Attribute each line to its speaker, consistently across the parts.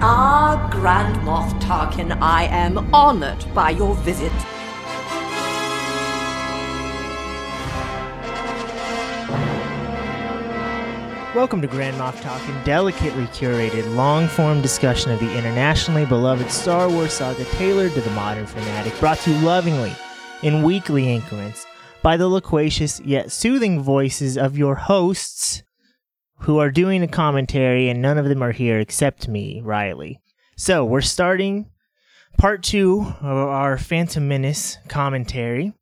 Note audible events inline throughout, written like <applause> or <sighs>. Speaker 1: Ah, Grand Moff Tarkin, I am honored by your visit.
Speaker 2: Welcome to Grand Moff Talking, delicately curated, long form discussion of the internationally beloved Star Wars saga tailored to the modern fanatic, brought to you lovingly in weekly increments by the loquacious yet soothing voices of your hosts who are doing a commentary, and none of them are here except me, Riley. So, we're starting part two of our Phantom Menace commentary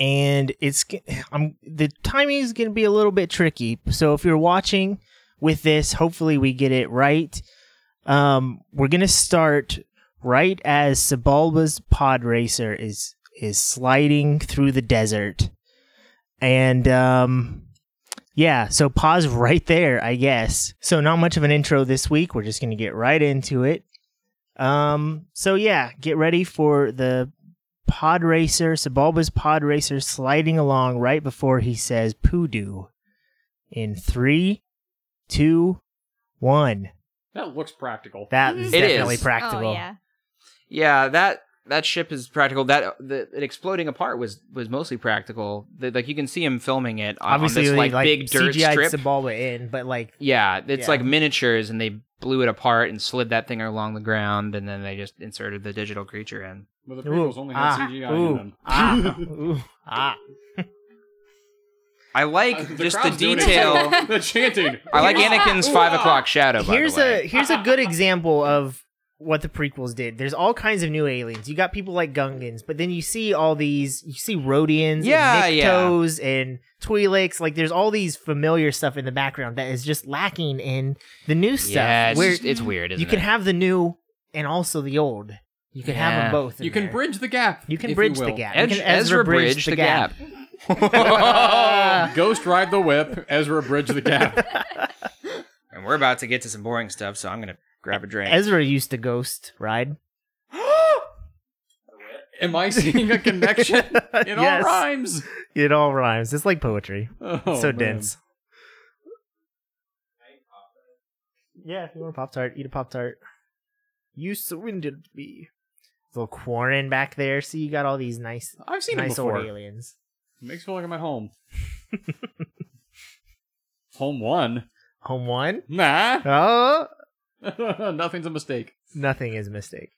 Speaker 2: and it's g- I'm the timing is going to be a little bit tricky. So if you're watching with this, hopefully we get it right. Um, we're going to start right as Sabalba's pod racer is is sliding through the desert, and um, yeah, so pause <laughs> right there, I guess. So not much of an intro this week. We're just going to get right into it. Um, so yeah, get ready for the pod racer, Sabalba's pod racer sliding along right before he says poodoo. In three, two, one.
Speaker 3: That looks practical.
Speaker 2: That is
Speaker 4: It
Speaker 2: definitely
Speaker 4: is.
Speaker 2: practical.
Speaker 4: Oh yeah.
Speaker 5: Yeah, that that ship is practical. That the it exploding apart was was mostly practical. The, like you can see him filming it on-
Speaker 2: Obviously,
Speaker 5: on
Speaker 2: they,
Speaker 5: this
Speaker 2: like,
Speaker 5: like, big dirt
Speaker 2: CGI'd
Speaker 5: strip.
Speaker 2: Sabalba in, but like
Speaker 5: yeah, it's
Speaker 2: Yeah.
Speaker 5: like miniatures, and they blew it apart and slid that thing along the ground, and then they just inserted the digital creature in.
Speaker 3: But
Speaker 2: ooh,
Speaker 3: the prequels only had
Speaker 2: ah,
Speaker 3: CGI in
Speaker 2: ooh,
Speaker 3: <laughs> them.
Speaker 2: ah, ooh, ah.
Speaker 5: I <laughs>
Speaker 3: <laughs>
Speaker 5: like
Speaker 3: Uh,
Speaker 5: just the
Speaker 3: crowd's doing it
Speaker 5: detail. <laughs>
Speaker 3: too. <laughs> the chanting.
Speaker 5: I like Anakin's five
Speaker 3: Ooh, ah.
Speaker 5: o'clock shadow. By
Speaker 2: Here's
Speaker 5: the way.
Speaker 2: a here's a good example of what the prequels did. There's all kinds of new aliens. You got people like Gungans, but then you see all these you see Rhodians
Speaker 5: Yeah,
Speaker 2: and
Speaker 5: yeah.
Speaker 2: Nyctos and Twi'leks. Like there's all these familiar stuff in the background that is just lacking in the new stuff.
Speaker 5: yeah, it's,
Speaker 2: where
Speaker 5: just- it's weird. Isn't
Speaker 2: you can
Speaker 5: it?
Speaker 2: have the new and also the old. You can have
Speaker 5: Yeah.
Speaker 2: them both. in
Speaker 3: You can
Speaker 2: there.
Speaker 3: bridge the gap.
Speaker 2: you can
Speaker 3: if
Speaker 2: bridge the
Speaker 3: will.
Speaker 2: gap. You
Speaker 5: Edge,
Speaker 2: can
Speaker 5: Ezra bridge, the gap.
Speaker 3: <laughs>
Speaker 2: <laughs>
Speaker 3: Ghost ride the whip. Ezra bridge the gap.
Speaker 5: <laughs> and we're about to get to some boring stuff, so I'm gonna grab a drink.
Speaker 2: Ezra used to ghost ride.
Speaker 3: Am I <laughs> seeing
Speaker 2: <laughs>
Speaker 3: a connection? It
Speaker 2: Yes.
Speaker 3: all rhymes.
Speaker 2: It all rhymes. It's like poetry.
Speaker 3: Oh,
Speaker 2: so
Speaker 3: man.
Speaker 2: dense. Yeah, if you want a Pop Tart, eat a Pop Tart. You surrendered me. Little Quarren back there. See, you got all these nice,
Speaker 3: I've seen
Speaker 2: nice
Speaker 3: him before.
Speaker 2: old aliens.
Speaker 3: Makes me feel like I'm at home. <laughs> home one.
Speaker 2: Home one?
Speaker 3: Nah. <laughs>
Speaker 2: Oh,
Speaker 3: Nothing's a mistake.
Speaker 2: nothing is a mistake.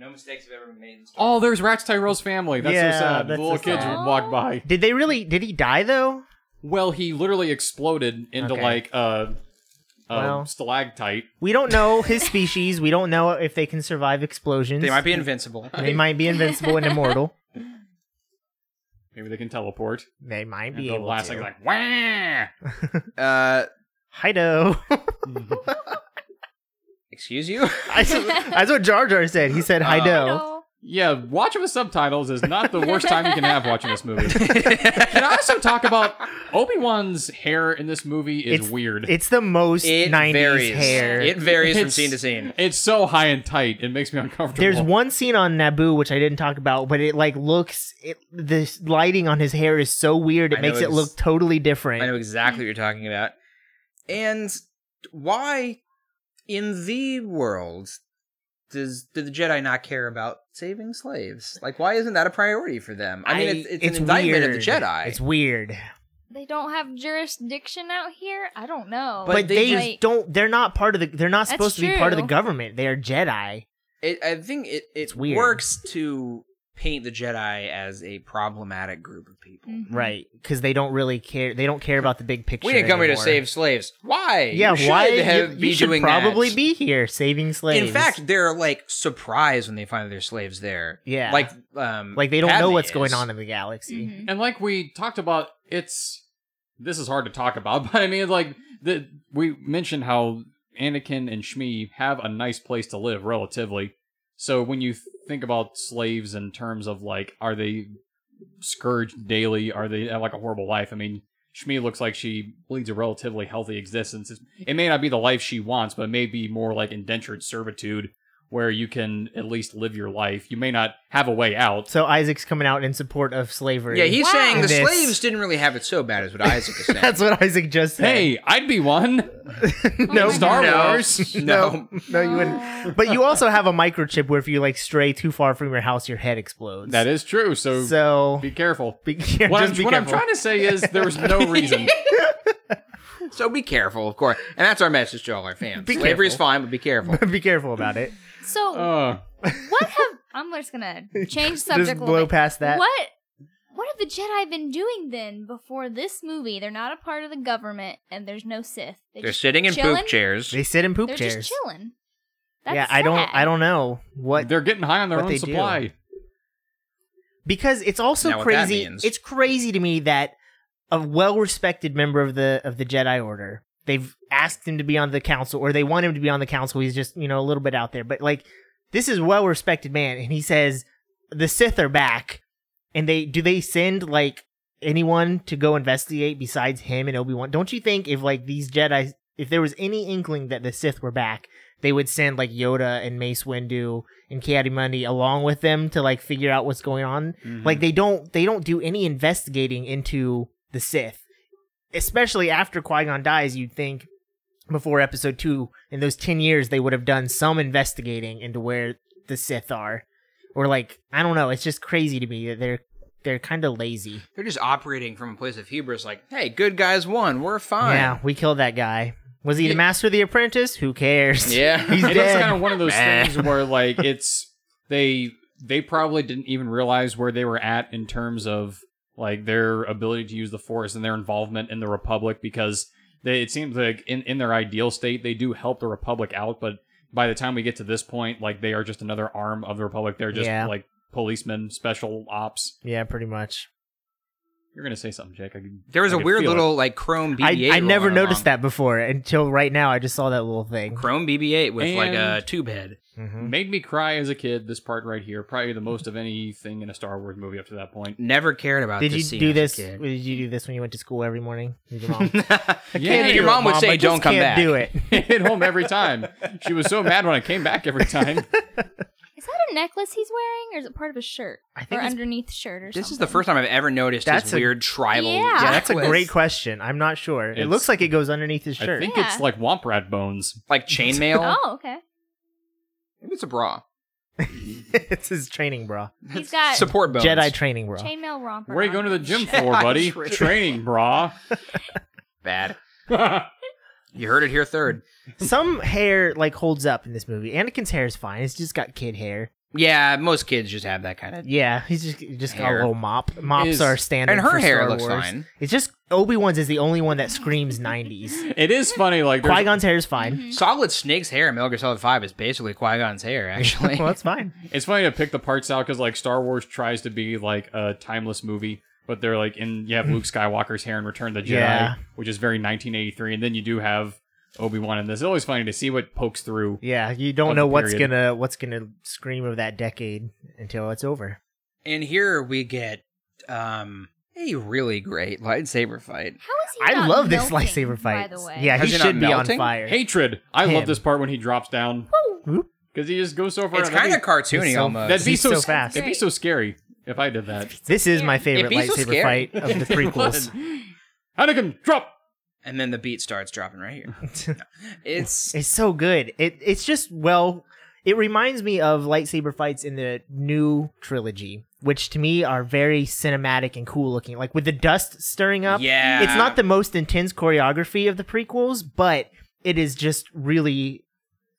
Speaker 5: No mistakes have ever been made. In Star
Speaker 3: Oh, there's Rax Tyro's family. That's
Speaker 2: Yeah,
Speaker 3: so sad.
Speaker 2: that's
Speaker 3: the little
Speaker 2: so
Speaker 3: kids
Speaker 4: sad.
Speaker 3: would walk by.
Speaker 2: Did they really? Did he die though?
Speaker 3: Well, he literally exploded into
Speaker 2: Okay.
Speaker 3: like a, a
Speaker 2: Well.
Speaker 3: stalactite.
Speaker 2: We don't know his species. We don't know if they can survive explosions.
Speaker 5: they might be invincible.
Speaker 2: They might be invincible and immortal.
Speaker 3: Maybe they can teleport.
Speaker 2: They might
Speaker 3: And
Speaker 2: be
Speaker 3: the
Speaker 2: able
Speaker 3: last
Speaker 2: to.
Speaker 3: thing's
Speaker 2: <laughs>
Speaker 3: like, wah!
Speaker 5: Uh,
Speaker 2: Hido. <laughs>
Speaker 5: excuse you.
Speaker 2: That's that's what Jar Jar said. He said
Speaker 5: Uh,
Speaker 2: Hido.
Speaker 3: Yeah, watching with subtitles is not the worst time you can have watching this movie.
Speaker 5: <laughs>
Speaker 3: Can I also talk about Obi Wan's hair in this movie is
Speaker 2: It's-
Speaker 3: weird.
Speaker 2: <laughs> It's the most
Speaker 5: It
Speaker 2: 90s
Speaker 5: varies.
Speaker 2: hair.
Speaker 5: It varies from
Speaker 3: It's-
Speaker 5: scene to scene.
Speaker 3: It's so high and tight, it makes me uncomfortable.
Speaker 2: There's one scene on Naboo which I didn't talk about, but it like looks it, the lighting on his hair is so weird. It
Speaker 5: I know
Speaker 2: makes it
Speaker 5: ex-
Speaker 2: look totally
Speaker 5: I know
Speaker 2: different.
Speaker 5: exactly what you're talking about. And why, in the world, does do the Jedi not care about saving slaves? Like, why isn't that a priority for them? I mean, it's, it's, an indictment of the
Speaker 2: weird.
Speaker 5: Jedi.
Speaker 2: It's weird,
Speaker 4: They don't have jurisdiction out here. I don't know.
Speaker 2: but,
Speaker 5: But
Speaker 2: they,
Speaker 5: they
Speaker 2: just
Speaker 4: Like,
Speaker 2: don't. They're not part of the. They're not
Speaker 4: That's
Speaker 2: supposed to be part of the
Speaker 4: true.
Speaker 2: government. They are Jedi.
Speaker 5: it, I think it, it
Speaker 2: weird.
Speaker 5: works to paint the Jedi as a problematic group of people.
Speaker 4: Mhm.
Speaker 2: right because they don't really care they don't care about the big picture
Speaker 5: We didn't come here to
Speaker 2: anymore.
Speaker 5: save slaves. Why?
Speaker 2: yeah
Speaker 5: You should
Speaker 2: why
Speaker 5: have-
Speaker 2: you,
Speaker 5: be
Speaker 2: you should
Speaker 5: doing
Speaker 2: probably
Speaker 5: that.
Speaker 2: be here saving slaves
Speaker 5: In fact, they're like surprised when they find their slaves there.
Speaker 2: Yeah.
Speaker 5: like um,
Speaker 2: like they don't know
Speaker 5: Padme
Speaker 2: what's
Speaker 5: is.
Speaker 2: going on in the galaxy
Speaker 4: Mhm.
Speaker 3: and like we talked about, it's this is hard to talk about, <laughs> but I mean, like the, we mentioned how Anakin and Shmi have a nice place to live, relatively. So when you think about slaves in terms of like, are they scourged daily? Are they have like a horrible life? I mean, Shmi looks like she leads a relatively healthy existence. It may not be the life she wants, but it may be more like indentured servitude where you can at least live your life. You may not have a way out.
Speaker 2: So Isaac's coming out in support of slavery.
Speaker 5: Yeah, he's
Speaker 4: Wow.
Speaker 5: saying the
Speaker 2: This-
Speaker 5: slaves didn't really have it so
Speaker 2: <laughs>
Speaker 5: bad, is what Isaac is saying.
Speaker 2: That's what Isaac just said.
Speaker 3: Hey, I'd be one.
Speaker 2: <laughs>
Speaker 4: Oh
Speaker 2: no,
Speaker 3: Star
Speaker 5: no,
Speaker 2: <laughs>
Speaker 3: Wars.
Speaker 5: No.
Speaker 2: no, you wouldn't.
Speaker 4: Uh,
Speaker 2: But you also have a microchip where if you like stray too far from your house, your head explodes.
Speaker 3: That is true. So,
Speaker 2: so. <laughs>
Speaker 3: be careful.
Speaker 2: Be, yeah,
Speaker 3: What,
Speaker 2: just
Speaker 3: I'm,
Speaker 2: be
Speaker 3: what I'm
Speaker 2: careful.
Speaker 3: trying to say is there
Speaker 2: <laughs>
Speaker 3: was no reason.
Speaker 5: <laughs> So be careful, of course. And that's our message to all our fans.
Speaker 2: Be
Speaker 5: Slavery is
Speaker 2: careful.
Speaker 5: fine, but be careful.
Speaker 2: <laughs> be careful about it.
Speaker 4: So
Speaker 3: Uh,
Speaker 4: what have I'm
Speaker 2: <laughs>
Speaker 4: just gonna change subject
Speaker 2: Just
Speaker 4: a
Speaker 2: blow
Speaker 4: little bit.
Speaker 2: past that.
Speaker 4: What what have the Jedi been doing then before this movie? They're not a part of the government and there's no Sith. They
Speaker 5: They're
Speaker 4: just
Speaker 5: sitting in
Speaker 4: chilling.
Speaker 5: poop chairs.
Speaker 2: They sit in poop
Speaker 4: They're
Speaker 2: chairs.
Speaker 4: just chilling. That's
Speaker 2: yeah, I don't.
Speaker 4: sad.
Speaker 2: I don't know what
Speaker 3: they're getting high on their
Speaker 2: What
Speaker 3: own
Speaker 2: they do.
Speaker 3: supply.
Speaker 2: because it's also
Speaker 5: Now what that
Speaker 2: crazy.
Speaker 5: means.
Speaker 2: It's crazy to me that a well-respected member of the of the Jedi Order they've asked him to be on the council or they want him to be on the council. He's just you know a little bit out there, but like this is well-respected man, and he says the Sith are back, and they do they send like anyone to go investigate besides him and Obi Wan? Don't you think if like these Jedi, if there was any inkling that the Sith were back, they would send like Yoda and Mace Windu and Ki-Adi Mundi along with them to like figure out what's going on? Like they don't they don't do any investigating into the Sith, especially after Qui Gon dies. You'd think before Episode Two, in those ten years, they would have done some investigating into where the Sith are, or like I don't know. It's just crazy to me that they're they're kind of lazy.
Speaker 5: They're just operating from a place of hubris, like, hey, good guys won, we're fine.
Speaker 2: Yeah, we killed that guy. Was he the master of the apprentice? Who cares?
Speaker 5: Yeah.
Speaker 2: he's
Speaker 3: it is kind
Speaker 2: dead.
Speaker 3: of one of those
Speaker 2: <laughs>
Speaker 5: Meh.
Speaker 3: things where like it's they they probably didn't even realize where they were at in terms of like their ability to use the force and their involvement in the republic because they it seems like in in their ideal state they do help the republic out but by the time we get to this point like they are just another arm of the republic they're just
Speaker 2: Yeah.
Speaker 3: like policemen special ops
Speaker 2: <laughs> Yeah, pretty much.
Speaker 3: you're gonna say something jake I can,
Speaker 5: <laughs> There was
Speaker 3: I
Speaker 5: a
Speaker 3: can
Speaker 5: weird
Speaker 3: feel it.
Speaker 5: little like Chrome BB-8.
Speaker 2: I, I never
Speaker 5: rolling
Speaker 2: noticed
Speaker 5: along.
Speaker 2: that before until right now. I just saw that little thing.
Speaker 5: Chrome BB-8 with like a
Speaker 3: And-
Speaker 5: tube head.
Speaker 2: Mhm.
Speaker 5: Mm-hmm.
Speaker 3: made me cry as a kid this part right here probably the most of anything in a star wars movie up to that point <laughs>
Speaker 5: Never cared about.
Speaker 2: Did
Speaker 5: this
Speaker 2: you
Speaker 5: scene
Speaker 2: do
Speaker 5: as
Speaker 2: this?
Speaker 5: a
Speaker 2: <laughs>
Speaker 5: kid. <laughs>
Speaker 2: Did you do this when you went to school every morning? Did your mom?
Speaker 3: Yeah,
Speaker 5: your
Speaker 2: do
Speaker 5: mom
Speaker 2: it,
Speaker 5: would
Speaker 2: I
Speaker 5: say,
Speaker 2: just
Speaker 5: "Don't come
Speaker 2: can't
Speaker 5: back."
Speaker 2: Do
Speaker 5: <laughs>
Speaker 2: it.
Speaker 3: hit home every time. She was so mad when I came back every time.
Speaker 4: Is that a necklace he's wearing, or is it part of his shirt,
Speaker 2: I think
Speaker 4: or
Speaker 2: it's-
Speaker 4: underneath the shirt, or something?
Speaker 5: This is the first time I've ever noticed
Speaker 2: That's
Speaker 5: his
Speaker 2: a-
Speaker 5: weird tribal.
Speaker 4: Yeah. Yeah,
Speaker 2: That's a
Speaker 5: necklace.
Speaker 2: great question. I'm not sure. It
Speaker 3: It's-
Speaker 2: looks like it goes underneath his
Speaker 3: I
Speaker 2: shirt.
Speaker 3: think
Speaker 4: Yeah.
Speaker 3: it's like womp rat bones.
Speaker 5: like chainmail.
Speaker 4: Oh, okay.
Speaker 5: Maybe it's a bra.
Speaker 2: <laughs> it's his training bra, <laughs>
Speaker 4: He's got
Speaker 5: Support bones.
Speaker 2: Jedi training bra.
Speaker 4: chainmail romper.
Speaker 3: Where are you going
Speaker 4: on.
Speaker 3: to the gym
Speaker 5: <laughs> Yeah,
Speaker 3: for, buddy?
Speaker 5: true.
Speaker 3: Training, brah.
Speaker 2: <laughs>
Speaker 5: Bad.
Speaker 3: That's
Speaker 5: You heard it here third.
Speaker 2: Some hair like holds up in this movie. Anakin's hair is fine. It's just got kid hair.
Speaker 5: Yeah, most kids just have that kind of.
Speaker 2: Yeah, he's just just got a
Speaker 5: Hair.
Speaker 2: little mop. Mops
Speaker 3: Is-
Speaker 2: are standard.
Speaker 5: and her
Speaker 2: for
Speaker 5: hair
Speaker 2: Star
Speaker 5: looks
Speaker 2: Wars.
Speaker 5: fine.
Speaker 2: It's just Obi Wan's is the only one that screams '90s.
Speaker 3: It is funny. Like there's-
Speaker 2: Qui Gon's hair is
Speaker 5: Mm-hmm.
Speaker 2: fine.
Speaker 5: Solid Snake's hair in Metal Gear Solid Five is basically Qui
Speaker 2: <laughs>
Speaker 5: Gon's hair, actually.
Speaker 2: well, that's fine.
Speaker 3: it's funny to pick the parts out because like Star Wars tries to be like a timeless movie, but they're like in you have Luke Skywalker's hair in Return of the Jedi,
Speaker 2: Yeah.
Speaker 3: which is very 1983, and then you do have Obi Wan in this. It's always funny to see what pokes through.
Speaker 2: Yeah, you don't
Speaker 3: Of
Speaker 2: know
Speaker 3: the
Speaker 2: what's
Speaker 3: period.
Speaker 2: gonna what's gonna scream of that decade until it's over.
Speaker 5: And here we get um a really great lightsaber fight.
Speaker 4: How is he?
Speaker 2: I
Speaker 4: not
Speaker 2: love this
Speaker 4: melting,
Speaker 2: lightsaber fight.
Speaker 4: By the way,
Speaker 2: Yeah, he
Speaker 5: Has it not
Speaker 2: should be on
Speaker 5: melting?
Speaker 2: fire.
Speaker 3: Hatred. I
Speaker 2: Him.
Speaker 3: love this part when he drops down
Speaker 2: Whoop.
Speaker 3: because he just goes so far.
Speaker 5: It's
Speaker 3: That'd
Speaker 5: kind of
Speaker 3: be-
Speaker 5: cartoony
Speaker 2: It's so-
Speaker 5: almost.
Speaker 3: That'd be
Speaker 2: He's
Speaker 3: so,
Speaker 2: so
Speaker 3: fast.
Speaker 2: fast.
Speaker 3: It'd be so scary if I did that.
Speaker 2: This is my
Speaker 5: It'd
Speaker 2: favorite
Speaker 5: be so
Speaker 2: lightsaber
Speaker 5: scary.
Speaker 2: fight of <laughs>
Speaker 5: <laughs>
Speaker 2: the prequels.
Speaker 3: <laughs> Anakin, drop.
Speaker 5: and then the beat starts dropping
Speaker 2: <laughs>
Speaker 5: right here. No. It's
Speaker 2: it's so good. It it's just well, it reminds me of lightsaber fights in the new trilogy, which to me are very cinematic and cool looking. Like with the dust stirring up.
Speaker 5: yeah.
Speaker 2: It's not the most intense choreography of the prequels, but it is just really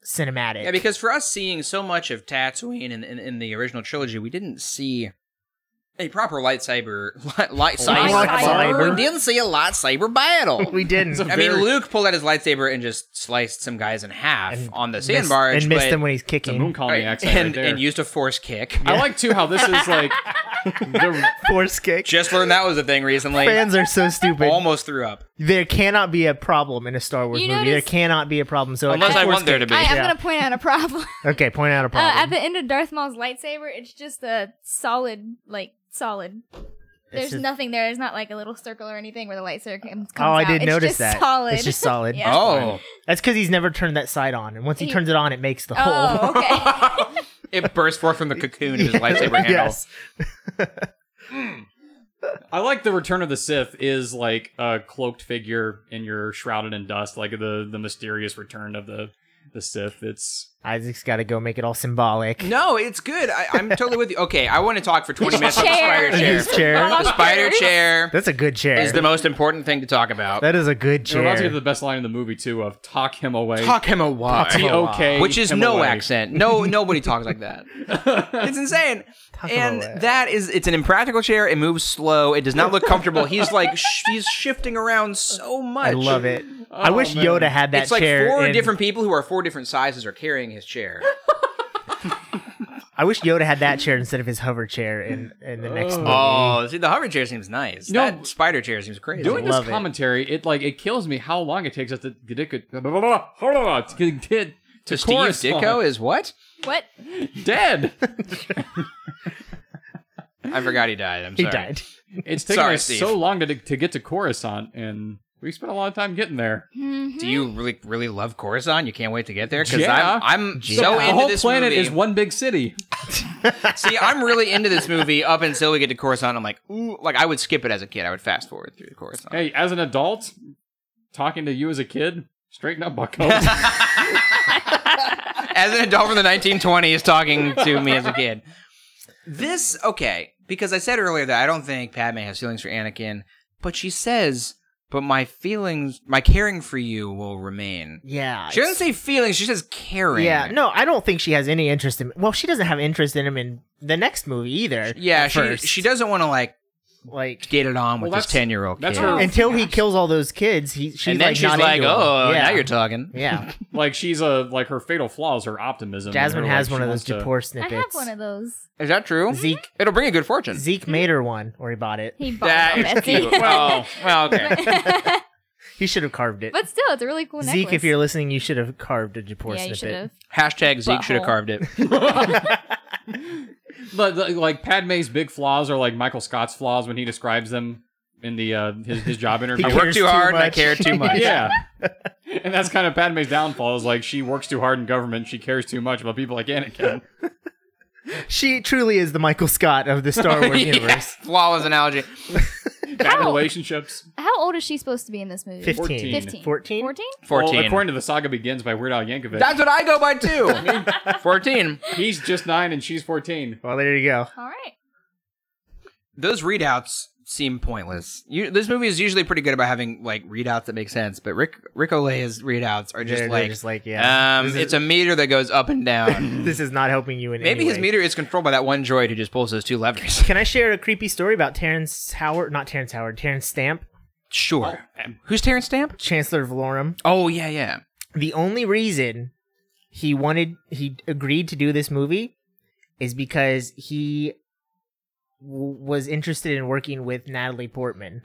Speaker 2: cinematic.
Speaker 5: yeah because for us seeing so much of Tatooine in in, in the original trilogy, we didn't see. A proper lightsaber, <laughs> light, lightsaber.
Speaker 2: Lightsaber.
Speaker 5: We didn't see a lightsaber
Speaker 2: <laughs>
Speaker 5: battle.
Speaker 2: we didn't.
Speaker 3: It's a
Speaker 5: I mean,
Speaker 3: very-
Speaker 5: Luke pulled out his lightsaber and just sliced some guys in half
Speaker 2: And
Speaker 5: on the
Speaker 2: Missed-
Speaker 5: sandbar
Speaker 2: and missed
Speaker 5: but,
Speaker 2: him when he's
Speaker 3: It's a
Speaker 2: kicking.
Speaker 3: moon colony accent right
Speaker 5: and,
Speaker 3: there.
Speaker 5: and used a force kick.
Speaker 3: I like too how this is like the,
Speaker 2: Force kick.
Speaker 5: Just learned that was a thing recently.
Speaker 2: Fans are <laughs> so stupid.
Speaker 5: Almost threw up.
Speaker 2: There cannot be a problem in a Star Wars
Speaker 4: You
Speaker 2: movie.
Speaker 4: notice-
Speaker 2: There cannot be a problem. So
Speaker 5: Unless
Speaker 2: of
Speaker 5: I
Speaker 2: course
Speaker 5: want there to
Speaker 2: kick.
Speaker 5: be.
Speaker 4: I, I'm
Speaker 2: Yeah.
Speaker 4: going to point out
Speaker 2: <laughs>
Speaker 4: a problem.
Speaker 2: Okay, point out a
Speaker 4: Uh, at
Speaker 2: problem.
Speaker 4: the end of Darth Maul's lightsaber, it's just a solid, like solid There's
Speaker 2: just-
Speaker 4: nothing there. It's not like a little circle or anything where the light circuit comes
Speaker 2: Oh,
Speaker 4: out.
Speaker 2: I did
Speaker 4: it's
Speaker 2: notice
Speaker 4: just
Speaker 2: that.
Speaker 4: Solid.
Speaker 2: It's just solid.
Speaker 4: yeah.
Speaker 5: Oh,
Speaker 2: That's because he's never turned that side on, and once he
Speaker 4: He-
Speaker 2: turns it on, it makes the hole.
Speaker 4: <laughs> Oh, <laughs>
Speaker 2: <laughs>
Speaker 5: <laughs>
Speaker 4: okay.
Speaker 5: it burst forth from the cocoon of his lightsaber handle.
Speaker 2: yes.
Speaker 3: I like the Return of the Sith is like a cloaked figure and you're shrouded in dust, like the the mysterious return of the the Sith. It's
Speaker 2: Isaac's got to go make it all symbolic.
Speaker 5: No, it's good. I, I'm totally with you. Okay, I want to talk for 20
Speaker 4: His
Speaker 5: minutes on the
Speaker 4: chair.
Speaker 5: spider
Speaker 2: <laughs>
Speaker 5: chair.
Speaker 2: His
Speaker 4: <laughs>
Speaker 2: chair.
Speaker 5: The spider chair
Speaker 2: That's a good chair.
Speaker 5: is the most important thing to talk about.
Speaker 2: that is a good
Speaker 3: we're about to get to
Speaker 2: chair.
Speaker 3: the best line in the movie too of talk him away.
Speaker 5: Talk him
Speaker 3: T
Speaker 5: away.
Speaker 3: O K
Speaker 5: Which is
Speaker 3: him
Speaker 5: no
Speaker 3: away.
Speaker 5: accent. No, nobody talks
Speaker 2: <laughs>
Speaker 5: like that. It's insane.
Speaker 2: Talk him
Speaker 5: and
Speaker 2: away.
Speaker 5: that is, it's an impractical chair. It moves slow. It does not look comfortable.
Speaker 2: <laughs>
Speaker 5: He's like, sh- he's shifting around so much.
Speaker 2: I love it. I wish
Speaker 3: man.
Speaker 2: Yoda had that
Speaker 5: Oh, It's like
Speaker 2: chair.
Speaker 5: four
Speaker 2: in-
Speaker 5: different people who are four different sizes are carrying
Speaker 2: <laughs>
Speaker 5: his chair.
Speaker 2: I wish Yoda had that chair instead of his hover chair in, in the next movie.
Speaker 5: Oh, see, the hover chair seems nice.
Speaker 3: No.
Speaker 5: that spider chair seems crazy.
Speaker 3: Doing
Speaker 2: Love
Speaker 3: this
Speaker 2: it.
Speaker 3: commentary, it. like it kills me how long it takes us to to dick blah, blah, blah, blah, blah, to get to,
Speaker 5: to
Speaker 3: to
Speaker 5: Steve
Speaker 3: correspond.
Speaker 5: Ditko is what?
Speaker 4: what?
Speaker 3: dead.
Speaker 5: I forgot he died. I'm
Speaker 2: he
Speaker 5: sorry.
Speaker 2: died.
Speaker 3: It's taken
Speaker 5: Sorry,
Speaker 3: us
Speaker 5: Steve.
Speaker 3: so long to to get to Coruscant, and we spent a lot of time getting there.
Speaker 4: Mm-hmm.
Speaker 5: Do you really really love Coruscant? You can't wait to get there because
Speaker 3: Yeah.
Speaker 5: I'm I'm so
Speaker 3: the
Speaker 5: into
Speaker 3: whole
Speaker 5: this
Speaker 3: planet
Speaker 5: movie.
Speaker 3: is one big city.
Speaker 5: See, I'm really into this movie up until we get to Coruscant. I'm like, ooh, like I would skip it as a kid. I would fast forward through the Coruscant.
Speaker 3: Hey, as an adult, talking to you as a kid, straighten up, Bucko.
Speaker 5: <laughs> As an adult from the 1920s, talking to me as a kid. This okay because I said earlier that I don't think Padme has feelings for Anakin, but she says, "But my feelings, my caring for you will remain."
Speaker 2: Yeah.
Speaker 5: She doesn't
Speaker 2: it's-
Speaker 5: say feelings. She says caring.
Speaker 2: Yeah, no, I don't think she has any interest in. Well, she doesn't have interest in him in the next movie either.
Speaker 5: Yeah,
Speaker 2: at
Speaker 5: she
Speaker 2: first.
Speaker 5: she doesn't want to like
Speaker 2: Like
Speaker 5: get it on with
Speaker 3: Well,
Speaker 5: this
Speaker 3: that's-
Speaker 5: ten year old kid.
Speaker 3: that's her-
Speaker 2: until he kills all those kids, he she's
Speaker 5: and then
Speaker 2: like
Speaker 5: she's
Speaker 2: not
Speaker 5: like,
Speaker 2: into him.
Speaker 5: "Oh,
Speaker 2: yeah.
Speaker 5: now you're talking." <laughs>
Speaker 2: yeah."
Speaker 3: like she's a like her fatal flaw is her optimism. and
Speaker 2: Jasmine
Speaker 3: her,
Speaker 2: has
Speaker 3: like,
Speaker 2: one of
Speaker 3: she
Speaker 2: those
Speaker 3: wants to-
Speaker 2: Japor
Speaker 4: I
Speaker 2: snippets.
Speaker 4: have one of those.
Speaker 5: Is that true?
Speaker 2: Zeke
Speaker 5: It'll bring you good fortune.
Speaker 2: Zeke made her one, or he bought it.
Speaker 4: He bought
Speaker 5: <laughs> That
Speaker 4: it on
Speaker 5: is cute.
Speaker 4: Oh, Etsy.
Speaker 2: Oh.
Speaker 5: well, well, okay.
Speaker 2: He should have carved it.
Speaker 4: <laughs> but still, it's a really cool necklace.
Speaker 2: Zeke, if you're listening, you should have carved a Japor
Speaker 4: yeah, you should
Speaker 2: snippet.
Speaker 4: have.
Speaker 5: Hashtag Zeke should have
Speaker 4: Butthole.
Speaker 5: carved it.
Speaker 3: But like- like Padme's big flaws are like Michael Scott's flaws when he describes them in the uh, his his
Speaker 5: <laughs>
Speaker 3: job interview.
Speaker 5: I
Speaker 2: cares
Speaker 5: worked too
Speaker 2: too
Speaker 5: hard and I
Speaker 2: much.
Speaker 5: cared
Speaker 2: <laughs>
Speaker 5: too much.
Speaker 3: yeah. <laughs> and that's kind of Padme's downfall is like she works too hard in government, she cares too much about people like Anakin.
Speaker 2: She truly is the Michael Scott of the
Speaker 5: <laughs>
Speaker 2: Star Wars
Speaker 5: Yeah,
Speaker 2: universe.
Speaker 5: Flawless analogy.
Speaker 3: Bad relationships.
Speaker 4: How old is she supposed to be in this movie?
Speaker 2: 15. 14?
Speaker 4: 15. 14?
Speaker 5: Fourteen.
Speaker 3: Well, according to the saga begins by Weird Al Yankovic,
Speaker 5: That's what <laughs> I go by too. Fourteen.
Speaker 3: he's just nine and she's fourteen.
Speaker 2: Well, there you go.
Speaker 4: All right.
Speaker 5: Those readouts seem pointless. You, this movie is usually pretty good about having like readouts that make sense, but Rick Rick Olea's readouts are just
Speaker 2: They're- they're
Speaker 5: like,
Speaker 2: just like, yeah.
Speaker 5: um,
Speaker 2: This is-
Speaker 5: it's a meter that goes up and
Speaker 2: <laughs>
Speaker 5: down.
Speaker 2: This is not helping you in
Speaker 5: Maybe
Speaker 2: any
Speaker 5: his
Speaker 2: way.
Speaker 5: meter is controlled by that one droid who just pulls those
Speaker 2: <laughs>
Speaker 5: two levers.
Speaker 2: Can I share a creepy story about Terrence Howard? Not Terrence Howard, Terrence Stamp,
Speaker 5: Sure. Who's Terrence Stamp?
Speaker 2: Chancellor Valorum.
Speaker 5: Oh yeah, yeah.
Speaker 2: The only reason he wanted, he agreed to do this movie is because he w- was interested in working with Natalie Portman.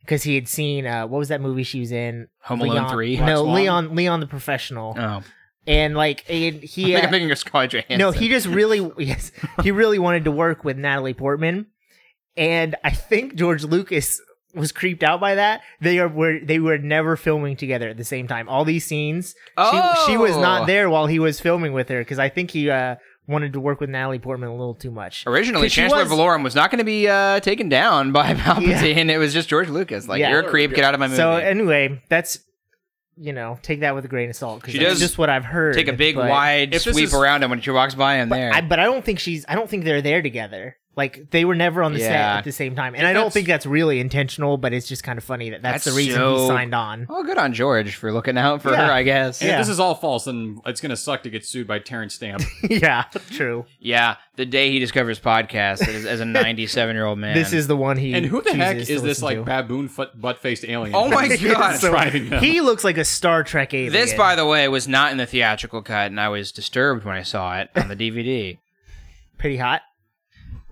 Speaker 2: Because he had seen, uh, what was that movie she was in?
Speaker 5: Home Alone
Speaker 2: Leon-
Speaker 5: 3?
Speaker 2: No,
Speaker 3: Black Swan?
Speaker 2: Leon, Leon the Professional.
Speaker 5: Oh,
Speaker 2: And like, and
Speaker 5: <laughs>
Speaker 2: he.
Speaker 5: I think
Speaker 2: uh,
Speaker 5: I'm thinking of Scarlett Johansson.
Speaker 2: No, he just
Speaker 5: <laughs>
Speaker 2: really yes, he really wanted to work with Natalie Portman, and I think George Lucas was creeped out by that. They are were they were never filming together at the same time. All these scenes, she, she was
Speaker 5: Oh.
Speaker 2: not there while he was filming with her because I think he uh, wanted to work with Natalie Portman a little too much.
Speaker 5: Originally,
Speaker 2: 'Cause she
Speaker 5: Chancellor
Speaker 2: was-
Speaker 5: Valorum was not going to be uh, taken down by <laughs> Palpatine. It was just George Lucas. Like,
Speaker 2: Yeah.
Speaker 5: you're a creep. Get out of my movie.
Speaker 2: So anyway, that's you know take that with a grain of salt because
Speaker 5: She
Speaker 2: that's
Speaker 5: does
Speaker 2: just what I've heard.
Speaker 5: Take a big
Speaker 2: but-
Speaker 5: wide
Speaker 3: If this
Speaker 5: sweep
Speaker 3: is-
Speaker 5: around him when she walks by him there.
Speaker 2: I, but I don't think she's. I don't think they're there together. Like they were never on the set
Speaker 5: Yeah.
Speaker 2: at the same time, and I don't
Speaker 3: that's-
Speaker 2: think that's really intentional. But it's just kind of funny that that's,
Speaker 5: That's
Speaker 2: the reason
Speaker 5: so-
Speaker 2: he signed
Speaker 5: <laughs>
Speaker 2: on. <laughs>
Speaker 5: oh, good on George for looking out for
Speaker 2: Yeah.
Speaker 5: her, I guess.
Speaker 3: And
Speaker 2: Yeah.
Speaker 3: if this is all false, then it's gonna suck to get sued by Terrence Stamp.
Speaker 2: yeah, true.
Speaker 5: Yeah, the day he discovers podcasts
Speaker 2: <laughs>
Speaker 5: as, as a 97 year old man.
Speaker 2: This is the one <laughs> he.
Speaker 3: and who the heck
Speaker 2: chooses
Speaker 3: is
Speaker 2: to
Speaker 3: this
Speaker 2: listen
Speaker 3: like
Speaker 2: to.
Speaker 3: baboon foot butt faced alien?
Speaker 5: Oh
Speaker 3: <laughs>
Speaker 5: my
Speaker 2: <laughs>
Speaker 3: It's
Speaker 5: God.
Speaker 2: So-
Speaker 3: driving them.
Speaker 2: he looks like a Star Trek alien.
Speaker 5: This, by the way, was not in the theatrical cut, and I was disturbed when I saw it on the <laughs> DVD.
Speaker 2: pretty
Speaker 5: <laughs>
Speaker 2: hot.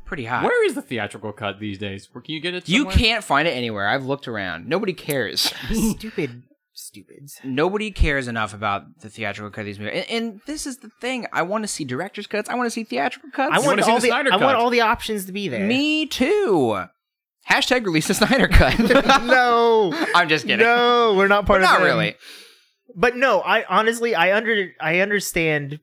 Speaker 5: Pretty hot.
Speaker 3: Where is the theatrical cut these days? Where can you get it?
Speaker 5: you
Speaker 3: somewhere?
Speaker 5: can't find it anywhere. I've looked around. Nobody cares.
Speaker 2: <laughs> Stupid, stupids.
Speaker 5: Nobody cares enough about the theatrical cut of these movies. And, and this is the thing. I want to see director's cuts. I want to see theatrical cuts.
Speaker 2: I want
Speaker 3: wanna see
Speaker 2: all
Speaker 3: the
Speaker 2: the.
Speaker 3: Snyder
Speaker 2: I want
Speaker 3: Cut?
Speaker 2: all the options to be there.
Speaker 5: Me too. Hashtag release the Snyder Cut.
Speaker 2: <laughs> no.
Speaker 5: <laughs> I'm just kidding.
Speaker 2: No, we're not part of
Speaker 5: Not
Speaker 2: them.
Speaker 5: really.
Speaker 2: But no, I honestly I under I understand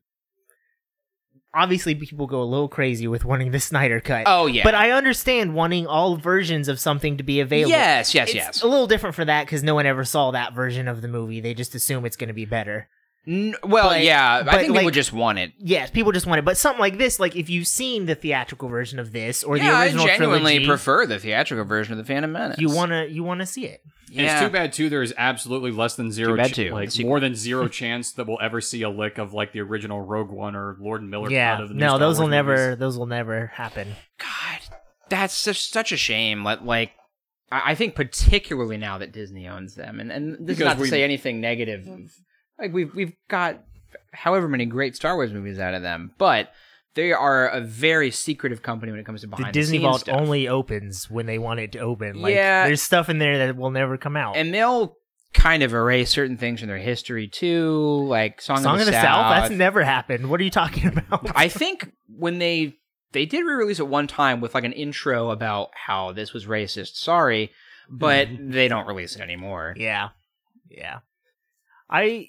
Speaker 2: obviously people go a little crazy with wanting the Snyder cut.
Speaker 5: Oh yeah.
Speaker 2: But I understand wanting all versions of something to be available.
Speaker 5: yes, yes,
Speaker 2: It's
Speaker 5: yes.
Speaker 2: a little different for that because no one ever saw that version of the movie. They just assume it's going to be better.
Speaker 5: N- well,
Speaker 2: but-
Speaker 5: yeah.
Speaker 2: but,
Speaker 5: I think people
Speaker 2: like-
Speaker 5: just want it.
Speaker 2: Yes, people just want it. But something like this, like if you've seen the theatrical version of this or
Speaker 5: yeah,
Speaker 2: the
Speaker 5: I
Speaker 2: original
Speaker 5: genuinely
Speaker 2: trilogy,
Speaker 5: prefer the theatrical version of the Phantom Menace.
Speaker 2: you wanna you wanna see it.
Speaker 3: And
Speaker 5: Yeah.
Speaker 3: it's too bad too. There is absolutely less than zero,
Speaker 5: bad,
Speaker 3: ch-
Speaker 5: too.
Speaker 3: like
Speaker 5: Sequel.
Speaker 3: more than zero chance that we'll ever see a lick of like the original Rogue One or Lord and Miller.
Speaker 2: yeah,
Speaker 3: out of the new
Speaker 2: no,
Speaker 3: Star
Speaker 2: those will
Speaker 3: Wars
Speaker 2: never
Speaker 3: <laughs> movies.
Speaker 2: those will never happen.
Speaker 5: God, that's such, such a shame. Let like. I I think particularly now that Disney owns them, and, and this is
Speaker 3: Because
Speaker 5: not to
Speaker 3: we-
Speaker 5: say anything negative. of- Like we've we've got however many great Star Wars movies out of them, but they are a very secretive company when it comes to
Speaker 2: The
Speaker 5: behind
Speaker 2: Disney
Speaker 5: scenes
Speaker 2: Vault
Speaker 5: stuff.
Speaker 2: only opens when they want it to open. Like
Speaker 5: Yeah.
Speaker 2: there's stuff in there that will never come out.
Speaker 5: and they'll kind of erase certain things from their history too, like Song,
Speaker 2: Song
Speaker 5: of the, South.
Speaker 2: that's never happened. What are you talking <laughs> about?
Speaker 5: <laughs> I think when they they did re-release it one time with like an intro about how this was racist. Sorry, but they don't release it anymore.
Speaker 2: Mm-hmm. yeah. Yeah. I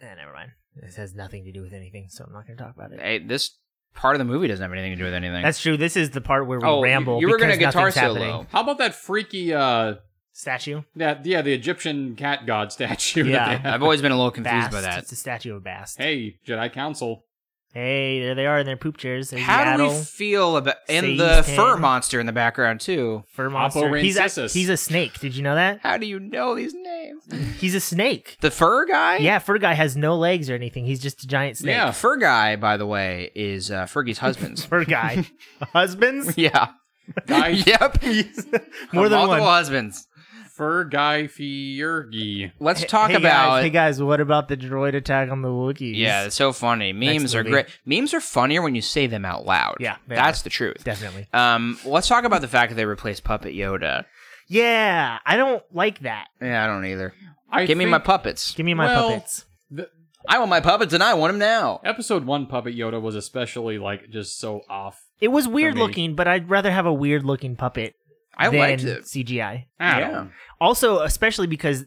Speaker 2: eh, never mind. This has nothing to do with anything, so I'm not gonna talk about it.
Speaker 5: Hey, this part of the movie doesn't have anything to do with anything.
Speaker 2: That's true. This is the part where we
Speaker 5: oh, you-
Speaker 2: ramble.
Speaker 5: You, were
Speaker 2: going
Speaker 5: gonna
Speaker 2: to
Speaker 5: guitar solo. <laughs>
Speaker 3: How about that freaky uh
Speaker 2: Statue?
Speaker 3: that yeah the Egyptian cat god <laughs> statue? that
Speaker 2: Yeah.
Speaker 3: they have?
Speaker 5: I've always been a little confused
Speaker 2: Bast.
Speaker 5: by that.
Speaker 2: It's a statue of Bast. Hey,
Speaker 3: Hey, Jedi Council.
Speaker 2: there they are in their poop chairs. There's
Speaker 5: How
Speaker 2: Yaddle,
Speaker 5: do we feel about and
Speaker 2: Satan.
Speaker 5: the fur monster in the background too?
Speaker 2: fur monster. He's a,
Speaker 3: Rancessus.
Speaker 2: he's a snake. Did you know that?
Speaker 5: How do you know these names?
Speaker 2: He's a snake.
Speaker 5: The fur guy?
Speaker 2: Yeah, fur guy has no legs or anything. He's just a giant snake.
Speaker 3: Yeah.
Speaker 5: Fur guy, by the way, is uh,
Speaker 2: <laughs>
Speaker 5: Fergie's husband.
Speaker 2: Fur guy. Husbands?
Speaker 5: <laughs> yeah.
Speaker 3: Guy
Speaker 5: <laughs>
Speaker 2: <laughs>
Speaker 5: yep.
Speaker 2: More than
Speaker 5: Multiple
Speaker 2: one.
Speaker 5: husbands.
Speaker 3: Fur Guy Fiergi.
Speaker 5: Let's <laughs> talk
Speaker 2: Hey, guys,
Speaker 5: about.
Speaker 2: hey guys, what about the droid attack on the Wookiees?
Speaker 5: yeah, it's so funny. Memes
Speaker 2: Next
Speaker 5: are
Speaker 2: movie.
Speaker 5: great. Memes are funnier when you say them out loud.
Speaker 2: Yeah, they
Speaker 5: that's the truth.
Speaker 2: Definitely.
Speaker 5: Um, let's talk about the fact that they replaced Puppet Yoda.
Speaker 2: Yeah, I don't like that.
Speaker 5: Yeah, I don't either.
Speaker 3: I
Speaker 5: Give me
Speaker 3: think
Speaker 5: my puppets.
Speaker 2: Give me my
Speaker 3: Well,
Speaker 2: puppets.
Speaker 3: the-
Speaker 5: I want my puppets, and I want them now.
Speaker 3: Episode one puppet Yoda was especially like just so off.
Speaker 2: It was weird
Speaker 3: me.
Speaker 2: looking, but I'd rather have a weird looking puppet
Speaker 5: I
Speaker 2: than
Speaker 5: liked it.
Speaker 2: CGI.
Speaker 3: I don't
Speaker 5: Yeah.
Speaker 2: Also, especially because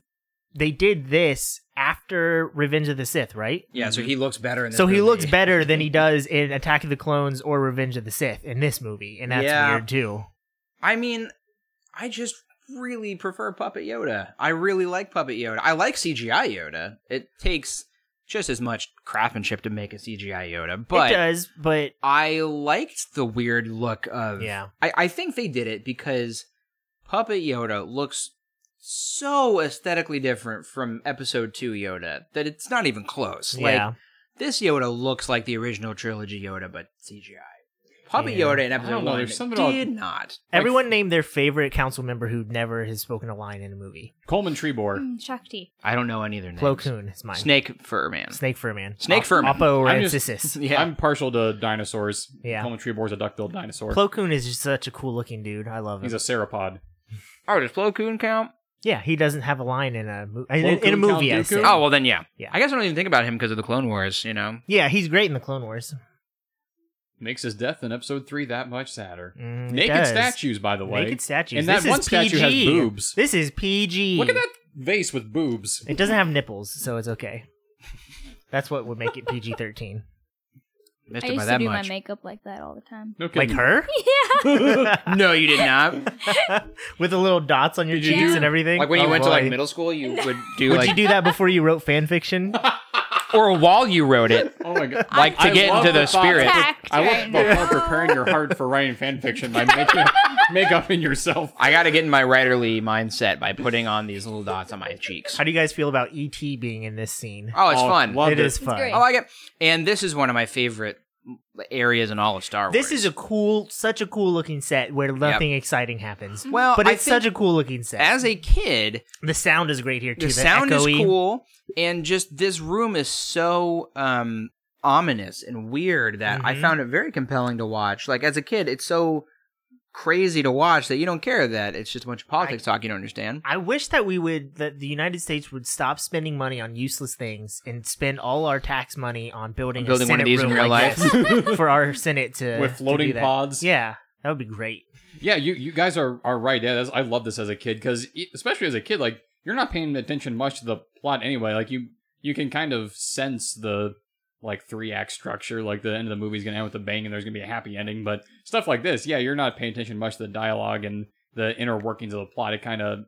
Speaker 2: they did this after Revenge of the Sith, right?
Speaker 5: Yeah, so he looks better in this
Speaker 2: So he
Speaker 5: movie.
Speaker 2: looks better than
Speaker 5: <laughs>
Speaker 2: he does in Attack of the Clones or Revenge of the Sith in this movie, and that's
Speaker 5: Yeah.
Speaker 2: weird too.
Speaker 5: I mean, I just really prefer Puppet Yoda. I really like Puppet Yoda. I like CGI Yoda. It takes just as much craftsmanship to make a CGI Yoda,
Speaker 2: it
Speaker 5: but
Speaker 2: does, but
Speaker 5: I liked the weird look of.
Speaker 2: yeah,
Speaker 5: I, I think they did it because Puppet Yoda looks so aesthetically different from Episode 2 Yoda that it's not even close.
Speaker 2: yeah.
Speaker 5: Like, this Yoda looks like the original trilogy Yoda, but CGI. Puppet
Speaker 2: Yeah.
Speaker 5: Yoda in
Speaker 3: I don't
Speaker 5: Episode
Speaker 3: know,
Speaker 5: 1
Speaker 3: there's something about-
Speaker 5: did not.
Speaker 2: Everyone named their favorite council member who never has spoken a line in a movie.
Speaker 3: Coleman Trebor.
Speaker 4: Mm, Shakti.
Speaker 5: I don't know any other names.
Speaker 2: Plo Koon is mine.
Speaker 5: Snake fur man.
Speaker 2: Snake Furman.
Speaker 5: Snake
Speaker 2: Op-
Speaker 5: Furman.
Speaker 2: Oppo
Speaker 3: I'm just- <laughs>
Speaker 2: Rancisis.
Speaker 5: Yeah.
Speaker 3: I'm partial to dinosaurs.
Speaker 2: Yeah.
Speaker 3: Coleman Trebor's a duck-billed dinosaur.
Speaker 2: Plo Koon is just such a cool looking dude. I love him.
Speaker 3: He's a ceropod.
Speaker 5: oh, does Plo Koon count?
Speaker 2: yeah, he doesn't have a line in a movie. In,
Speaker 3: Plo
Speaker 2: in a
Speaker 3: Koon
Speaker 2: movie,
Speaker 3: Count
Speaker 2: I say.
Speaker 3: Dooku?
Speaker 5: Oh well, then yeah.
Speaker 2: Yeah.
Speaker 5: I guess I don't even think about him because of the Clone Wars. You know.
Speaker 2: Yeah, he's great in the Clone Wars.
Speaker 3: Makes his death in episode three that much sadder.
Speaker 2: Mm, it
Speaker 3: Naked
Speaker 2: does.
Speaker 3: statues, by the way.
Speaker 2: Naked statues.
Speaker 3: And
Speaker 2: this
Speaker 3: that one
Speaker 2: is
Speaker 3: statue has
Speaker 2: PG.
Speaker 3: boobs.
Speaker 2: This is PG.
Speaker 3: Look at that vase with boobs.
Speaker 2: It doesn't have nipples, so it's okay. That's what would make it PG
Speaker 3: <laughs>
Speaker 2: thirteen.
Speaker 5: Missed
Speaker 4: I
Speaker 5: it by
Speaker 4: used to
Speaker 5: that
Speaker 4: do
Speaker 5: much.
Speaker 4: my makeup like that all the
Speaker 2: <laughs>
Speaker 4: time. <laughs>
Speaker 3: No kidding.
Speaker 2: Like her,
Speaker 5: no, you did not.
Speaker 2: with the little dots on your
Speaker 3: Did you
Speaker 2: cheeks
Speaker 4: do-
Speaker 2: and everything.
Speaker 5: like when you
Speaker 2: Oh,
Speaker 5: went to like
Speaker 2: boy.
Speaker 5: middle school, you would do
Speaker 2: Would
Speaker 5: like
Speaker 2: you do that before you wrote fan fiction?
Speaker 5: or while you wrote it.
Speaker 3: Oh my
Speaker 2: <laughs>
Speaker 3: god!
Speaker 5: Like, to get
Speaker 3: love
Speaker 5: into the
Speaker 3: thought-
Speaker 5: spirit.
Speaker 4: Attacked
Speaker 3: I
Speaker 4: right
Speaker 3: love the
Speaker 4: now.
Speaker 3: thought of preparing your heart for writing fan fiction by making <laughs> makeup in yourself.
Speaker 5: I got to get in my writerly mindset by putting on these little dots on my cheeks.
Speaker 2: How do you guys feel about ET being in this scene?
Speaker 5: Oh, it's
Speaker 3: Oh,
Speaker 5: fun. Oh,
Speaker 3: loved
Speaker 2: it
Speaker 3: it.
Speaker 2: is fun.
Speaker 4: great.
Speaker 5: I like it. And this is one of my favorite areas in all of Star Wars.
Speaker 2: This is a cool, such a cool looking set where nothing exciting happens.
Speaker 5: well,
Speaker 2: but
Speaker 5: I
Speaker 2: it's such a
Speaker 5: think
Speaker 2: cool looking set.
Speaker 5: as a kid.
Speaker 2: the sound is great here too. The,
Speaker 5: the sound
Speaker 2: echoey.
Speaker 5: is cool and just this room is so um ominous and weird that i
Speaker 2: Mhm.
Speaker 5: found it very compelling to watch like as a kid it's so crazy to watch that you don't care that it's just a bunch of politics talk you don't understand
Speaker 2: I wish that we would that the United States would stop spending money on useless things and spend all our tax money on building,
Speaker 5: Building
Speaker 2: a
Speaker 5: one
Speaker 2: Senate
Speaker 5: of these in
Speaker 2: room
Speaker 5: real
Speaker 2: <laughs> like
Speaker 5: life. <laughs>
Speaker 2: this for our Senate to
Speaker 3: With
Speaker 2: to
Speaker 3: floating
Speaker 2: do that.
Speaker 3: pods.
Speaker 2: Yeah, That would be great.
Speaker 3: Yeah, you, you guys are, are right. Yeah, that's, I love this as a kid because especially as a kid, like you're not paying attention much to the plot anyway. Like you you can kind of sense the like three act structure. Like the end of the movie's gonna end with a bang and there's gonna be a happy ending. But stuff like this, yeah, you're not paying attention much to the dialogue and the inner workings of the plot. It kind of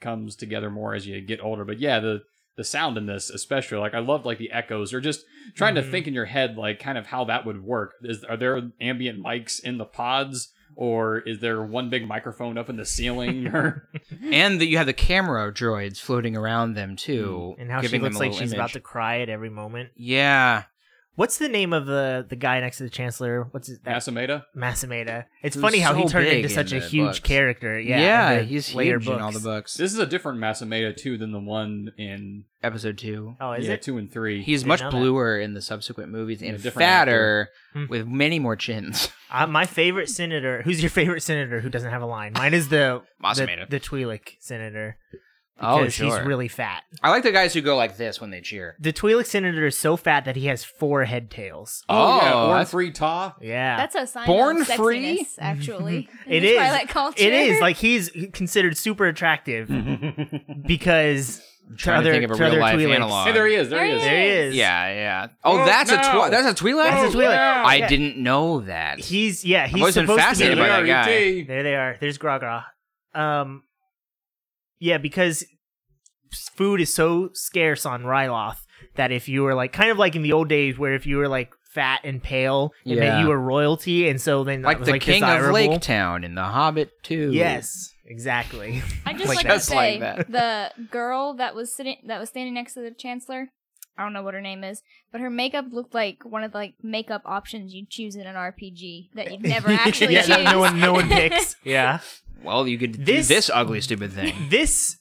Speaker 3: comes together more as you get older. But yeah, the the sound in this especially like i love like the echoes or just trying
Speaker 2: Mhm.
Speaker 3: to think in your head like kind of how that would work is are there ambient mics in the pods or is there one big microphone up in the ceiling or
Speaker 5: and that you have the camera droids floating around them too,
Speaker 2: Mm, And how she
Speaker 5: giving them
Speaker 2: looks
Speaker 5: a
Speaker 2: like
Speaker 5: little
Speaker 2: she's about
Speaker 5: image.
Speaker 2: to cry at every moment.
Speaker 5: Yeah,
Speaker 2: What's the name of the the guy next to the chancellor? What's his that
Speaker 3: Asameda?
Speaker 2: Masameda? It's
Speaker 5: Who's
Speaker 2: funny how he
Speaker 5: so
Speaker 2: turned
Speaker 5: big
Speaker 2: into
Speaker 5: in
Speaker 2: such a
Speaker 5: the
Speaker 2: huge
Speaker 5: books.
Speaker 2: character. Yeah,
Speaker 5: yeah,
Speaker 2: in the
Speaker 5: he's
Speaker 2: later
Speaker 5: huge in all the
Speaker 2: books.
Speaker 5: books.
Speaker 3: This is a different Masameda too than the one in
Speaker 5: Episode two.
Speaker 2: Oh, is
Speaker 3: yeah,
Speaker 2: it?
Speaker 3: two and three.
Speaker 5: He's
Speaker 2: Didn't
Speaker 5: much
Speaker 2: know that.
Speaker 5: bluer in the subsequent movies
Speaker 3: And a
Speaker 5: and
Speaker 3: different actor.
Speaker 5: fatter
Speaker 2: Hmm.
Speaker 5: with many more chins. <laughs>
Speaker 2: Uh, my favorite senator. Who's your favorite senator who doesn't have a line? Mine is the the,
Speaker 5: Masameda.
Speaker 2: the Twi'lek senator.
Speaker 5: Oh,
Speaker 2: because
Speaker 5: sure.
Speaker 2: He's really fat.
Speaker 5: I like the guys who go like this when they cheer.
Speaker 2: The Twi'lek senator is so fat that he has four head tails.
Speaker 3: oh, yeah,
Speaker 5: Oh,
Speaker 3: Born
Speaker 5: that's-
Speaker 3: Free
Speaker 5: <laughs>
Speaker 3: Ta.
Speaker 2: Yeah.
Speaker 4: That's a sign
Speaker 5: Born
Speaker 4: of sexiness,
Speaker 5: free?
Speaker 4: actually.
Speaker 3: Mm-hmm.
Speaker 4: in
Speaker 2: It
Speaker 4: the
Speaker 2: is.
Speaker 4: Twilight culture.
Speaker 2: It is
Speaker 4: <laughs>
Speaker 2: like he's considered super attractive because to
Speaker 5: trying to
Speaker 2: other,
Speaker 5: think of a
Speaker 2: to other
Speaker 5: real-life
Speaker 2: Twi'leks.
Speaker 5: analog.
Speaker 3: Hey, there he is. There he is.
Speaker 2: There he is.
Speaker 5: Yeah, yeah. Oh,
Speaker 3: Oh,
Speaker 5: that's a
Speaker 3: no.
Speaker 5: twi- that's a Twi'lek.
Speaker 2: That's a Twi'lek.
Speaker 3: yeah.
Speaker 5: I
Speaker 2: Yeah.
Speaker 5: didn't know that.
Speaker 2: He's yeah. He's
Speaker 5: always been
Speaker 2: supposed
Speaker 5: fascinated
Speaker 2: to
Speaker 5: by
Speaker 2: be.
Speaker 5: that guy.
Speaker 3: R.E.T..
Speaker 2: There they are. There's Gragra. Um, yeah, because food is so scarce on Ryloth that if you were like kind of like in the old days where if you were like fat and pale, it meant
Speaker 5: Yeah.
Speaker 2: you were royalty, and so then that
Speaker 5: like
Speaker 2: was,
Speaker 5: the
Speaker 2: like
Speaker 5: king of
Speaker 2: desirable.
Speaker 5: Lake Town in The Hobbit too.
Speaker 2: Yes, exactly.
Speaker 4: I just
Speaker 5: Like,
Speaker 4: like,
Speaker 5: just
Speaker 4: to
Speaker 5: like
Speaker 4: say
Speaker 5: that.
Speaker 4: the girl that was sitting that was standing next to the chancellor. I don't know what her name is, but her makeup looked like one of the like makeup options you choose in an RPG that you
Speaker 2: <laughs>
Speaker 4: never actually
Speaker 2: yeah,
Speaker 4: choose.
Speaker 2: no- no one, no
Speaker 4: <laughs>
Speaker 5: <laughs>
Speaker 2: one picks. Yeah.
Speaker 5: Well, you could
Speaker 2: This-
Speaker 5: do this ugly stupid
Speaker 2: <laughs>
Speaker 5: thing.
Speaker 2: this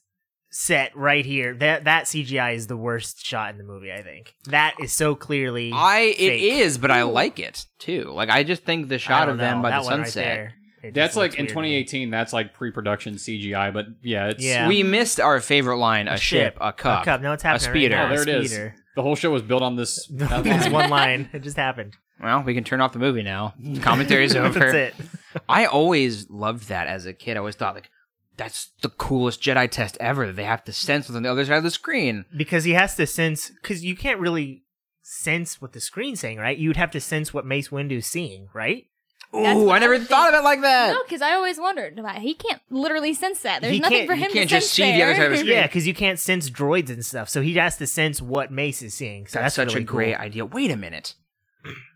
Speaker 2: set right here that that cgi is the worst shot in the movie i think that is so clearly
Speaker 5: I it
Speaker 2: fake.
Speaker 5: is, but I like it too. Like I just think the
Speaker 2: I
Speaker 5: shot
Speaker 2: don't
Speaker 5: of them
Speaker 2: know,
Speaker 5: by
Speaker 2: that
Speaker 5: the
Speaker 2: one right
Speaker 5: sunset.
Speaker 2: there, it just
Speaker 3: That's
Speaker 2: looks
Speaker 3: like in
Speaker 2: weird to me.
Speaker 3: 2018. That's like pre-production CGI, but yeah, it's
Speaker 2: Yeah.
Speaker 5: We missed our favorite line: a, ship, a cup.
Speaker 2: a cup no it's happening right
Speaker 5: speeder.
Speaker 2: now,
Speaker 3: Oh, there it is. <laughs>
Speaker 2: speeder. <laughs>
Speaker 3: the whole show was built on this. that
Speaker 2: There's
Speaker 3: line.
Speaker 2: one line it just
Speaker 5: <laughs>
Speaker 2: happened
Speaker 5: Well, we can turn off the movie
Speaker 2: <laughs>
Speaker 5: now. Commentary's over.
Speaker 2: that's it
Speaker 5: I always loved that as a kid. I always thought like that's the coolest Jedi test ever. They have to sense what's on the other side of the screen.
Speaker 2: because he has to sense because you can't really sense what the screen's saying right you'd have to sense what mace windu's seeing right
Speaker 4: That's
Speaker 5: Ooh,
Speaker 4: what
Speaker 5: I
Speaker 4: I
Speaker 5: never
Speaker 4: would
Speaker 5: thought
Speaker 4: think.
Speaker 5: of it like that.
Speaker 4: No, because I always wondered about he can't literally sense that. There's
Speaker 2: He
Speaker 4: nothing
Speaker 2: can't-
Speaker 4: for
Speaker 2: he
Speaker 4: him to
Speaker 5: can't just
Speaker 4: sense
Speaker 5: see the other
Speaker 4: there.
Speaker 5: side of the
Speaker 2: yeah because you can't sense droids and stuff so he has to sense what mace is seeing so
Speaker 5: that's,
Speaker 2: that's,
Speaker 5: such
Speaker 2: really
Speaker 5: a great
Speaker 2: cool.
Speaker 5: idea. Wait a minute.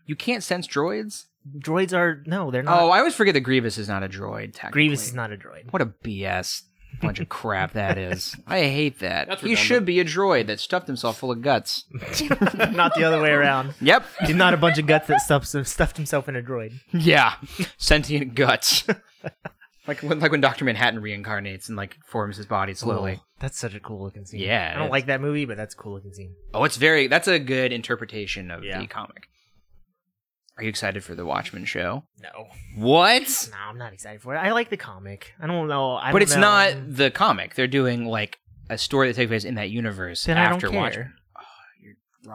Speaker 5: You can't sense droids?
Speaker 2: droids are no they're not
Speaker 5: Oh, I always forget that Grievous is not a droid.
Speaker 2: <laughs>
Speaker 5: Technically.
Speaker 2: Grievous is not a droid.
Speaker 5: What a BS bunch of crap
Speaker 2: <laughs>
Speaker 5: that is. I hate that.
Speaker 3: That's
Speaker 5: he
Speaker 3: redundant.
Speaker 5: should be a droid that stuffed himself full of guts.
Speaker 2: <laughs>
Speaker 5: <laughs>
Speaker 2: not the other way around.
Speaker 5: Yep. <laughs>
Speaker 2: He's not a bunch of guts that stuffs, stuffed himself in a droid.
Speaker 5: Yeah. Sentient guts. <laughs> like when like when Doctor Manhattan reincarnates and like forms his body slowly.
Speaker 2: Oh, that's such a cool looking scene.
Speaker 5: Yeah,
Speaker 2: I don't
Speaker 5: it
Speaker 2: like that movie, but that's a cool looking scene.
Speaker 5: Oh, it's very. That's a good interpretation of
Speaker 2: Yeah.
Speaker 5: the comic. Are you excited for the Watchmen show?
Speaker 2: No,
Speaker 5: What?
Speaker 2: no, I'm not excited for it. I like the comic. I don't know. I
Speaker 5: But
Speaker 2: don't
Speaker 5: it's
Speaker 2: know.
Speaker 5: not the comic. They're doing like a story that takes place in that universe
Speaker 2: Then I don't
Speaker 5: after
Speaker 2: care.
Speaker 5: Watchmen.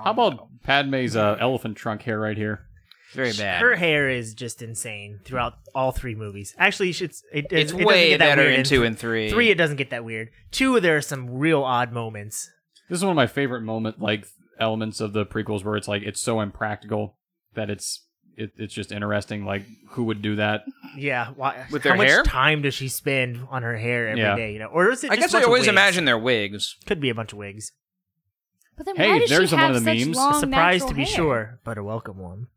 Speaker 3: How about Padme's uh, elephant trunk hair right here?
Speaker 5: very bad?
Speaker 2: Her hair is just insane throughout all three movies. Actually, it's it, it,
Speaker 5: it's
Speaker 2: it doesn't
Speaker 5: way
Speaker 2: get that
Speaker 5: better
Speaker 2: weird
Speaker 5: in two and three.
Speaker 2: Three, it doesn't get that weird. Two, there are some real odd moments.
Speaker 3: This is one of my favorite moment like elements of the prequels where it's like it's so impractical that it's it, it's just interesting. Like who would do that?
Speaker 2: Yeah, why,
Speaker 5: With
Speaker 2: how
Speaker 5: their
Speaker 2: much
Speaker 5: hair?
Speaker 2: time does she spend on her hair every day?
Speaker 3: Yeah.
Speaker 2: You know, or is it?
Speaker 5: I
Speaker 2: just
Speaker 5: guess
Speaker 2: a bunch
Speaker 5: I
Speaker 2: of
Speaker 5: always
Speaker 2: wigs?
Speaker 5: imagine their wigs.
Speaker 2: could be a bunch of wigs.
Speaker 4: But then
Speaker 3: Hey,
Speaker 4: why does
Speaker 3: there's
Speaker 4: she
Speaker 3: one
Speaker 4: have
Speaker 3: of the
Speaker 4: such
Speaker 3: memes. A
Speaker 4: long
Speaker 2: a surprise
Speaker 4: natural
Speaker 2: to be
Speaker 4: hair?
Speaker 2: sure, but a welcome one.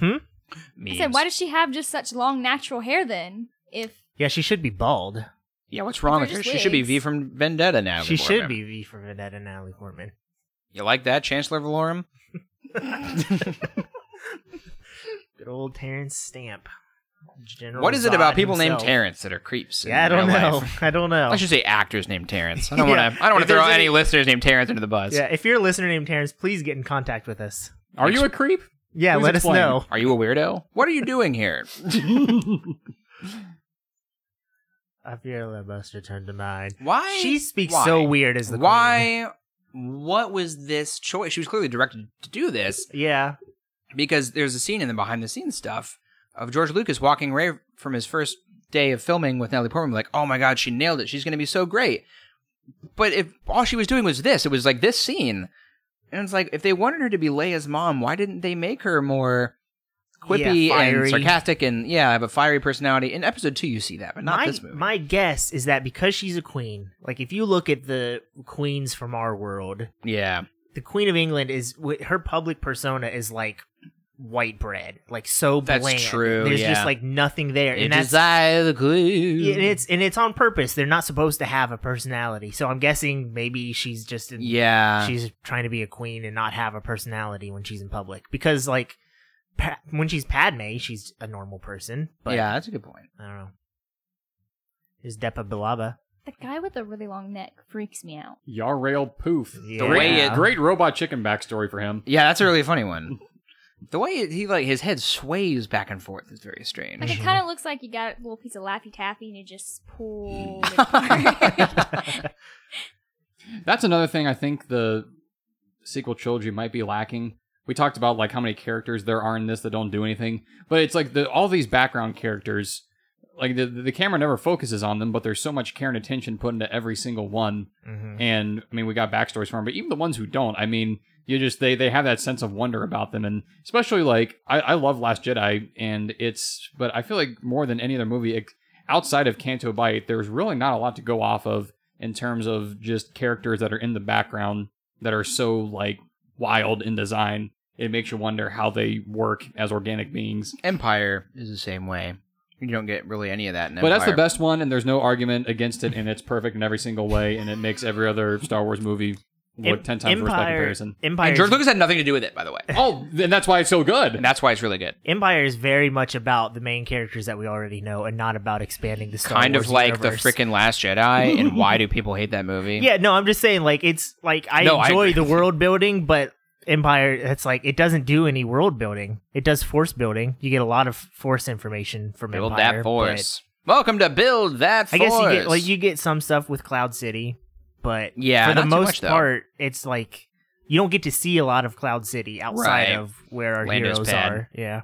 Speaker 4: I said, why does she have just such long natural hair then? If
Speaker 2: Yeah, she should be bald.
Speaker 5: yeah, what's
Speaker 4: They're
Speaker 5: wrong with her?
Speaker 4: just
Speaker 5: She should be
Speaker 4: wigs.
Speaker 5: V from Vendetta now.
Speaker 2: she should be V for Vendetta and Natalie Portman.
Speaker 5: You like that, Chancellor Valorum?
Speaker 2: Good old Terrence Stamp. General
Speaker 5: What is it
Speaker 2: Zod
Speaker 5: about people
Speaker 2: himself.
Speaker 5: named Terrence that are creeps? in
Speaker 2: Yeah, I don't
Speaker 5: real
Speaker 2: know. <laughs>
Speaker 5: life?
Speaker 2: I don't know.
Speaker 5: I should say actors named Terrence.
Speaker 2: <laughs>
Speaker 5: I don't
Speaker 2: Yeah.
Speaker 5: want to. I don't want
Speaker 2: If
Speaker 5: to throw
Speaker 2: there's any-
Speaker 5: any listeners named Terrence under the bus.
Speaker 2: Yeah, if you're a listener named Terrence, please get in contact with us.
Speaker 3: Are you a creep?
Speaker 2: Yeah,
Speaker 3: Please
Speaker 2: let
Speaker 3: explain.
Speaker 2: us know. <laughs>
Speaker 5: Are you a weirdo? What are you doing here?
Speaker 2: I fear that must return to mine.
Speaker 5: Why?
Speaker 2: She speaks
Speaker 5: why?
Speaker 2: so weird as the queen.
Speaker 5: Why? What was this choice? She was clearly directed to do this
Speaker 2: Yeah,
Speaker 5: because there's a scene in the behind the scenes stuff of George Lucas walking away from his first day of filming with Natalie Portman, like, oh my god, she nailed it. She's going to be so great. But if all she was doing was this, it was like this scene, and it's like if they wanted her to be Leia's mom, why didn't they make her more quippy
Speaker 2: Yeah,
Speaker 5: and
Speaker 2: fiery.
Speaker 5: sarcastic and yeah, have a fiery personality? In episode two, you see that, but not
Speaker 2: my,
Speaker 5: this movie.
Speaker 2: My guess is that because she's a queen, like if you look at the queens from our world,
Speaker 5: yeah,
Speaker 2: the Queen of England is wi- her public persona is like white bread, like so
Speaker 5: That's
Speaker 2: bland.
Speaker 5: true,
Speaker 2: There's
Speaker 5: yeah.
Speaker 2: just like nothing there, and
Speaker 5: it
Speaker 2: that's
Speaker 5: is I, the queen.
Speaker 2: and it's and it's on purpose. They're not supposed to have a personality, so I'm guessing maybe she's just in,
Speaker 5: yeah,
Speaker 2: she's trying to be a queen and not have a personality when she's in public because like pa- when she's Padme, she's a normal person. But
Speaker 5: yeah, that's a good point.
Speaker 2: I don't know. There's Depa
Speaker 5: <laughs>
Speaker 2: Bilaba.
Speaker 4: The guy with the really long neck freaks me out.
Speaker 3: Yarrail Poof.
Speaker 2: Yeah.
Speaker 5: way it-
Speaker 3: Great robot chicken backstory for him.
Speaker 5: Yeah, that's a really
Speaker 2: <laughs>
Speaker 5: funny one. The way it, he like his head sways back and forth is very strange.
Speaker 4: Like
Speaker 2: Mhm.
Speaker 4: it kind of looks like you got a little piece of Laffy Taffy and you just pull
Speaker 5: <laughs>
Speaker 4: it apart. <laughs>
Speaker 3: That's another thing I think the sequel trilogy might be lacking. We talked about like how many characters there are in this that don't do anything, but it's like the, all these background characters, like the the camera never focuses on them, but there's so much care and attention put into every single one.
Speaker 2: Mhm.
Speaker 3: And I mean, we got backstories from them, but even the ones who don't, I mean, you just they they have that sense of wonder about them, and especially like I, I love Last Jedi, and it's but I feel like more than any other movie ex- outside of Canto Bite, there's really not a lot to go off of in terms of just characters that are in the background that are so like wild in design. It makes you wonder how they work as organic beings.
Speaker 5: Empire is the same way. You don't get really any of that. In
Speaker 3: But that's the
Speaker 5: Empire.
Speaker 3: best one, and there's no argument against it, and it's perfect in every single way, and it makes every other Star Wars movie look
Speaker 2: Em-
Speaker 3: ten times worse by comparison.
Speaker 2: Empire,
Speaker 5: And George Lucas had nothing to do with it, by the way.
Speaker 3: Oh, then that's why it's so good.
Speaker 5: And that's why it's really good.
Speaker 2: Empire is very much about the main characters that we already know, and not about expanding the Star
Speaker 5: kind
Speaker 2: Wars
Speaker 5: of like
Speaker 2: universe.
Speaker 5: the freaking Last Jedi, and
Speaker 2: <laughs>
Speaker 5: why do people hate that movie?
Speaker 2: Yeah, no, I'm just saying, like it's like I
Speaker 5: No, I
Speaker 2: enjoy the
Speaker 5: agree.
Speaker 2: world building, but Empire, it's like it doesn't do any world building. It does force building. You get a lot of force information from
Speaker 5: build
Speaker 2: Empire.
Speaker 5: that
Speaker 2: but
Speaker 5: force. Welcome to build that
Speaker 2: I
Speaker 5: force.
Speaker 2: guess you get like you get some stuff with Cloud City, but
Speaker 5: Yeah,
Speaker 2: for the
Speaker 5: not too
Speaker 2: most
Speaker 5: much, though.
Speaker 2: part, it's like you don't get to see a lot of Cloud City outside
Speaker 5: Right.
Speaker 2: of where our
Speaker 5: Lando's
Speaker 2: heroes
Speaker 5: pad.
Speaker 2: are. Yeah.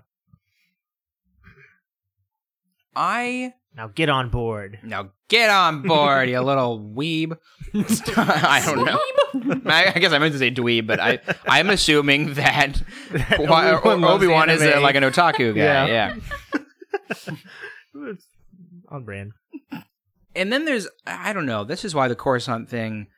Speaker 5: I
Speaker 2: Now get on
Speaker 5: <laughs>
Speaker 2: board. <laughs>
Speaker 5: now get on board, you little weeb. <laughs> I don't know. I, I guess I meant to say dweeb, but I I'm
Speaker 2: <laughs>
Speaker 5: assuming that
Speaker 2: Obi-Wan loves
Speaker 5: Obi Wan is a,
Speaker 2: anime.
Speaker 5: like an
Speaker 2: <laughs>
Speaker 5: otaku guy.
Speaker 2: Yeah.
Speaker 5: yeah.
Speaker 2: on brand.
Speaker 5: And then there's I don't know. This is why the Coruscant thing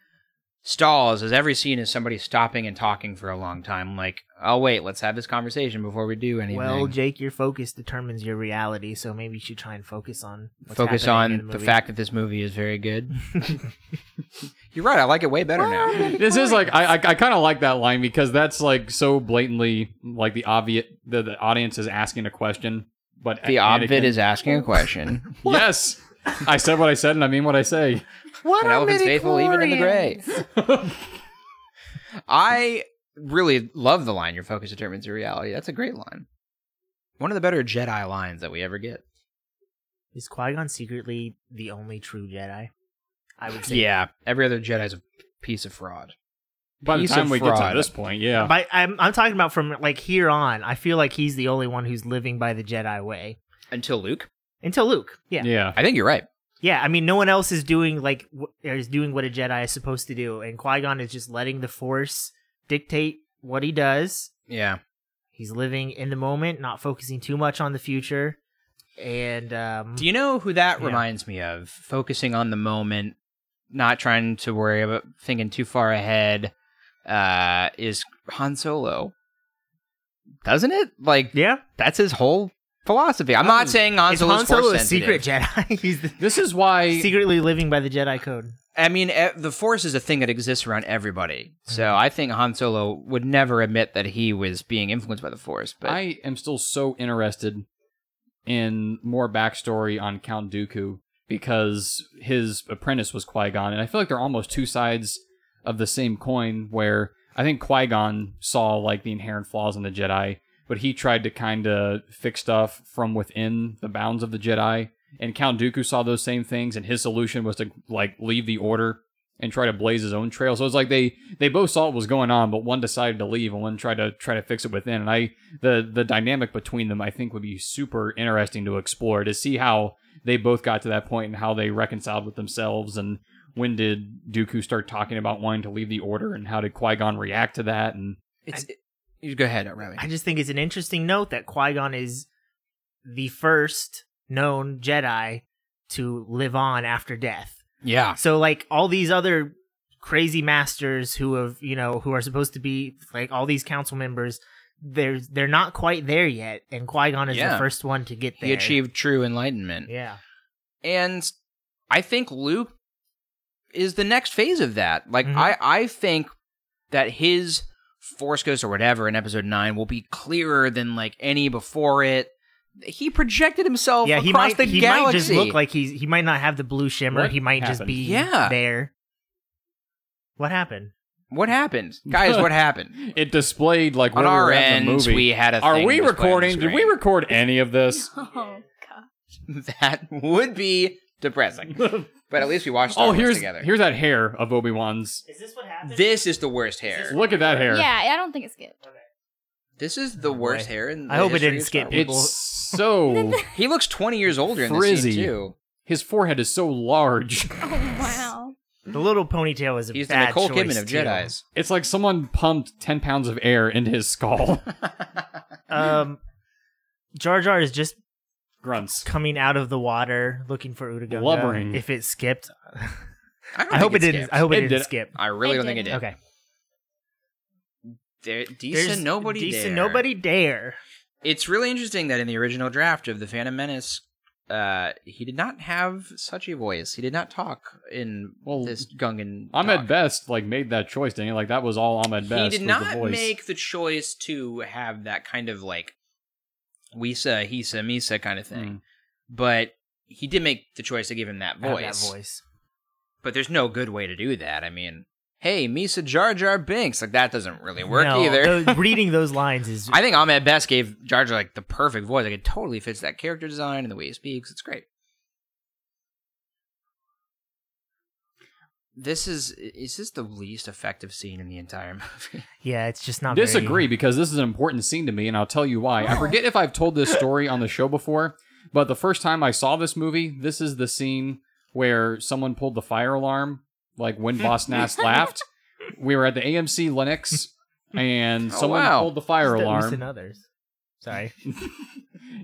Speaker 5: stalls. Is every scene is somebody stopping and talking for a long time? Like, oh wait, let's have this conversation before we do anything.
Speaker 2: Well, Jake, your focus determines your reality, so maybe you should try and focus on what's
Speaker 5: focus
Speaker 2: happening
Speaker 5: on
Speaker 2: in
Speaker 5: the,
Speaker 2: the, movie.
Speaker 5: fact that this movie is
Speaker 2: <laughs>
Speaker 5: very good. <laughs> You're right. I like it way better now.
Speaker 3: This is like I I, I kind of like that line because that's like so blatantly like the obvious the, the audience is asking a question, but
Speaker 5: The
Speaker 3: Anakin-
Speaker 5: Obvid is asking a question.
Speaker 3: yes. I said what I said, and I mean what I say.
Speaker 2: What
Speaker 5: and
Speaker 2: are
Speaker 5: elephants faithful even in the gray.
Speaker 4: midichlorians?
Speaker 5: <laughs> I really love the line. Your focus determines your reality. That's a great line. One of the better Jedi lines that we ever get.
Speaker 2: Is Qui Gon secretly the only true Jedi? I would say.
Speaker 5: Yeah, every other Jedi's a piece of fraud.
Speaker 3: By the
Speaker 5: Piece
Speaker 3: time
Speaker 5: of
Speaker 3: we get to
Speaker 5: fraud.
Speaker 3: this point, yeah.
Speaker 2: But I'm I'm talking about from like here on. I feel like he's the only one who's living by the Jedi way
Speaker 5: Until Luke.
Speaker 2: until Luke. Yeah, yeah.
Speaker 5: I think you're right.
Speaker 2: I mean, no one else is doing like wh- is doing what a Jedi is supposed to do, and Qui Gon is just letting the Force dictate what he does.
Speaker 5: Yeah.
Speaker 2: He's living in the moment, not focusing too much on the future. And um,
Speaker 5: Do you know who that
Speaker 2: Yeah.
Speaker 5: reminds me of? Focusing on the moment, not trying to worry about thinking too far ahead, uh, is Han Solo. Doesn't it? Like
Speaker 2: yeah,
Speaker 5: that's his whole philosophy. I'm not saying Hmm. Han
Speaker 2: is
Speaker 5: Solo's
Speaker 2: Han Solo a
Speaker 5: force
Speaker 2: secret
Speaker 5: sensitive.
Speaker 2: Jedi? <laughs> he's the,
Speaker 3: This is why
Speaker 2: secretly living by the Jedi code.
Speaker 5: I mean, e- the Force is a thing that exists around everybody. So I think Han Solo would never admit that he was being influenced by the Force. But
Speaker 3: I am still so interested in more backstory on Count Dooku because his apprentice was Qui Gon, and I feel like they're almost two sides of the same coin. Where I think Qui Gon saw like the inherent flaws in the Jedi, but he tried to kind of fix stuff from within the bounds of the Jedi. And Count Dooku saw those same things, and his solution was to like leave the Order and try to blaze his own trail. So it's like they they both saw what was going on, but one decided to leave and one tried to try to fix it within. And I the the dynamic between them I think would be super interesting to explore to see how they both got to that point and how they reconciled with themselves and when did Dooku start talking about wanting to leave the order and how did Qui Gon react to that and <laughs>
Speaker 5: It's it- you go ahead, Remy.
Speaker 2: I just think it's an interesting note that Qui Gon is the first known Jedi to live on after death.
Speaker 5: Yeah.
Speaker 2: So like all these other crazy masters who have you know who are supposed to be like all these council members, they're they're not quite there yet, and Qui Gon is the
Speaker 5: Yeah.
Speaker 2: first one to get there.
Speaker 5: He achieved true enlightenment.
Speaker 2: Yeah.
Speaker 5: and I think Luke is the next phase of that. Like
Speaker 2: Mhm.
Speaker 5: I, I think that his Force Ghost or whatever in Episode Nine will be clearer than like any before it. He projected himself
Speaker 2: yeah,
Speaker 5: across
Speaker 2: he might
Speaker 5: Oh, the
Speaker 2: he
Speaker 5: galaxy.
Speaker 2: might just look like he's he might not have the blue shimmer.
Speaker 3: What
Speaker 2: he might just
Speaker 3: happened?
Speaker 2: be
Speaker 5: Yeah.
Speaker 2: there. What happened?
Speaker 5: what happened, guys? What happened <laughs>
Speaker 3: it displayed like where
Speaker 5: on
Speaker 3: we
Speaker 5: our
Speaker 3: were at in the
Speaker 5: end?
Speaker 3: movie.
Speaker 5: We had a.
Speaker 3: Are
Speaker 5: thing
Speaker 3: we
Speaker 5: displayed on the
Speaker 3: recording? Did we
Speaker 5: screen.
Speaker 3: record any of this?
Speaker 4: Oh god.
Speaker 5: that would be
Speaker 2: <laughs>
Speaker 5: depressing, but at least we watched. <laughs> Star
Speaker 3: oh,
Speaker 5: Wars
Speaker 3: here's
Speaker 5: together.
Speaker 3: here's that hair of Obi Wan's.
Speaker 2: Is this what happened?
Speaker 5: This is the worst hair.
Speaker 3: Look at that hair.
Speaker 4: Yeah, I don't think it's good.
Speaker 5: This is the
Speaker 2: Oh,
Speaker 5: worst
Speaker 2: boy.
Speaker 5: hair. In the
Speaker 2: I hope it
Speaker 5: history
Speaker 2: didn't
Speaker 5: of Star
Speaker 2: skip
Speaker 5: Wars.
Speaker 2: people.
Speaker 3: It's so
Speaker 5: He looks twenty years older in this
Speaker 3: Frizzy.
Speaker 5: scene too.
Speaker 3: his forehead is so large.
Speaker 4: Oh wow.
Speaker 2: The little ponytail is a
Speaker 5: He's the
Speaker 2: bad
Speaker 5: Nicole
Speaker 2: choice
Speaker 5: Kidman of
Speaker 2: too.
Speaker 5: Jedi's.
Speaker 3: It's like someone pumped ten pounds of air into his skull.
Speaker 2: Um, Jar Jar is just
Speaker 3: Grunts.
Speaker 2: coming out of the water looking for Udagunga.
Speaker 3: Blubbering.
Speaker 2: If it skipped,
Speaker 5: don't
Speaker 2: I hope it
Speaker 5: think
Speaker 2: didn't.
Speaker 5: skipped.
Speaker 2: I hope it,
Speaker 3: It
Speaker 2: didn't
Speaker 3: did-
Speaker 2: skip.
Speaker 5: I really
Speaker 4: It
Speaker 5: don't think it did.
Speaker 4: didn't.
Speaker 2: Okay.
Speaker 5: There, decent nobody.
Speaker 2: Decent
Speaker 5: dare.
Speaker 2: nobody dare.
Speaker 5: It's really interesting that in the original draft of the Phantom Menace, uh, he did not have such a voice. He did not talk in
Speaker 3: Well,
Speaker 5: this Gungan.
Speaker 3: Ahmed
Speaker 5: talk.
Speaker 3: Best like made that choice, didn't he? Like that was all Ahmed Best.
Speaker 5: He did
Speaker 3: was the
Speaker 5: not
Speaker 3: voice.
Speaker 5: make the choice to have that kind of like Wisa, Hisa, Misa kind of thing,
Speaker 3: Mm.
Speaker 5: but he did make the choice to give him that
Speaker 2: I have
Speaker 5: voice.
Speaker 2: That voice.
Speaker 5: But there's no good way to do that. I mean, hey, Misa Jar Jar Binks, like that doesn't really work
Speaker 2: No,
Speaker 5: either. <laughs>
Speaker 2: those- reading those lines is
Speaker 5: I think Ahmed Best gave Jar Jar like the perfect voice. Like it totally fits that character design and the way he speaks. It's great. This is is this the least effective scene in the entire <laughs> movie?
Speaker 2: yeah, it's just not. very-
Speaker 3: disagree because this is an important scene to me, and I'll tell you why. I forget if I've told
Speaker 5: <laughs>
Speaker 3: this story on the show before, but the first time I saw this movie, this is the scene where someone pulled the fire alarm, like when
Speaker 5: <laughs>
Speaker 3: Boss Nass laughed. We were at the AMC Lennox, and
Speaker 5: Oh,
Speaker 3: someone
Speaker 5: wow.
Speaker 3: pulled the fire
Speaker 2: Just at least in
Speaker 3: alarm.
Speaker 2: others. Sorry.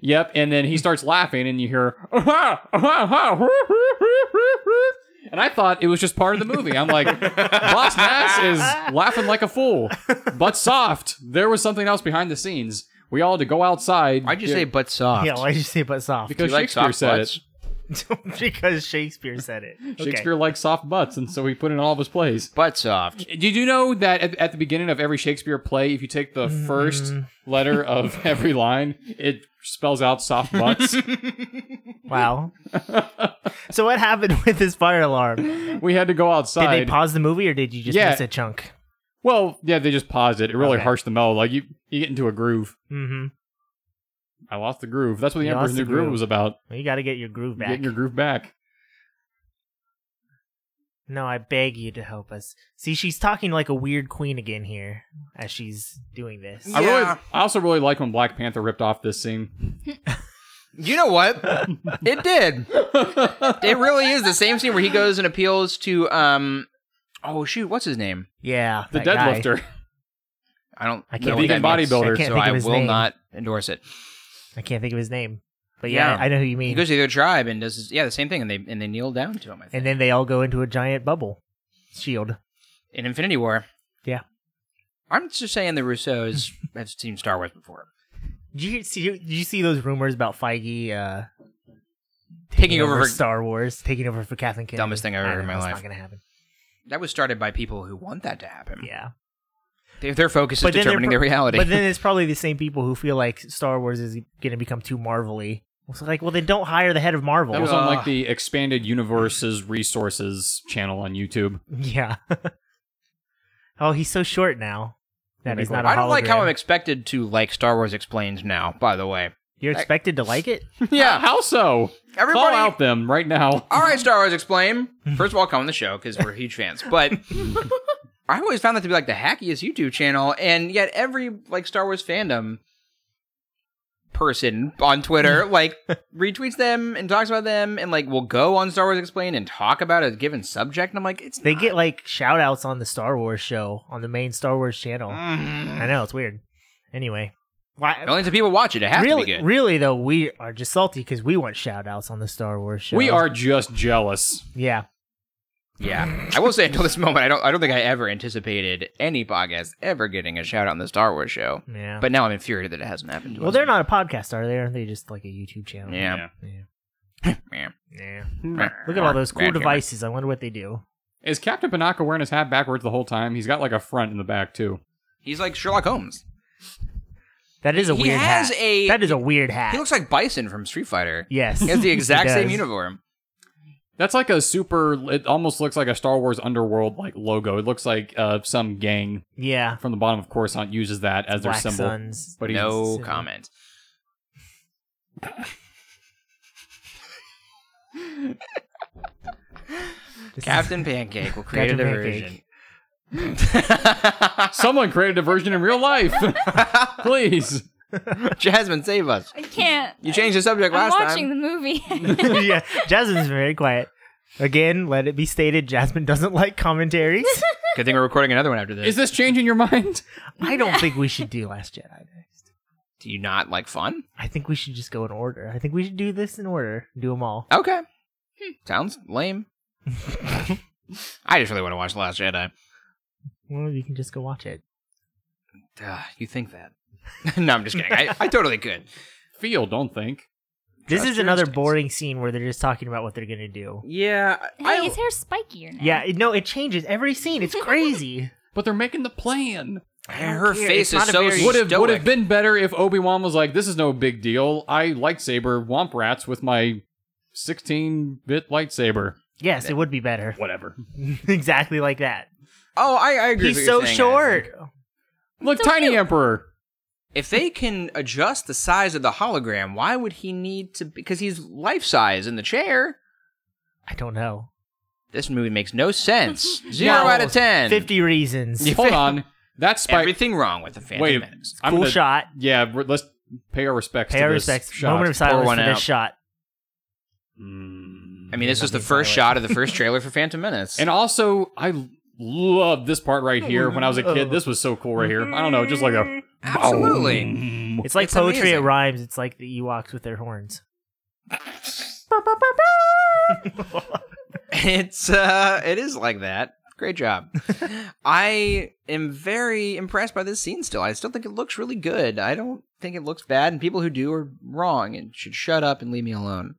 Speaker 3: Yep, and
Speaker 2: <laughs>
Speaker 3: then he starts laughing, and you hear, "Ah-ha, ah-ha, and I thought it was just part of the movie. I'm like, Boss Nass is laughing like a fool, but soft. There was something else behind the scenes. We all had to go outside.
Speaker 5: Why'd you say but soft?
Speaker 2: Yeah, why did you say but soft?
Speaker 3: because
Speaker 5: You like
Speaker 3: Shakespeare
Speaker 5: soft
Speaker 3: said
Speaker 5: butts?
Speaker 2: <laughs> Because, Shakespeare said
Speaker 3: <laughs>
Speaker 2: it.
Speaker 3: it.
Speaker 2: Okay.
Speaker 3: Shakespeare likes soft butts, and so we put in all of his plays.
Speaker 5: Butt soft.
Speaker 3: Did you know that at, at the beginning of every Shakespeare play, if you take the first
Speaker 2: Mm.
Speaker 3: letter of every line, it spells out soft butts?
Speaker 2: <laughs>
Speaker 3: <laughs>
Speaker 2: Wow. so what happened <laughs> with this fire alarm? Did
Speaker 3: we had to go outside.
Speaker 2: they pause the movie or did you just
Speaker 3: Yeah.
Speaker 2: miss a chunk?
Speaker 3: well, yeah, they just paused it. It really
Speaker 2: Okay.
Speaker 3: harshed the mellow. Like you, you get into a groove.
Speaker 2: Mm-hmm.
Speaker 3: I lost the groove. That's what the
Speaker 2: You
Speaker 3: Emperor's
Speaker 2: lost the
Speaker 3: New Groove.
Speaker 2: groove.
Speaker 3: was about.
Speaker 2: Well, you got to get your groove back.
Speaker 3: Getting your groove back.
Speaker 2: No, I beg you to help us. See, she's talking like a weird queen again here as she's doing this.
Speaker 3: I really,
Speaker 5: Yeah.
Speaker 3: I also really like when Black Panther ripped off this
Speaker 2: <laughs>
Speaker 3: scene.
Speaker 5: You know what? it did. It really is the same scene where he goes and appeals to um oh shoot, what's his name?
Speaker 2: Yeah,
Speaker 3: The
Speaker 2: that guy.
Speaker 3: deadlifter.
Speaker 5: I don't
Speaker 2: I
Speaker 5: know
Speaker 2: can't
Speaker 5: what
Speaker 2: think
Speaker 3: vegan
Speaker 5: that means,
Speaker 3: bodybuilder.
Speaker 2: I can't
Speaker 5: so
Speaker 2: think
Speaker 5: I
Speaker 2: of his
Speaker 5: will
Speaker 2: name.
Speaker 5: not endorse it.
Speaker 2: I can't think of his name, but yeah,
Speaker 5: Yeah.
Speaker 2: I know who you
Speaker 5: He
Speaker 2: mean.
Speaker 5: goes to their tribe and does yeah the same thing, and they and they kneel down to him. I think
Speaker 2: and then they all go into a giant bubble shield.
Speaker 5: in Infinity War.
Speaker 2: Yeah.
Speaker 5: I'm just saying the
Speaker 2: <laughs>
Speaker 5: Russos have seen Star Wars before,
Speaker 2: Did you see? Did you see those rumors about Feige uh,
Speaker 5: taking over. for-
Speaker 2: Star Wars, taking over for Kathleen Kennedy?
Speaker 5: Dumbest thing I've ever
Speaker 2: I
Speaker 5: heard in
Speaker 2: know,
Speaker 5: my
Speaker 2: it's
Speaker 5: life.
Speaker 2: Not gonna happen.
Speaker 5: that was started by people who want that to happen.
Speaker 2: Yeah,
Speaker 5: They, their focus is
Speaker 2: But then they're
Speaker 5: determining
Speaker 2: pro-
Speaker 5: their reality. <laughs>
Speaker 2: but then it's probably the same people who feel like Star Wars is gonna become too Marvelly. It's like, well, then don't hire the head of Marvel.
Speaker 3: That was on like
Speaker 5: Ugh.
Speaker 3: the Expanded Universes Resources channel
Speaker 2: <laughs>
Speaker 3: on YouTube.
Speaker 2: <laughs> Yeah. oh, he's so short now that
Speaker 3: Make
Speaker 2: he's not.
Speaker 3: one.
Speaker 2: I
Speaker 5: <laughs> I don't like how I'm
Speaker 2: ex-
Speaker 5: expected to like Star Wars explained now. By the way, <laughs>
Speaker 2: you're expected to like it.
Speaker 3: How so?
Speaker 5: Everybody,
Speaker 3: Call out them right now.
Speaker 5: all right, Star Wars Explain. First of all, come on the show because we're huge fans.
Speaker 2: <laughs>
Speaker 5: But I always found that to be like the hackiest YouTube channel, and yet every like Star Wars fandom person
Speaker 2: <laughs>
Speaker 5: on Twitter like retweets them and talks about them, and like will go on Star Wars Explain and talk about a given subject. And I'm like, it's
Speaker 2: They
Speaker 5: not-
Speaker 2: get like shout outs on the Star Wars show on the main Star Wars channel.
Speaker 5: Mm.
Speaker 2: I know it's weird. Anyway, why?
Speaker 5: millions of people watch it. It has
Speaker 2: Really,
Speaker 5: to be good.
Speaker 2: really though, we are just salty because we want shout outs on the Star Wars show.
Speaker 3: We are just jealous.
Speaker 2: yeah.
Speaker 5: Yeah, I will say <laughs> until this moment, I don't, I don't think I ever anticipated any podcast ever getting a shout out on the Star Wars show.
Speaker 2: Yeah.
Speaker 5: But now I'm infuriated that it hasn't happened. To
Speaker 2: well,
Speaker 5: us.
Speaker 2: they're not a podcast, are they? Aren't they just like a YouTube channel?
Speaker 5: Yeah. Yeah.
Speaker 2: Yeah. Look at all those cool devices. I wonder what they do.
Speaker 3: Is Captain Panaka wearing his hat backwards the whole time? He's got like a front in the back too.
Speaker 5: He's like Sherlock Holmes.
Speaker 2: That is a
Speaker 5: He
Speaker 2: weird
Speaker 5: has
Speaker 2: hat.
Speaker 5: a-
Speaker 2: that is a weird hat.
Speaker 5: He looks like Bison from Street
Speaker 2: <laughs>
Speaker 5: Fighter.
Speaker 2: yes.
Speaker 5: He has the exact same
Speaker 2: does.
Speaker 5: uniform.
Speaker 3: That's like a super. It almost looks like a Star Wars underworld like logo. It looks like uh, some gang
Speaker 2: Yeah.
Speaker 3: from the bottom of Coruscant uses that as their
Speaker 2: Black
Speaker 3: symbol.
Speaker 2: Suns.
Speaker 3: But he's,
Speaker 5: No
Speaker 2: silly.
Speaker 5: comment.
Speaker 2: This is-
Speaker 5: Captain Pancake will create a
Speaker 2: Captain
Speaker 5: diversion.
Speaker 2: Pancake.
Speaker 3: someone created a version in real
Speaker 5: <laughs>
Speaker 3: life. Please.
Speaker 5: Jasmine, save us.
Speaker 4: I can't.
Speaker 5: You changed the subject
Speaker 4: I'm
Speaker 5: last
Speaker 4: watching
Speaker 5: time.
Speaker 4: the
Speaker 5: <laughs>
Speaker 4: movie.
Speaker 2: <laughs> yeah. Jasmine's very quiet. Again, let it be stated, Jasmine doesn't like commentaries.
Speaker 5: <laughs> Good thing we're recording another one after this.
Speaker 3: Is this changing your mind?
Speaker 2: I don't think we should do Last Jedi next.
Speaker 5: Do you not like fun?
Speaker 2: I think we should just go in order. I think we should do this in order. Do them all.
Speaker 5: Okay.
Speaker 2: Hmm.
Speaker 5: Sounds
Speaker 2: <laughs>
Speaker 5: lame. I just really want to watch The Last Jedi.
Speaker 2: Well, you can just go watch it.
Speaker 5: Ugh, you think that? <laughs> no, I'm just kidding. I, I totally could.
Speaker 3: Feel, don't think.
Speaker 2: This
Speaker 5: Trust
Speaker 2: is
Speaker 5: your
Speaker 2: another
Speaker 5: instincts.
Speaker 2: boring scene where they're just talking about what they're gonna do.
Speaker 5: Yeah,
Speaker 4: hey, his hair's spikier now.
Speaker 2: Yeah, it- no, it changes every scene. It's
Speaker 5: <laughs>
Speaker 2: crazy.
Speaker 3: But they're making the plan.
Speaker 5: her
Speaker 2: care.
Speaker 5: face
Speaker 2: It's not a
Speaker 5: is so
Speaker 2: very-
Speaker 5: stoic.
Speaker 3: Would have would have been better if Obi Wan was like, "This is no big deal. I lightsaber womp rats with my 16-bit lightsaber."
Speaker 2: yes, it would be better. <laughs>
Speaker 3: Whatever.
Speaker 2: exactly like that.
Speaker 5: Oh, I, I agree.
Speaker 2: He's
Speaker 5: with what
Speaker 2: so
Speaker 5: you're saying,
Speaker 2: short.
Speaker 5: Isaac.
Speaker 3: Look,
Speaker 4: So
Speaker 3: Tiny
Speaker 4: cute.
Speaker 5: <laughs>
Speaker 3: Emperor.
Speaker 5: If they can adjust the size of the hologram, why would he need to? Because he's life size in the chair.
Speaker 2: I don't know.
Speaker 5: This movie makes no sense. Zero out of ten.
Speaker 2: Fifty reasons.
Speaker 3: Hold on. That's Spike.
Speaker 5: Everything wrong with the Phantom
Speaker 3: Wait,
Speaker 5: Menace.
Speaker 3: I'm
Speaker 2: cool
Speaker 3: gonna-
Speaker 2: shot.
Speaker 3: Yeah, we're- let's pay our respects.
Speaker 2: Pay
Speaker 3: to
Speaker 2: our
Speaker 3: this
Speaker 2: respects.
Speaker 3: Shot.
Speaker 2: Moment of silence for
Speaker 5: one
Speaker 2: this
Speaker 5: out.
Speaker 2: shot.
Speaker 3: Mm.
Speaker 5: I mean, this was the first shot of the first trailer for Phantom Menace.
Speaker 3: And also, I love this part right here. When I was a kid, this was so cool right here. I don't know, just like
Speaker 5: <laughs>
Speaker 3: a
Speaker 5: Absolutely.
Speaker 3: boom.
Speaker 2: It's like
Speaker 5: Mm. It's
Speaker 2: poetry. It
Speaker 5: amazing.
Speaker 2: rhymes. It's like the Ewoks with their
Speaker 5: <laughs>
Speaker 2: horns.
Speaker 5: <laughs> It's uh, it is like that. Great job. I am very impressed by this scene. Still, I still think it looks really good. I don't think it looks bad, and people who do are wrong and should shut up and leave me alone.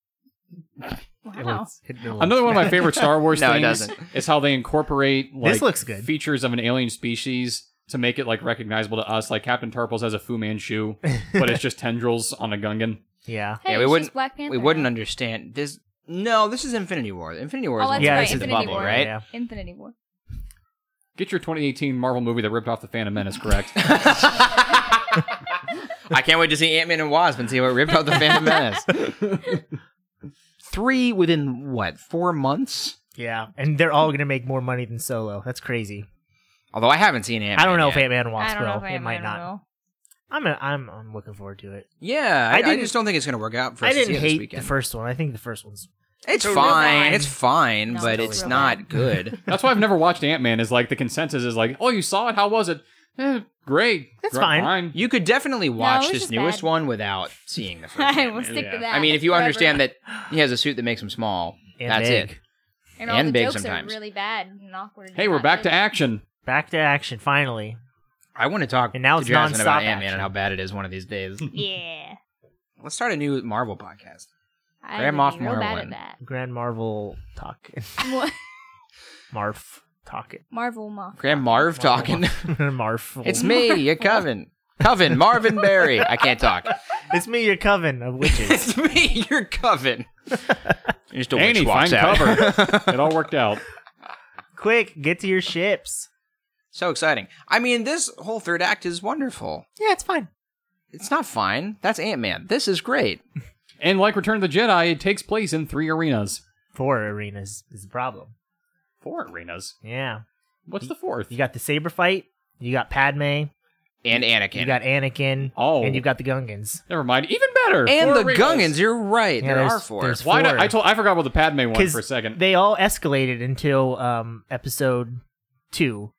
Speaker 4: Wow.
Speaker 3: Another one of my favorite Star Wars
Speaker 5: <laughs> No, it
Speaker 3: things
Speaker 5: doesn't.
Speaker 3: is how they incorporate like,
Speaker 2: This looks good.
Speaker 3: features of an alien species to make it like recognizable to us. Like Captain Tarples has a Fu Manchu, but
Speaker 2: <laughs>
Speaker 3: it's just tendrils on a Gungan.
Speaker 2: Yeah.
Speaker 4: Hey,
Speaker 5: Yeah, we
Speaker 4: it's
Speaker 5: wouldn't-
Speaker 4: just Black Panther.
Speaker 5: We wouldn't
Speaker 4: now.
Speaker 5: understand this. No, this is Infinity War. Infinity War is
Speaker 4: Oh, that's
Speaker 5: one
Speaker 2: Yeah,
Speaker 4: right.
Speaker 2: this is
Speaker 4: Infinity
Speaker 5: bubble,
Speaker 4: War.
Speaker 5: right?
Speaker 2: Yeah.
Speaker 4: Infinity War.
Speaker 3: Get your 2018 Marvel movie that ripped off the Phantom
Speaker 2: <laughs>
Speaker 3: Menace, correct?
Speaker 5: I can't wait to see Ant Man and Wasp and see what ripped out the Phantom <laughs> Menace. Three within what four months?
Speaker 2: Yeah. And they're all gonna make more money than Solo. That's crazy.
Speaker 5: Although I haven't seen Ant.
Speaker 2: I don't know if Ant Man
Speaker 4: I
Speaker 2: wants
Speaker 4: don't know
Speaker 2: will.
Speaker 4: if I
Speaker 2: It might not.
Speaker 5: <laughs>
Speaker 4: Will.
Speaker 2: I'm i I'm I'm looking forward to it.
Speaker 5: Yeah,
Speaker 2: I
Speaker 5: I, I,
Speaker 2: didn't-
Speaker 5: just don't think it's gonna work out for
Speaker 2: I
Speaker 5: us to see
Speaker 2: didn't
Speaker 5: it this
Speaker 2: hate the
Speaker 5: weekend.
Speaker 2: first one. I think the first one's
Speaker 5: It's
Speaker 4: Totally
Speaker 5: fine.
Speaker 4: fine.
Speaker 5: It's fine,
Speaker 4: No,
Speaker 5: but
Speaker 4: it's
Speaker 5: it's
Speaker 4: real <laughs>
Speaker 5: not good.
Speaker 3: That's why I've never watched Ant Man. Is like the consensus is like, oh, you saw it? How was it? Eh, great.
Speaker 2: That's
Speaker 3: Gr-
Speaker 2: fine.
Speaker 5: You could definitely
Speaker 4: it
Speaker 5: watch
Speaker 4: was
Speaker 5: this
Speaker 4: just
Speaker 5: newest
Speaker 4: bad.
Speaker 5: one without
Speaker 4: <laughs>
Speaker 5: seeing the first.
Speaker 4: I
Speaker 5: Ant-Man.
Speaker 4: will stick
Speaker 3: Yeah.
Speaker 4: to that.
Speaker 5: I mean, if you understand that he has a suit that makes him small,
Speaker 2: And
Speaker 5: that's
Speaker 2: big.
Speaker 5: it.
Speaker 4: and, all
Speaker 5: and
Speaker 4: the
Speaker 5: big
Speaker 4: jokes
Speaker 5: sometimes.
Speaker 4: are really bad and awkward. and
Speaker 3: Hey, we're
Speaker 4: not
Speaker 3: back
Speaker 4: good.
Speaker 3: to action.
Speaker 2: back to action finally.
Speaker 5: I want to talk
Speaker 2: And now
Speaker 5: to
Speaker 2: it's
Speaker 5: Jasmine about
Speaker 2: nonstop
Speaker 5: Ant Man
Speaker 2: action.
Speaker 5: and how bad it is one of these days.
Speaker 4: Yeah,
Speaker 5: <laughs> Let's start a new Marvel podcast.
Speaker 4: I
Speaker 5: Graham
Speaker 4: would be real
Speaker 5: Moffmore
Speaker 4: bad
Speaker 5: one.
Speaker 4: at that.
Speaker 2: Grand Marvel talk.
Speaker 4: What?
Speaker 2: <laughs> Marf talk it.
Speaker 4: <laughs> Marvel Moff.
Speaker 5: Graham Marv
Speaker 2: <laughs>
Speaker 5: talking.
Speaker 2: Marf.
Speaker 5: it's me, your coven. Coven, Marvin Barry. I can't talk.
Speaker 2: It's me, your coven of witches. <laughs>
Speaker 5: <laughs> it's me, your coven. <laughs> Just a witch
Speaker 3: Annie,
Speaker 5: walks
Speaker 3: fine
Speaker 5: out. <laughs>
Speaker 3: cover. it all worked out.
Speaker 2: Quick, get to your ships.
Speaker 5: So exciting. I mean, this whole third act is wonderful.
Speaker 2: Yeah, it's fine.
Speaker 5: It's not fine. That's Ant Man. This is great.
Speaker 3: And like Return of the Jedi, it takes place in three arenas.
Speaker 2: Four arenas is the problem.
Speaker 3: Four arenas.
Speaker 2: Yeah.
Speaker 3: What's the fourth?
Speaker 2: You got the saber fight. You got Padme.
Speaker 5: and Anakin.
Speaker 2: You got Anakin.
Speaker 3: Oh.
Speaker 2: and you got the Gungans.
Speaker 3: Never mind. Even better.
Speaker 5: and
Speaker 3: Four
Speaker 5: the
Speaker 3: arenas.
Speaker 5: Gungans. You're right.
Speaker 2: Yeah,
Speaker 5: there
Speaker 2: there's-
Speaker 5: are four.
Speaker 2: there's
Speaker 3: Why
Speaker 2: four.
Speaker 3: not? I told I forgot about the Padme one for a second.
Speaker 2: they all escalated until um, episode two,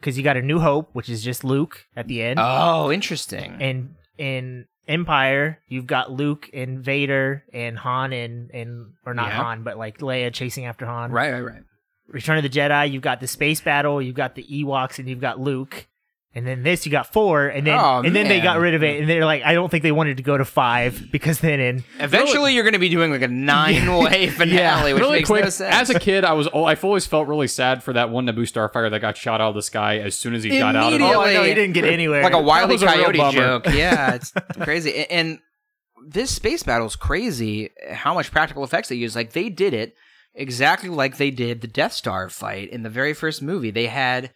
Speaker 2: because you got a New Hope, which is just Luke at the end,
Speaker 5: Oh, interesting.
Speaker 2: and in Empire you've got Luke and Vader and Han and and or not
Speaker 5: Yeah.
Speaker 2: Han, but like Leia chasing after Han.
Speaker 5: Right, right, right.
Speaker 2: Return of the Jedi, you've got the space battle, you've got the Ewoks, and you've got Luke. And then this, you got four, and then
Speaker 5: Oh,
Speaker 2: and then they got
Speaker 5: man.
Speaker 2: rid of it, and they're like, I don't think they wanted to go to five because then in
Speaker 5: Eventually, you're going to be
Speaker 3: <laughs>
Speaker 5: doing like a nine-way finale, which
Speaker 3: really
Speaker 5: makes
Speaker 3: quick.
Speaker 5: no sense.
Speaker 3: As a kid, I was oh, I've always felt really sad for that one Naboo Starfighter that got shot out of the sky as soon as he got out of
Speaker 5: Immediately.
Speaker 3: it.
Speaker 2: oh, I know you didn't get anywhere.
Speaker 5: like a wily
Speaker 3: was a real
Speaker 5: coyote
Speaker 3: bummer. <laughs>
Speaker 5: joke. Yeah, it's crazy. A- And this space battle's crazy. How much practical effects they use? Like they did it exactly like they did the Death Star fight in the very first movie. They had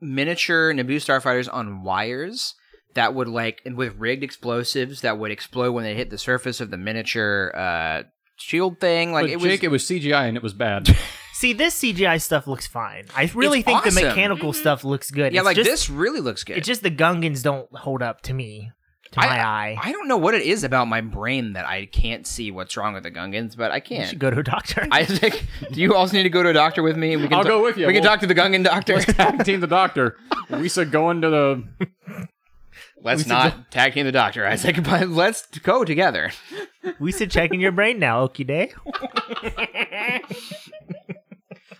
Speaker 5: miniature Naboo starfighters on wires that would like and with rigged explosives that would explode when they hit the surface of the miniature uh, shield thing. Like
Speaker 3: But
Speaker 5: it was.
Speaker 3: Jake, it was CGI and it was bad. <laughs>
Speaker 2: See, this CGI stuff looks fine. I really
Speaker 5: It's
Speaker 2: think the
Speaker 5: awesome.
Speaker 2: mechanical stuff looks good.
Speaker 5: yeah,
Speaker 2: It's
Speaker 5: like
Speaker 2: just,
Speaker 5: this really looks good.
Speaker 2: It's just the Gungans don't hold up to me, to
Speaker 5: I-
Speaker 2: my eye.
Speaker 5: I don't know what it is about my brain that I can't see what's wrong with the Gungans, but I
Speaker 2: you
Speaker 5: can.
Speaker 2: should go to a doctor.
Speaker 5: Isaac, do you also need to go to a doctor with me? We
Speaker 3: I'll
Speaker 5: ta-
Speaker 3: go with you.
Speaker 5: We can
Speaker 3: We'll-
Speaker 5: talk to the Gungan doctor.
Speaker 3: Let's
Speaker 5: <laughs> Let's,
Speaker 3: tag team the doctor. We should go into the.
Speaker 5: not tag team the doctor, Isaac, <laughs> but let's go together.
Speaker 2: <laughs> we should check in your brain now, okie
Speaker 5: <laughs>
Speaker 2: day.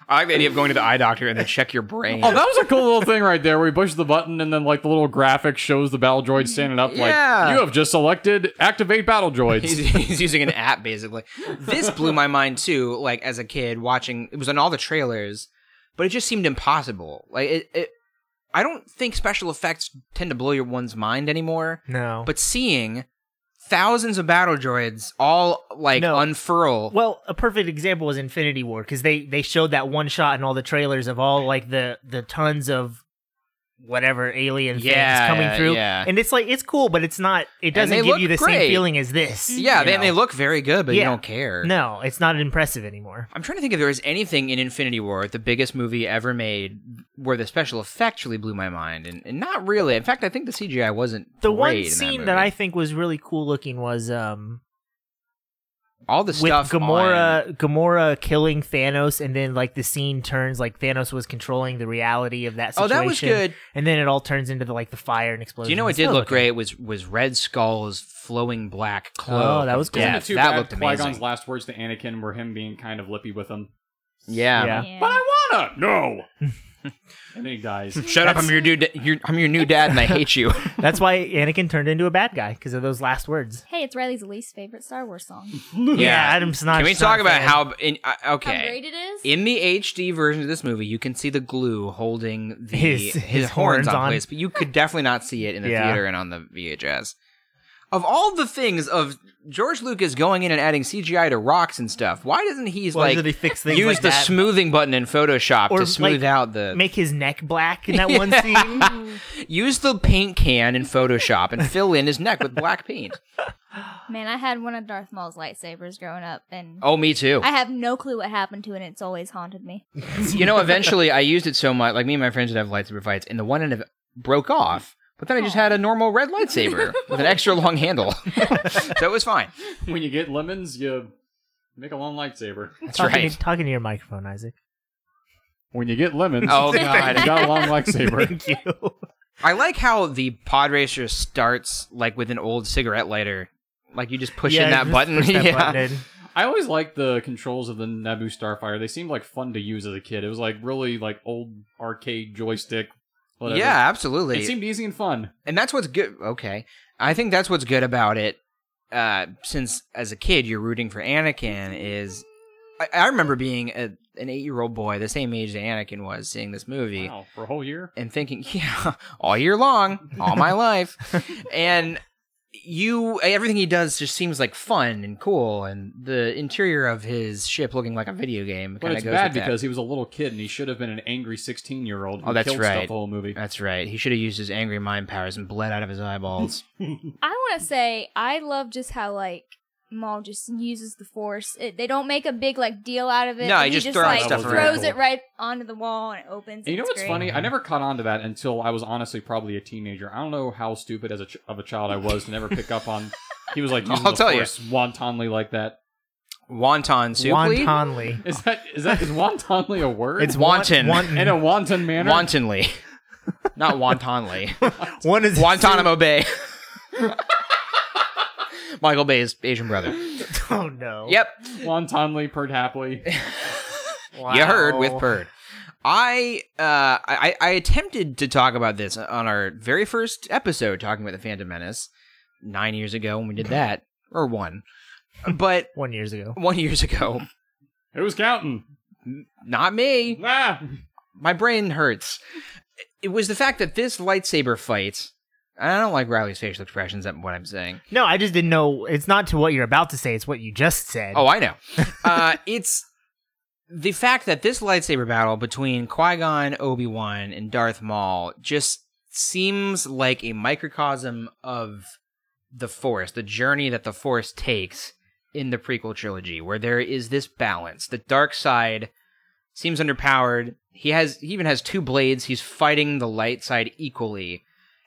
Speaker 5: I like the idea of going to the eye doctor and then check your brain.
Speaker 3: Oh, that was a cool little thing right there where you push the button and then like the little graphic shows the battle droid standing up.
Speaker 5: Yeah.
Speaker 3: Like you have just selected activate battle
Speaker 5: <laughs> he's,
Speaker 3: droids.
Speaker 5: he's using an app basically. This blew my mind too. Like as a kid watching, it was on all the trailers, but it just seemed impossible. Like it, it I don't think special effects tend to blow your one's mind anymore.
Speaker 2: No.
Speaker 5: But seeing thousands of battle droids all like
Speaker 2: No.
Speaker 5: unfurl.
Speaker 2: well, a perfect example was Infinity War because they they showed that one shot in all the trailers of all like the the tons of whatever alien
Speaker 5: Yeah,
Speaker 2: things coming
Speaker 5: yeah,
Speaker 2: through,
Speaker 5: yeah.
Speaker 2: and it's like it's cool, but it's not. It
Speaker 5: And
Speaker 2: doesn't
Speaker 5: they
Speaker 2: give
Speaker 5: look
Speaker 2: you the same
Speaker 5: great.
Speaker 2: feeling as this.
Speaker 5: yeah,
Speaker 2: you
Speaker 5: they,
Speaker 2: know?
Speaker 5: they look very good, but you
Speaker 2: Yeah.
Speaker 5: don't care.
Speaker 2: No, it's not impressive anymore.
Speaker 5: I'm trying to think if there was anything in Infinity War, the biggest movie ever made, where the special effects really blew my mind, and, and not really. In fact, I think the CGI wasn't
Speaker 2: The
Speaker 5: great
Speaker 2: one
Speaker 5: in
Speaker 2: scene that,
Speaker 5: that,
Speaker 2: I
Speaker 5: movie.
Speaker 2: think was really cool looking was um
Speaker 5: all the
Speaker 2: with
Speaker 5: stuff on-
Speaker 2: Gamora Gamora killing Thanos and then like the scene turns like Thanos was controlling the reality of that
Speaker 5: Oh,
Speaker 2: situation.
Speaker 5: that was good.
Speaker 2: And then it all turns into the, like the fire and explosion.
Speaker 5: Do you know what did look great was was Red Skull's flowing black cloak.
Speaker 2: Oh, that was
Speaker 5: of
Speaker 2: cool.
Speaker 5: death.
Speaker 2: Wasn't
Speaker 3: Isn't it too
Speaker 5: that
Speaker 3: bad
Speaker 5: looked
Speaker 3: Qui-Gon's
Speaker 5: amazing.
Speaker 3: last words to Anakin were him being kind of lippy with him.
Speaker 5: Yeah.
Speaker 2: Yeah.
Speaker 4: Yeah.
Speaker 3: But I wanna!
Speaker 5: <laughs>
Speaker 3: No! and then he dies.
Speaker 5: Shut up! I'm your dude. Your, I'm your new dad, and I hate
Speaker 2: <laughs>
Speaker 5: you.
Speaker 2: That's why Anakin turned into a bad guy because of those last words.
Speaker 4: Hey, it's Riley's least favorite Star Wars song.
Speaker 5: <laughs>
Speaker 2: Adam Snotch.
Speaker 5: Can we talk about how? In, uh,
Speaker 4: How
Speaker 5: okay.
Speaker 4: great it is.
Speaker 5: In the HD version of this movie, you can see the glue holding the
Speaker 2: His-
Speaker 5: his,
Speaker 2: his horns
Speaker 5: horns, on
Speaker 2: on.
Speaker 5: place, but you could definitely not see it in the
Speaker 2: Yeah.
Speaker 5: theater and on the VHS. Of all the things of George Lucas going in and adding CGI to rocks and stuff, why doesn't he
Speaker 2: Well,
Speaker 5: like
Speaker 2: usually they fix things
Speaker 5: use
Speaker 2: like
Speaker 5: the
Speaker 2: that.
Speaker 5: smoothing button in Photoshop
Speaker 2: Or,
Speaker 5: to
Speaker 2: like,
Speaker 5: smooth out the
Speaker 2: make his neck black
Speaker 5: <laughs>
Speaker 2: in that one scene?
Speaker 5: use the paint can in Photoshop and fill in his neck with
Speaker 2: <laughs>
Speaker 5: black paint?
Speaker 4: Man, I had one of Darth Maul's lightsabers growing up, and
Speaker 5: Oh, me too.
Speaker 4: I have no clue what happened to it. and It's always haunted
Speaker 5: <laughs>
Speaker 4: me.
Speaker 5: you know, eventually I used it so much. Like me and my friends would have lightsaber fights, and the one end of it broke off. But then I just had a normal red lightsaber with an extra long handle, <laughs> so it was fine.
Speaker 3: when you get lemons, you make a long lightsaber.
Speaker 5: That's
Speaker 2: talking,
Speaker 5: right.
Speaker 2: talking to your microphone, Isaac.
Speaker 3: When you get lemons,
Speaker 5: Oh,
Speaker 3: you
Speaker 5: God.
Speaker 3: got a long lightsaber.
Speaker 2: Thank you.
Speaker 5: I like how the pod racer starts like with an old cigarette lighter. Like you just push
Speaker 2: Yeah,
Speaker 5: in that
Speaker 2: just
Speaker 5: button.
Speaker 2: push that
Speaker 5: <laughs> yeah.
Speaker 2: button in.
Speaker 3: <laughs> I always liked the controls of the Naboo Starfighter. They seemed like fun to use as a kid. It was like really like old arcade joystick. Whatever.
Speaker 5: Yeah, absolutely.
Speaker 3: It seemed easy and fun.
Speaker 5: and that's what's good. Okay, I think that's what's good about it. Uh, since as a kid you're rooting for Anakin is, I, I remember being a, an eight year old boy, the same age that Anakin was, seeing this movie.
Speaker 3: Wow, for a whole year.
Speaker 5: and thinking, <laughs> yeah, all year long, all
Speaker 3: <laughs>
Speaker 5: my life. And you everything he does just seems like fun and cool and the interior of his ship looking like a video game
Speaker 3: But
Speaker 5: kind of
Speaker 3: it's
Speaker 5: goes
Speaker 3: bad
Speaker 5: with that.
Speaker 3: because he was a little kid and he should have been an angry sixteen-year-old. who
Speaker 5: Oh, that's
Speaker 3: killed Stuff
Speaker 5: right.
Speaker 3: the whole movie.
Speaker 5: that's right. He should have used his angry mind powers and bled out of his eyeballs.
Speaker 4: I want to say I love just how like Maul just uses the Force. It, they don't make a big like deal out of it.
Speaker 5: No,
Speaker 4: but
Speaker 5: he just throws
Speaker 4: like,
Speaker 3: stuff around.
Speaker 4: throws it right onto the wall and it opens.
Speaker 3: And you know
Speaker 4: It's
Speaker 3: what's
Speaker 4: great.
Speaker 3: funny?
Speaker 5: Uh-huh.
Speaker 3: I never caught on to that until I was honestly probably a teenager. I don't know how stupid as a ch- of a child I was to never pick up
Speaker 5: <laughs>
Speaker 3: on. He was like, using
Speaker 5: I'll
Speaker 3: the
Speaker 5: tell you.
Speaker 3: force wantonly like that.
Speaker 5: Wonton soup. Wonton.
Speaker 2: Wontonly.
Speaker 3: Is that is that is wantonly a word?
Speaker 2: It's
Speaker 5: Wanton.
Speaker 2: wanton.
Speaker 3: <laughs> in a wanton manner.
Speaker 5: Wantonly.
Speaker 3: <laughs>
Speaker 5: Not wontonly.
Speaker 2: One is
Speaker 5: Guantanamo Bay. <laughs> Michael Bay's Asian brother.
Speaker 2: <laughs> Oh no.
Speaker 5: Yep. <laughs>
Speaker 3: Wantonly, perhaps.
Speaker 5: You heard with
Speaker 2: Wow.
Speaker 5: Bird. I, uh, I I attempted to talk about this on our very first episode, talking about the Phantom Menace nine years ago when we did that, or one, but <laughs>
Speaker 2: One years ago.
Speaker 5: one years ago,
Speaker 3: Who's counting?
Speaker 5: not me.
Speaker 3: Ah!
Speaker 5: my brain hurts. It was the fact that this lightsaber fight. I don't like Riley's facial expressions. That's what I'm saying.
Speaker 2: No, I just didn't know. It's not to what you're about to say. It's what you just said.
Speaker 5: Oh, I know. <laughs> uh, it's the fact that this lightsaber battle between Qui Gon, Obi Wan, and Darth Maul just seems like a microcosm of the Force, the journey that the Force takes in the prequel trilogy, where there is this balance. The dark side seems underpowered. He has he even has two blades. He's fighting the light side equally,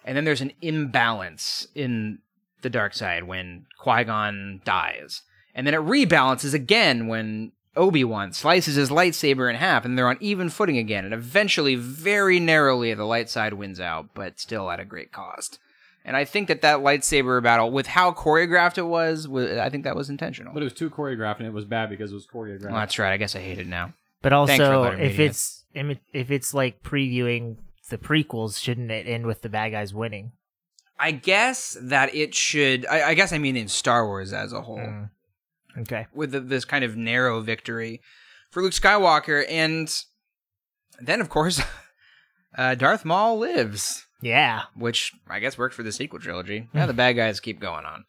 Speaker 5: and then there's an imbalance in the dark side when Qui Gon dies, and then it rebalances again when Obi Wan slices his lightsaber in half, and they're on even footing again. And eventually, very narrowly, the light side wins out, but still at a great cost. And I think that that lightsaber battle, with how choreographed it was, wa- I think that was intentional.
Speaker 3: But it was too choreographed, and it was bad because it was choreographed.
Speaker 5: Well, that's right. I guess I hate it now.
Speaker 2: But
Speaker 5: Thanks for
Speaker 2: also,
Speaker 5: letting me
Speaker 2: if
Speaker 5: do it.
Speaker 2: it's imi- if it's like previewing the prequels, shouldn't it end with the bad guys winning?
Speaker 5: I guess that it should. I, I guess I mean in Star Wars as a whole,
Speaker 2: Mm. Okay.
Speaker 5: with the, this kind of narrow victory for Luke Skywalker, and then of course, <laughs> uh, Darth Maul lives,
Speaker 2: Yeah.
Speaker 5: which I guess worked for the sequel trilogy.
Speaker 2: Hmm.
Speaker 5: Now the bad guys keep going on.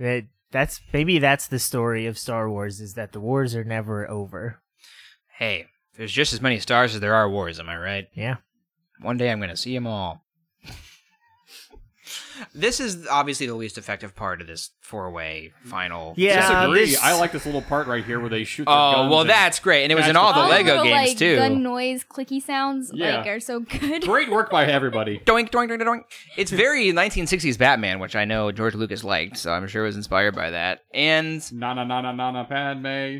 Speaker 2: That that's maybe that's the story of Star Wars is that the wars are never over.
Speaker 5: Hey, there's just as many stars as there are wars. Am I right? <laughs>
Speaker 2: Yeah. <laughs>
Speaker 5: One day I'm going to see them all. <laughs> this is obviously the least effective part of this four-way final.
Speaker 2: Yeah,
Speaker 3: Disagree.
Speaker 2: this-
Speaker 3: I like this little part right here where they shoot. Their
Speaker 5: Oh
Speaker 3: guns
Speaker 5: well,
Speaker 3: and-
Speaker 5: that's great, and it was
Speaker 3: That's
Speaker 5: in all
Speaker 3: the-
Speaker 5: the
Speaker 4: All
Speaker 5: Lego
Speaker 4: little,
Speaker 5: games
Speaker 4: Oh, like,
Speaker 5: too.
Speaker 4: Gun noise, clicky sounds
Speaker 3: Yeah.
Speaker 4: like are so good.
Speaker 3: great work by everybody.
Speaker 5: doink, doink, doink, doink. It's very 1960s Batman, which I know George Lucas liked, so I'm sure was inspired by that. And
Speaker 3: Na na na na na na Padme.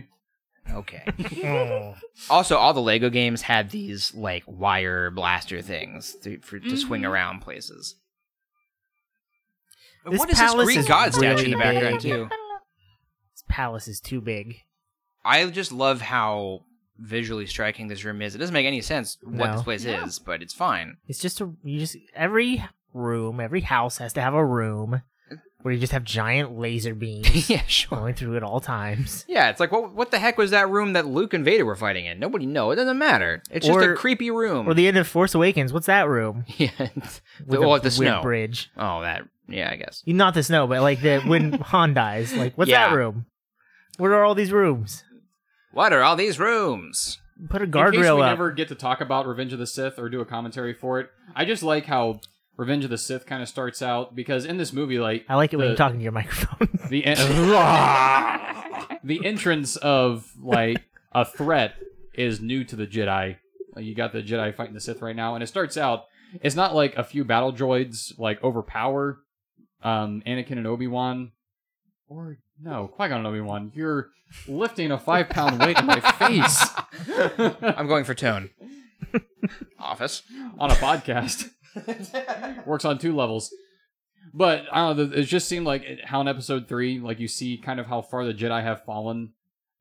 Speaker 5: okay, <laughs>
Speaker 2: Mm.
Speaker 5: also all the Lego games had these like wire blaster things to, for, to swing
Speaker 4: Mhm.
Speaker 5: around places.
Speaker 2: This
Speaker 5: what is this
Speaker 2: palace
Speaker 5: Greek
Speaker 2: is
Speaker 5: god statue in
Speaker 2: really
Speaker 5: the background
Speaker 2: big.
Speaker 5: too?
Speaker 2: This palace is too big.
Speaker 5: I just love how visually striking this room is. It doesn't make any sense what
Speaker 2: No.
Speaker 5: this place
Speaker 4: No.
Speaker 5: is, but it's fine.
Speaker 2: It's just a you just every room, every house has to have a room where you just have giant laser
Speaker 5: <laughs>
Speaker 2: beams
Speaker 5: <laughs> yeah, sure.
Speaker 2: going through at all
Speaker 5: <laughs>
Speaker 2: times.
Speaker 5: Yeah, it's like what what the heck was that room that Luke and Vader were fighting in? Nobody know. It doesn't matter. It's just a
Speaker 2: Or-
Speaker 5: creepy room.
Speaker 2: Or the end of Force Awakens. What's that room?
Speaker 5: <laughs> yeah. it's-
Speaker 2: With
Speaker 5: oh,
Speaker 2: a
Speaker 5: it's the
Speaker 2: weird
Speaker 5: snow.
Speaker 2: bridge.
Speaker 5: Oh, that. Yeah, I guess.
Speaker 2: Not the snow, but like the
Speaker 5: <laughs>
Speaker 2: when Han dies. Like, what's
Speaker 5: Yeah.
Speaker 2: that room? What are all these rooms?
Speaker 5: What are all these rooms?
Speaker 2: Put a
Speaker 3: In case
Speaker 2: guardrail
Speaker 3: we
Speaker 2: up.
Speaker 3: never get to talk about Revenge of the Sith or do a commentary for it, I just like how Revenge of the Sith kind of starts out because in this movie, like
Speaker 2: I like it when
Speaker 3: the-
Speaker 2: you're talking to your microphone. <laughs>
Speaker 3: the en- the entrance of like a threat is new to the Jedi. Like, You got the Jedi fighting the Sith right now, and it starts out. It's not like a few battle droids like overpower um, Anakin and Obi Wan, or no Qui Gon and Obi Wan. You're lifting a five pound weight in my face <laughs>
Speaker 5: I'm going
Speaker 2: <laughs>
Speaker 5: for tone. Office.
Speaker 3: on a podcast. Works on two levels. But I don't know. th- It just seemed like it- how in episode three, like you see kind of how far the Jedi have fallen,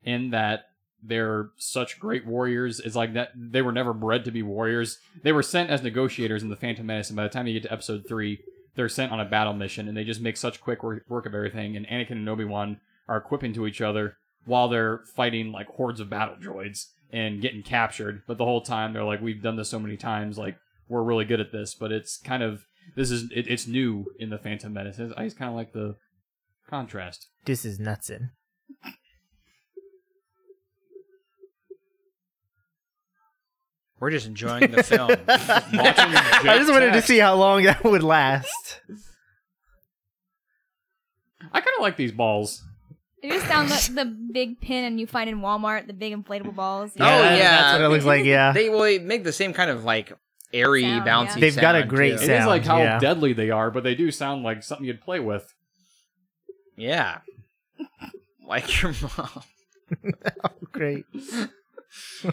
Speaker 3: in that they're such great warriors. It's like that they were never bred to be warriors. They were sent as negotiators in the Phantom Menace, and by the time you get to episode three, they're sent on a battle mission, and they just make such quick wor- work of everything. And Anakin and Obi Wan are equipping to each other while they're fighting like hordes of battle droids and getting captured. But the whole time they're like, "We've done this so many times. Like we're really good at this." But it's kind of this is it, it's new in the Phantom Menace. I just kind of like the contrast.
Speaker 2: this is
Speaker 5: <laughs>
Speaker 2: nutsin.
Speaker 5: We're just enjoying the <laughs> film.
Speaker 3: Watching
Speaker 2: I just wanted to
Speaker 3: Jack-
Speaker 2: see how long that would
Speaker 5: Oh,
Speaker 2: last.
Speaker 3: I kind of like these balls.
Speaker 4: You just found the, the big pin and you find in Walmart the big inflatable balls.
Speaker 5: Oh, yeah.
Speaker 2: That's what it looks like, yeah.
Speaker 5: uh, They will make the same kind of like airy,
Speaker 4: Sound,
Speaker 5: bouncy.
Speaker 4: yeah.
Speaker 2: They've got a
Speaker 5: sound,
Speaker 2: great
Speaker 5: too.
Speaker 3: It is
Speaker 2: sound,
Speaker 3: like how
Speaker 2: yeah.
Speaker 3: deadly they are, but they do sound like something you'd play with.
Speaker 5: Yeah, like your mom.
Speaker 2: Great.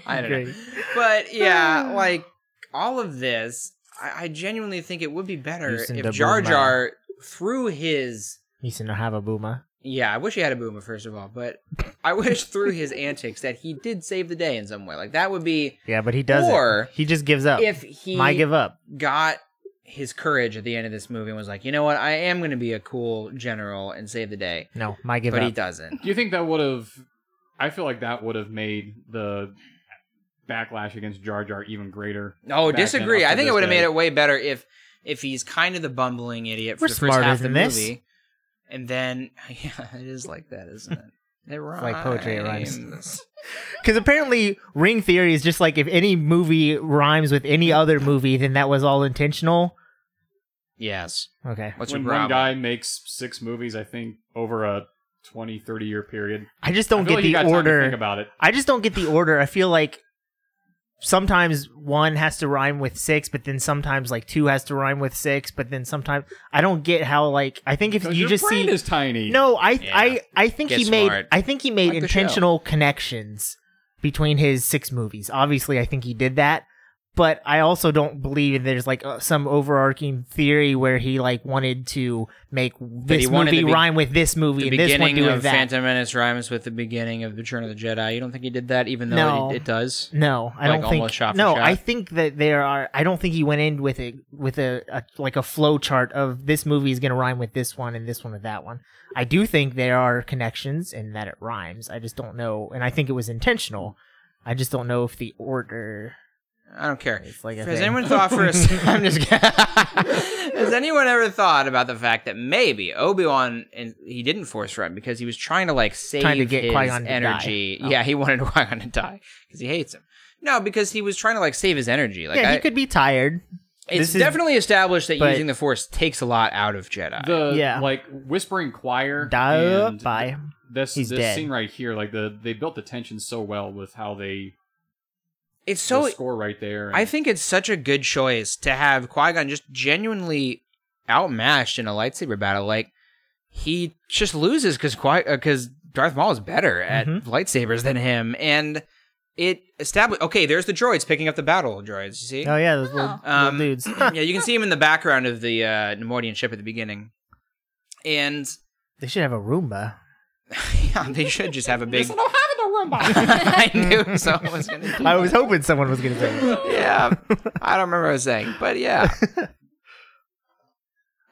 Speaker 5: I don't know.
Speaker 2: Great.
Speaker 5: But yeah, like all of this, I, I genuinely think it would be better
Speaker 2: Using the
Speaker 5: if Jar
Speaker 2: boomer.
Speaker 5: Jar through his.
Speaker 2: You seem to have a boomer.
Speaker 5: Yeah, I wish he had a boomer first of all, but I
Speaker 2: <laughs>
Speaker 5: wish through his antics that he did save the day in some way. Like that would be
Speaker 2: Yeah, but he doesn't.
Speaker 5: Or
Speaker 2: he just gives up.
Speaker 5: if he
Speaker 2: My give up.
Speaker 5: got his courage at the end of this movie and was like, you know what, I am going to be a cool general and save the day,
Speaker 2: No, my give
Speaker 5: but he
Speaker 2: up.
Speaker 5: doesn't.
Speaker 3: Do you think that would have? I feel like that would have made the backlash against Jar Jar even greater.
Speaker 5: Oh,
Speaker 3: Back then,
Speaker 5: disagree.
Speaker 3: up to
Speaker 5: I think it
Speaker 3: this
Speaker 5: would have made
Speaker 3: day.
Speaker 5: it way better if if he's kind of the bumbling idiot for
Speaker 2: We're
Speaker 5: the first
Speaker 2: smarter
Speaker 5: half of the
Speaker 2: than this.
Speaker 5: movie, and then <laughs> yeah, it is like that, isn't it? It rhymes.
Speaker 2: like poetry, it rhymes. Because apparently, Ring Theory is just like if any movie rhymes with any other movie, then that was all intentional.
Speaker 5: yes.
Speaker 2: Okay.
Speaker 5: What's
Speaker 3: when
Speaker 5: your
Speaker 3: one
Speaker 5: problem?
Speaker 3: guy makes six movies, I think over a 20, 30 year period.
Speaker 2: I just
Speaker 3: I
Speaker 2: don't get
Speaker 3: feel like you got
Speaker 2: the
Speaker 3: time to Think
Speaker 2: order.
Speaker 3: about it.
Speaker 2: I just don't get the order. I feel like sometimes one has to rhyme with six, but then sometimes like two has to rhyme with six, but then sometimes I don't get how like I think if
Speaker 3: 'Cause
Speaker 2: you
Speaker 3: your
Speaker 2: just
Speaker 3: brain
Speaker 2: see
Speaker 3: is tiny.
Speaker 2: no, I
Speaker 5: Yeah.
Speaker 2: I I think
Speaker 5: Get
Speaker 2: he made
Speaker 5: smart.
Speaker 2: I think he made
Speaker 5: Like the show.
Speaker 2: intentional connections between his six movies. Obviously, I think he did that, but I also don't believe there's like uh, some overarching theory where he like wanted to make
Speaker 5: he
Speaker 2: this
Speaker 5: wanted
Speaker 2: movie
Speaker 5: the be-
Speaker 2: rhyme with this movie
Speaker 5: The
Speaker 2: and this one
Speaker 5: beginning
Speaker 2: do
Speaker 5: of
Speaker 2: with that.
Speaker 5: Phantom Menace rhymes with the beginning of Return of the Jedi. You don't think he did that, even though
Speaker 2: No.
Speaker 5: it, it does?
Speaker 2: No, I
Speaker 5: Like,
Speaker 2: don't think.
Speaker 5: almost shot for
Speaker 2: no,
Speaker 5: shot?
Speaker 2: I think that there are. I don't think he went in with a with a, a like a flow chart of this movie is going to rhyme with this one and this one with that one. I do think there are connections and that it rhymes. I just don't know, and I think it was intentional. I just don't know if the order.
Speaker 5: I don't care.
Speaker 2: It's like a
Speaker 5: Has
Speaker 2: thing. <laughs>
Speaker 5: anyone thought for a s- I'm just kidding. Has anyone ever thought about the fact that maybe Obi Wan and he didn't force run because he was trying to like save
Speaker 2: Trying to get
Speaker 5: his
Speaker 2: Qui-Gon to die.
Speaker 5: energy?
Speaker 2: Oh.
Speaker 5: Yeah, he wanted <laughs> Qui Gon to die because he hates him. No, because he was trying to like save his energy. Like
Speaker 2: yeah,
Speaker 5: I,
Speaker 2: he could be tired.
Speaker 5: it's
Speaker 2: this is-
Speaker 5: definitely established that
Speaker 2: but-
Speaker 5: using the Force takes a lot out of Jedi.
Speaker 3: The
Speaker 2: Yeah.
Speaker 3: like whispering choir.
Speaker 2: Die
Speaker 3: and uh,
Speaker 2: by.
Speaker 3: This
Speaker 2: He's
Speaker 3: this
Speaker 2: dead.
Speaker 3: scene right here, like the they built the tension so well with how they
Speaker 5: it's so
Speaker 3: so, score right there. and-
Speaker 5: I think it's such a good choice to have Qui Gon just genuinely outmatched in a lightsaber battle. Like he just loses because because Darth Maul is better at
Speaker 2: Mhm.
Speaker 5: lightsabers than him, and it established. Okay, there's the droids picking up the battle droids. You see?
Speaker 2: Oh yeah, those little,
Speaker 5: Um,
Speaker 2: little dudes.
Speaker 5: <laughs> yeah, you can see him in the background of the uh, Nemoidian ship at the beginning, and <laughs>
Speaker 2: they should have a Roomba.
Speaker 5: yeah, they should just have a big.
Speaker 3: Listen, I'm having a robot.
Speaker 5: <laughs> I knew someone was
Speaker 2: <laughs>
Speaker 5: going to.
Speaker 2: I was hoping someone was going to say. that.
Speaker 3: <laughs>
Speaker 5: yeah. I don't remember what I was saying, but yeah.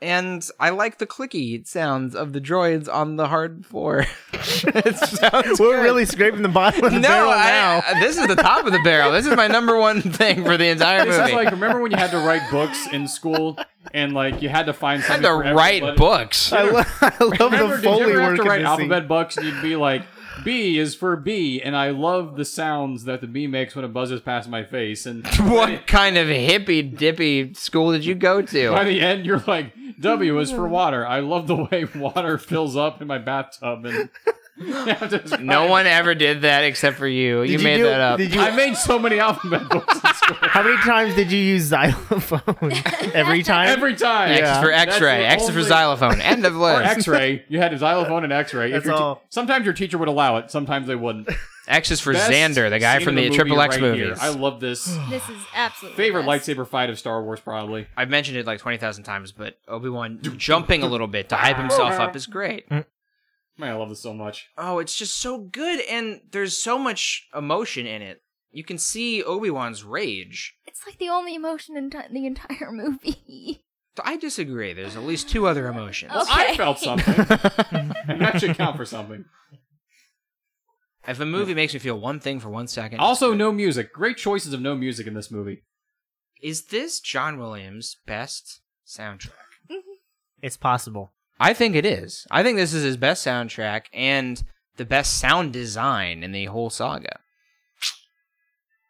Speaker 5: and I like the clicky sounds of the droids on the hard floor. <laughs> it sounds
Speaker 2: We're
Speaker 5: good.
Speaker 2: really scraping the bottom of the
Speaker 5: no,
Speaker 2: barrel
Speaker 5: I-
Speaker 2: now.
Speaker 5: uh, this is the top of the barrel. This is my number one thing for the entire
Speaker 3: This
Speaker 5: movie.
Speaker 3: is like remember when you had to write books in school and like you had to find
Speaker 5: I had
Speaker 3: something
Speaker 5: to
Speaker 3: for every
Speaker 5: write
Speaker 3: letter?
Speaker 5: books.
Speaker 2: I, lo- I love
Speaker 3: Remember,
Speaker 2: the
Speaker 3: did you
Speaker 2: foley
Speaker 3: ever have
Speaker 2: work.
Speaker 3: to
Speaker 2: in
Speaker 3: write
Speaker 2: this scene.
Speaker 3: alphabet books and you'd be like, B is for B, and I love the sounds that the bee makes when it buzzes past my face. And
Speaker 5: <laughs> What kind of hippy dippy school did you go
Speaker 3: by
Speaker 5: to?
Speaker 3: the end, you're like, W is for water. I love the way <laughs> water fills up in my bathtub.
Speaker 5: <laughs>
Speaker 3: And <laughs> You have to describe-
Speaker 5: No one ever did that except for you. you
Speaker 2: Did
Speaker 5: made
Speaker 2: do-
Speaker 5: that up.
Speaker 2: Did you,
Speaker 3: I made so many alphabet books in school.
Speaker 2: How many times did you use xylophone? Every time.
Speaker 3: Every time.
Speaker 5: X is for
Speaker 3: That's
Speaker 5: X-ray,
Speaker 3: the
Speaker 5: X is for
Speaker 3: only-
Speaker 5: xylophone. End
Speaker 3: <laughs>
Speaker 5: of
Speaker 3: Or
Speaker 5: list.
Speaker 3: X-ray. You had a xylophone and X-ray. If
Speaker 2: That's
Speaker 3: your te-
Speaker 2: all.
Speaker 3: sometimes your teacher would allow it. Sometimes they wouldn't.
Speaker 5: X is <laughs> for
Speaker 3: Best
Speaker 5: Xander, the guy
Speaker 3: scene
Speaker 5: from
Speaker 3: in
Speaker 5: the
Speaker 3: movie
Speaker 5: Triple X
Speaker 3: right here.
Speaker 5: movies.
Speaker 3: I love
Speaker 5: <sighs>
Speaker 3: this.
Speaker 4: <laughs> This is absolutely
Speaker 3: Favorite
Speaker 4: the best.
Speaker 3: lightsaber fight of Star Wars, probably.
Speaker 5: I've mentioned it like 20,000 times, but Obi Wan jumping a little bit to hype himself up is great.
Speaker 3: Man, I love this so much.
Speaker 5: Oh, it's just so good, and there's so much emotion in it. You can see Obi Wan's rage.
Speaker 4: It's like the only emotion in t- the entire movie.
Speaker 5: I disagree. There's at least two other emotions.
Speaker 4: Okay.
Speaker 3: I felt
Speaker 5: <laughs>
Speaker 3: something. And that should count for something.
Speaker 5: If a movie makes me feel one thing for one second,
Speaker 3: Also, no music. Great choices of no music in this movie.
Speaker 5: is this John Williams' best soundtrack?
Speaker 2: <laughs> It's possible.
Speaker 5: I think it is. I think this is his best soundtrack and the best sound design in the whole saga.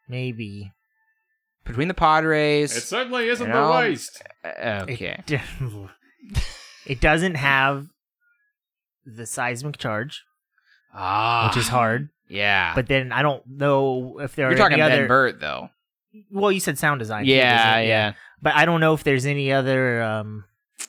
Speaker 2: Maybe.
Speaker 5: Between the Padres,
Speaker 3: It certainly isn't
Speaker 5: Yeah.
Speaker 3: the waste.
Speaker 2: It
Speaker 5: Okay.
Speaker 2: <laughs> d- It, doesn't have the seismic charge.
Speaker 5: Ah,
Speaker 2: which is hard.
Speaker 5: Yeah,
Speaker 2: But then I don't know if there
Speaker 5: you're
Speaker 2: are
Speaker 5: talking
Speaker 2: any
Speaker 5: Ben
Speaker 2: other.
Speaker 5: Burt though.
Speaker 2: Well, you said sound design. too,
Speaker 5: yeah,
Speaker 2: doesn't it?
Speaker 5: yeah.
Speaker 2: But I don't know if there's any other um,
Speaker 5: Do